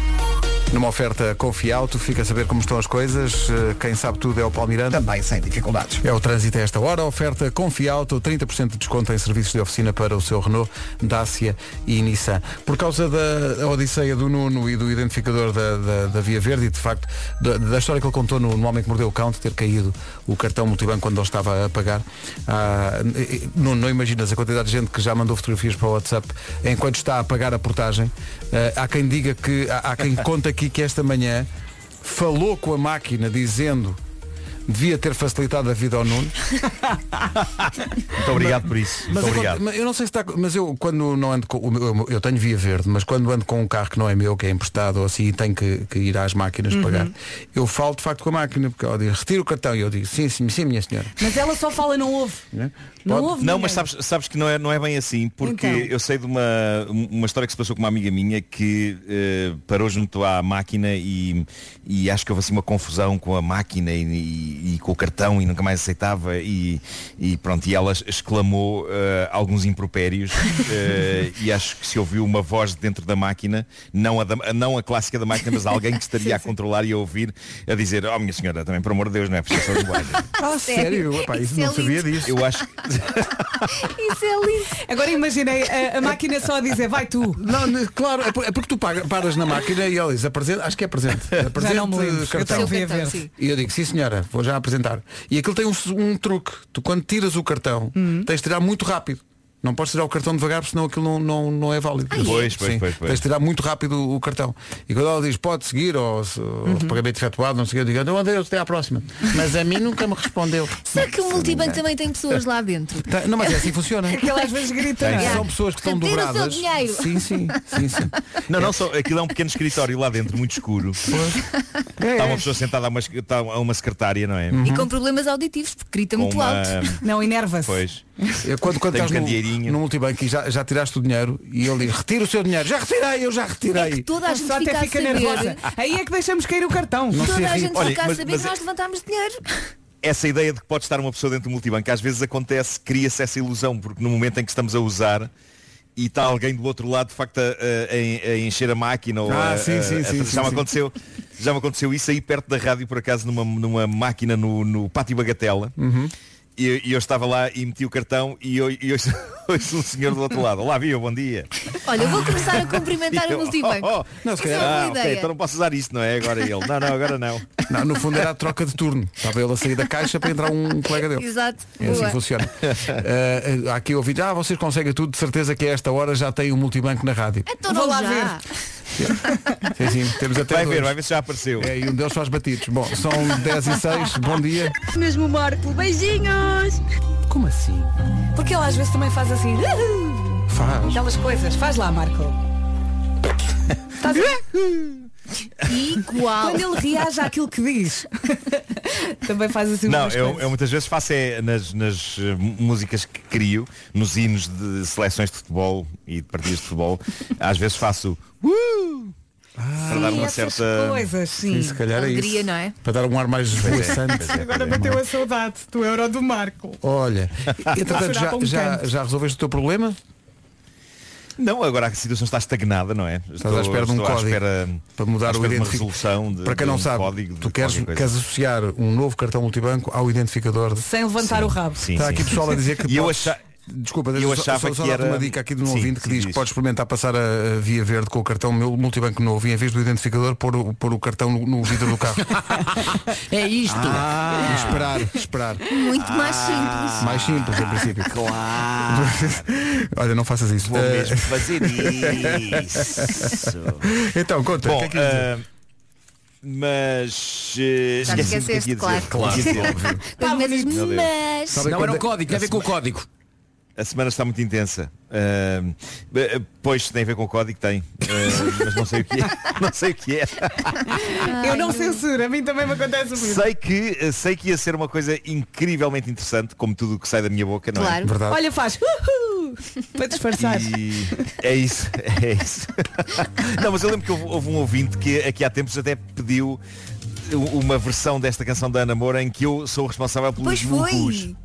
Speaker 1: Numa oferta Confiauto, fica a saber como estão as coisas. Eh, Quem sabe tudo é o Paulo Miranda. Também sem dificuldades. É o trânsito a esta hora. Oferta Confiauto, 30% de desconto em serviços de oficina para o seu Renault, Dacia e Nissan. Por causa da odisseia do Nuno e do identificador da, da- da Via Verde e, de facto, da, da história que ele contou no, no Homem que Mordeu o Cão, de ter caído o cartão multibanco quando ele estava a pagar, ah, eh, eh, não, não imaginas a quantidade de gente que já mandou fotografias para o WhatsApp enquanto está a pagar a portagem. Ah, há quem diga que, há, há quem conta aqui que esta manhã falou com a máquina dizendo devia ter facilitado a vida ao Nuno.
Speaker 19: Muito obrigado por isso. Muito
Speaker 1: Mas,
Speaker 19: obrigado.
Speaker 1: eu, eu não sei se está. Mas eu quando não ando com. o meu- Eu, eu tenho via verde, mas quando ando com um carro que não é meu, que é emprestado ou assim e tenho que, que ir às máquinas
Speaker 3: Uhum.
Speaker 1: pagar, eu falo de facto com a máquina, porque ela diz, retira o cartão e eu digo, sim, sim, sim, minha senhora.
Speaker 3: Mas ela só fala, não ouve.
Speaker 1: Né?
Speaker 3: Não houve
Speaker 11: Não,
Speaker 3: ninguém.
Speaker 11: mas sabes, sabes que não é, não é bem assim, porque
Speaker 3: Então.
Speaker 11: eu sei de uma, uma história que se passou com uma amiga minha que eh, parou junto à máquina e, e acho que houve assim uma confusão com a máquina e, e- e com o cartão e nunca mais aceitava e, e pronto, e ela exclamou eh, alguns impropérios eh, e acho que se ouviu uma voz dentro da máquina, não a, da- não a clássica da máquina, mas alguém que estaria a controlar e a ouvir, a dizer, oh minha senhora, também por amor de Deus, não é preciso ser linguagem.
Speaker 1: Ah, sério? Epá, isso
Speaker 3: é
Speaker 1: não sabia disso.
Speaker 11: Eu acho
Speaker 3: Isso é lindo. Agora imaginei eh, a, a máquina só a dizer, vai tu.
Speaker 1: Não, não, claro, é por- é porque tu paga- paras na máquina e ela diz, apresenta, acho que é presente. Apresente
Speaker 3: não me lembro. Eu
Speaker 1: cartão.
Speaker 3: tenho o Via cartão, Verde. sim.
Speaker 1: E eu digo, sim senhora, vou já apresentar. E aquilo tem um, um truque. Tu quando tiras o cartão,
Speaker 5: Uhum.
Speaker 1: tens de tirar muito rápido. Não podes tirar o cartão devagar, porque senão aquilo não, não, não é válido.
Speaker 11: Ah, é? Pois, pois,
Speaker 1: Sim,
Speaker 11: pois, pois.
Speaker 1: Tens de tirar muito rápido o, o cartão. E quando ela diz, pode seguir, ou, se- ou
Speaker 5: Uhum.
Speaker 1: pagamento efetuado, não sei o que, eu digo, não, Deus, até à próxima. Mas a mim nunca me respondeu.
Speaker 5: Será que o multibanco também tem pessoas lá dentro?
Speaker 1: Tá, Não, mas é assim que funciona.
Speaker 5: Aquelas vezes gritam,
Speaker 1: Tem.
Speaker 5: não é?
Speaker 1: São pessoas que estão
Speaker 5: Retira o seu
Speaker 1: dobradas.
Speaker 5: dinheiro.
Speaker 1: Sim, sim, sim, sim.
Speaker 11: Não, não, só, aquilo é um pequeno escritório lá dentro, muito escuro.
Speaker 3: É,
Speaker 11: Está uma pessoa sentada a uma, está a uma secretária, não é?
Speaker 1: Hum.
Speaker 5: E com problemas auditivos, porque grita
Speaker 11: Com
Speaker 5: muito
Speaker 11: uma-
Speaker 5: alto.
Speaker 3: Não, enerva-se.
Speaker 11: Pois.
Speaker 1: Eu, quando quando
Speaker 11: Tem um
Speaker 1: estás no,
Speaker 11: candeeirinho.
Speaker 1: no multibanco e já, já tiraste o dinheiro e ele diz, retira o seu dinheiro, já retirei, eu já retirei.
Speaker 5: Toda a gente
Speaker 3: Só até
Speaker 5: fica a
Speaker 3: fica
Speaker 5: saber.
Speaker 3: nervosa. Aí é que deixamos cair o cartão.
Speaker 11: Não se
Speaker 5: Toda a
Speaker 11: ri.
Speaker 5: gente
Speaker 11: Olha,
Speaker 5: fica a
Speaker 11: mas-
Speaker 5: saber
Speaker 11: mas-
Speaker 5: que nós levantámos dinheiro.
Speaker 11: Essa ideia de que pode estar uma pessoa dentro do multibanco, às vezes acontece, cria-se essa ilusão, porque no momento em que estamos a usar e está alguém do outro lado de facto a, a- a encher a máquina ou
Speaker 1: Ah,
Speaker 11: a-
Speaker 1: sim,
Speaker 11: a-
Speaker 1: sim,
Speaker 11: a-
Speaker 1: sim,
Speaker 11: já
Speaker 1: sim,
Speaker 11: me
Speaker 1: sim.
Speaker 11: aconteceu já me aconteceu isso aí perto da rádio por acaso numa, numa máquina no, no pátio bagatela
Speaker 1: Uhum.
Speaker 11: E eu, e eu estava lá e meti o cartão e eu, e eu ouço um senhor do outro lado. Olá, viu, bom dia.
Speaker 5: Olha, eu vou começar a cumprimentar
Speaker 11: E
Speaker 5: o
Speaker 11: eu,
Speaker 5: multibanco.
Speaker 11: "Oh, oh."
Speaker 5: Não, se Essa calhar- é uma
Speaker 11: Ah,
Speaker 5: boa
Speaker 11: ok,
Speaker 5: ideia.
Speaker 11: então não posso usar isso, não é? Agora ele. Não, não, agora não.
Speaker 1: Não, no fundo era a troca de turno. Estava ele a sair da caixa para entrar um colega dele.
Speaker 5: Exato.
Speaker 1: É assim
Speaker 5: Boa.
Speaker 1: que funciona. Ah, há aqui ouvido, ah, vocês conseguem tudo, de certeza que a esta hora já tem um multibanco na rádio.
Speaker 5: Então não
Speaker 3: Vou lá
Speaker 5: já.
Speaker 3: ver.
Speaker 1: Sim, sim, temos até
Speaker 11: Vai
Speaker 1: dois.
Speaker 11: ver, vai ver se já apareceu.
Speaker 1: Então É, e um deles faz batidos. Bom, são 10 e 6, bom dia.
Speaker 14: Mesmo Marco, beijinhos.
Speaker 1: Como assim?
Speaker 3: Porque ela às vezes também faz assim.
Speaker 1: Faz.
Speaker 3: Aquelas coisas. Faz lá, Marco. Estás a ver?
Speaker 5: Igual.
Speaker 3: Quando ele reage àquilo que diz. também faz assim
Speaker 11: Não,
Speaker 3: umas
Speaker 11: eu,
Speaker 3: coisas.
Speaker 11: eu muitas vezes faço é nas, nas eh, músicas que crio, nos hinos de seleções de futebol e de partidas de futebol, às vezes faço uh,
Speaker 1: Ah,
Speaker 11: para dar
Speaker 3: Sim,
Speaker 11: uma
Speaker 3: essas
Speaker 11: certa.
Speaker 3: coisas, sim.
Speaker 1: se calhar é
Speaker 5: Alegria,
Speaker 1: isso.
Speaker 5: não é?
Speaker 1: Para dar um ar mais
Speaker 11: é,
Speaker 1: esvoaçante.
Speaker 11: pois é, pois é.
Speaker 3: bateu a saudade do euro do Marco.
Speaker 1: Olha, entretanto, já,
Speaker 3: um
Speaker 1: já, já resolveste o teu problema?
Speaker 11: Não, agora a situação está estagnada, não é?
Speaker 1: Estás à espera de um
Speaker 11: estou à
Speaker 1: código
Speaker 11: espera-
Speaker 1: para
Speaker 11: à
Speaker 1: mudar
Speaker 11: espera
Speaker 1: o
Speaker 11: de uma
Speaker 1: identificador.
Speaker 11: resolução de,
Speaker 1: Para quem
Speaker 11: de
Speaker 1: não
Speaker 11: um
Speaker 1: sabe,
Speaker 11: código de
Speaker 1: tu queres,
Speaker 11: qualquer coisa.
Speaker 1: queres associar um novo cartão multibanco ao identificador.
Speaker 3: Sem levantar o rabo.
Speaker 11: Sim, sim,
Speaker 1: Está tá aqui
Speaker 11: sim,
Speaker 1: pessoal a
Speaker 11: sim.
Speaker 1: dizer que
Speaker 11: E eu
Speaker 1: podes-
Speaker 11: acha-
Speaker 1: Desculpa,
Speaker 11: eu
Speaker 1: deixa só-
Speaker 11: achava
Speaker 1: só, só
Speaker 11: que
Speaker 1: dar-te
Speaker 11: era-
Speaker 1: uma dica aqui de um
Speaker 11: Sim,
Speaker 1: ouvinte que
Speaker 11: sim,
Speaker 1: diz que
Speaker 11: diz.
Speaker 1: podes experimentar passar a, a via verde com o cartão meu multibanco novo e em vez do identificador pôr o, pôr o cartão no, no vidro do carro. Ah.
Speaker 16: É isto.
Speaker 1: E esperar, esperar.
Speaker 5: Muito mais
Speaker 11: Ah,
Speaker 5: simples.
Speaker 1: Mais simples, em princípio. Ah. Claro. Olha, não faças isso.
Speaker 11: Vou
Speaker 1: Eh,
Speaker 11: mesmo fazer isso.
Speaker 1: Então, conta.
Speaker 11: Bom,
Speaker 1: o que é que
Speaker 11: ah,
Speaker 1: ias dizer?
Speaker 11: mas eh,
Speaker 5: Já te
Speaker 11: esqueci-me do que
Speaker 5: esqueceste,
Speaker 11: ia dizer.
Speaker 5: claro.
Speaker 11: Claro, óbvio.
Speaker 5: Quando metes
Speaker 11: Meu Deus.
Speaker 5: mas.
Speaker 1: Sabem
Speaker 10: Não era o
Speaker 1: quando-
Speaker 10: código, tem a ver com o código.
Speaker 11: A semana está muito intensa. Ah, eh, pois tem a ver com o código, tem. Ah, mas não sei o que é. Não sei o que é.
Speaker 5: Ah,
Speaker 3: Eu não censuro, a mim também me acontece muito.
Speaker 11: Sei que, eh, sei que ia ser uma coisa incrivelmente interessante, como tudo o que sai da minha boca, não é?
Speaker 5: Claro.
Speaker 1: Verdade.
Speaker 3: Olha, faz. Uhul, para disfarçar.
Speaker 11: E é isso, é isso. Não, mas eu lembro que houve, houve um ouvinte que aqui há tempos até pediu u- uma versão desta canção da Ana Moura em que eu sou o responsável pelos
Speaker 5: Pois
Speaker 11: mucus.
Speaker 5: foi.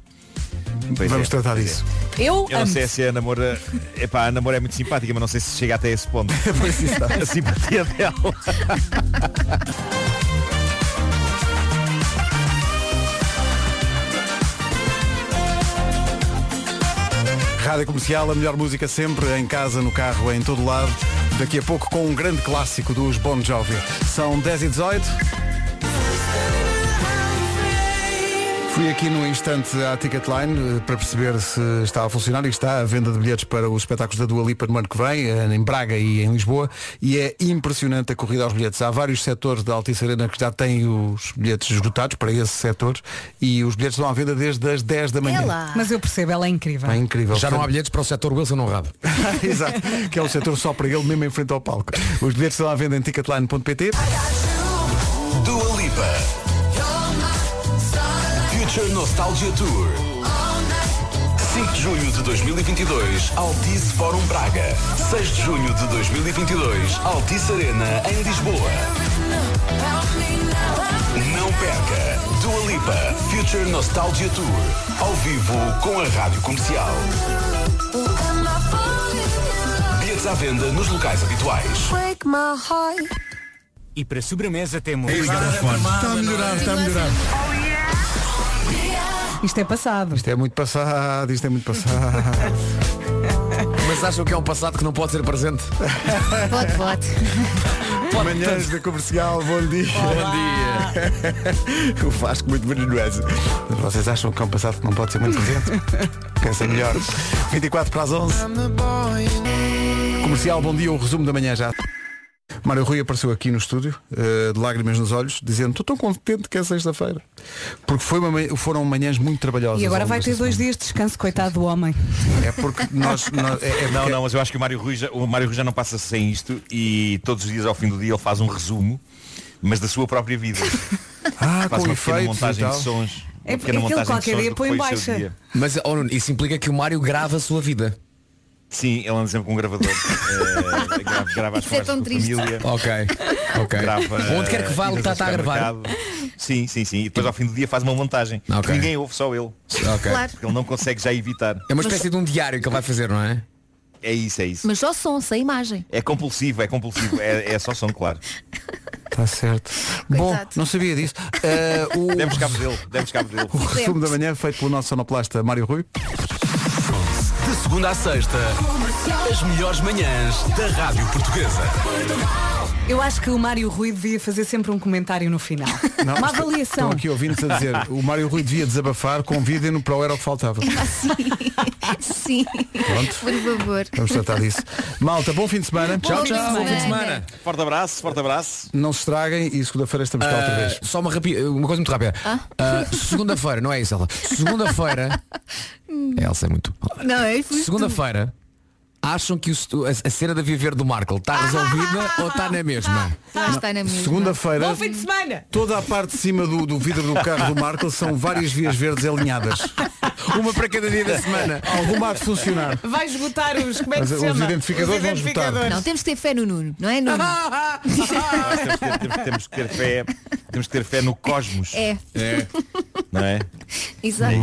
Speaker 11: Pois
Speaker 1: Vamos
Speaker 11: é,
Speaker 1: tratar
Speaker 11: pois é.
Speaker 1: disso.
Speaker 3: Eu,
Speaker 11: Eu não
Speaker 3: amo.
Speaker 11: sei se a Ana Moura. Epá, a Ana Moura é muito simpática, mas não sei se chega até esse ponto.
Speaker 1: Pois está.
Speaker 11: A simpatia dela.
Speaker 1: Rádio Comercial, a melhor música sempre, em casa, no carro, em todo lado. Daqui a pouco com um grande clássico dos Bon Jovi. São 10 e 18. Fui aqui num instante à Ticketline eh, para perceber se está a funcionar e está a venda de bilhetes para os espetáculos da Dua Lipa no ano que vem, eh, em Braga e em Lisboa, e é impressionante a corrida aos bilhetes. Há vários setores da Altice Arena que já têm os bilhetes esgotados para esses setores e os bilhetes estão à venda desde as 10 da manhã.
Speaker 3: Mas eu percebo, ela é incrível.
Speaker 1: É incrível.
Speaker 10: Já não há bilhetes para o setor Wilson Honrado.
Speaker 1: Exato, que é um setor só para ele, mesmo em frente ao palco. Os bilhetes estão à venda em ticketline.pt.
Speaker 20: Dua Lipa. Future Nostalgia Tour. 5 de junho de 2022, Altice Fórum Braga. 6 de junho de 2022, Altice Arena, em Lisboa. Não perca Dua Lipa Future Nostalgia Tour. Ao vivo com a Rádio Comercial. Bilhetes à venda nos locais habituais.
Speaker 12: Break my heart.
Speaker 20: E para sobremesa temos...
Speaker 1: Está a melhorar, está a melhorar.
Speaker 3: Isto é passado.
Speaker 1: Isto é muito passado, isto é muito passado.
Speaker 10: Mas acham que é um passado que não pode ser presente?
Speaker 5: Pode, pode.
Speaker 1: Manhãs da comercial, bom dia. Bom dia. O Vasco muito venenoso. Vocês acham que é um passado que não pode ser muito presente? Pensa melhor. 24 para as 11. Comercial, bom dia. O resumo da manhã já. Mário Rui apareceu aqui no estúdio, eh, de lágrimas nos olhos, dizendo estou tão contente que é sexta-feira. Porque foi uma manhã- foram manhãs muito trabalhosas.
Speaker 3: E agora
Speaker 1: ao
Speaker 3: vai
Speaker 1: longo
Speaker 3: ter
Speaker 1: desta
Speaker 3: dois dias de descanso, coitado do homem.
Speaker 1: É porque nós. nós- é- é-
Speaker 11: Não, não, mas eu acho que o Mário, Rui já, o Mário Rui já não passa sem isto e todos os dias ao fim do dia ele faz um resumo, mas da sua própria vida.
Speaker 1: Ah,
Speaker 11: faz
Speaker 1: com
Speaker 11: uma
Speaker 1: efeitos
Speaker 11: pequena
Speaker 1: e
Speaker 11: montagem
Speaker 1: tal.
Speaker 11: de sons.
Speaker 3: É-
Speaker 11: uma pequena
Speaker 3: é aquilo
Speaker 11: montagem de
Speaker 3: qualquer
Speaker 11: sons
Speaker 3: dia
Speaker 11: do que
Speaker 3: põe em
Speaker 11: foi o seu
Speaker 3: baixa.
Speaker 11: dia.
Speaker 10: Mas oh, Nuno, isso implica que o Mário grava a sua vida.
Speaker 11: Sim, ele anda sempre com um gravador. Eh, grava, grava as
Speaker 5: Isso é
Speaker 11: conversas
Speaker 5: tão
Speaker 11: com a
Speaker 5: triste.
Speaker 11: família.
Speaker 10: Ok, ok.
Speaker 11: Grava,
Speaker 10: Onde quer que vá, ele
Speaker 11: idas ao
Speaker 10: está a gravar.
Speaker 11: supermercado. Sim, sim, sim. E depois ao fim do dia faz uma montagem.
Speaker 10: Ok.
Speaker 11: Que ninguém ouve, só ele.
Speaker 10: Ok. Claro.
Speaker 11: Porque ele não consegue já evitar.
Speaker 10: É uma espécie de um diário que ele vai fazer, não é?
Speaker 11: É isso, é isso.
Speaker 5: Mas só som, sem imagem.
Speaker 11: É compulsivo, é compulsivo. É, é só som, claro.
Speaker 1: Está Tá certo. Bom, não sabia disso. Eh, o...
Speaker 11: Demos cabo dele, demos cabo dele.
Speaker 1: O resumo da manhã feito pelo nosso sonoplasta Mário Rui.
Speaker 20: De segunda à sexta, as melhores manhãs da Rádio Portuguesa.
Speaker 3: Eu acho que o Mário Rui devia fazer sempre um comentário no final. É Uma
Speaker 1: estou-
Speaker 3: avaliação.
Speaker 1: Estão aqui ouvindo-se a dizer, o Mário Rui devia desabafar, convidem-no para o Era o que Faltava.
Speaker 5: Sim. Por favor.
Speaker 1: Vamos tratar disso. Malta, bom fim de semana.
Speaker 5: Bom Tchau, fim de tchau. Bom fim de semana.
Speaker 11: Forte abraço, forte abraço.
Speaker 1: Não se estraguem e segunda-feira estamos cá outra
Speaker 10: Ah,
Speaker 1: vez.
Speaker 10: só uma, rapi- uma coisa muito rápida.
Speaker 5: Ah?
Speaker 10: Ah, Segunda-feira, não é isso, ela. Segunda-feira. A Elsa é muito.
Speaker 5: Não, é isso.
Speaker 10: Segunda-feira. Acham que o stu- a a cena da viver do Marco está resolvida ou está na mesma?
Speaker 5: Lá está na mesma.
Speaker 1: Segunda-feira,
Speaker 3: de semana.
Speaker 1: toda a parte de cima do, do vidro do carro do Marco são várias vias verdes alinhadas.
Speaker 10: Uma para cada dia da semana.
Speaker 1: Alguma há de funcionar.
Speaker 3: Vai esgotar os. Como é que
Speaker 1: Mas
Speaker 3: se
Speaker 1: os
Speaker 3: chama?
Speaker 1: identificadores vão esgotar.
Speaker 5: Não, temos que ter fé no Nuno, não é Nuno?
Speaker 11: Ah! Temos que ter, temos- temos que ter fé, temos que ter fé no cosmos.
Speaker 5: É,
Speaker 11: Não é?
Speaker 5: exato.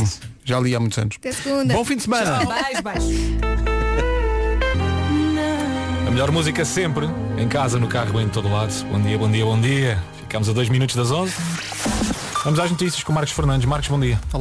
Speaker 1: Já li há muitos anos.
Speaker 5: Até segunda.
Speaker 1: Bom fim de semana.
Speaker 5: Tchau.
Speaker 3: Beijo, beijo.
Speaker 2: A melhor música sempre, em casa, no carro, em todo lado. Bom dia, bom dia, bom dia. Ficamos a dois minutos das 11. Vamos às notícias com o Marcos Fernandes. Marcos, bom dia. Olá.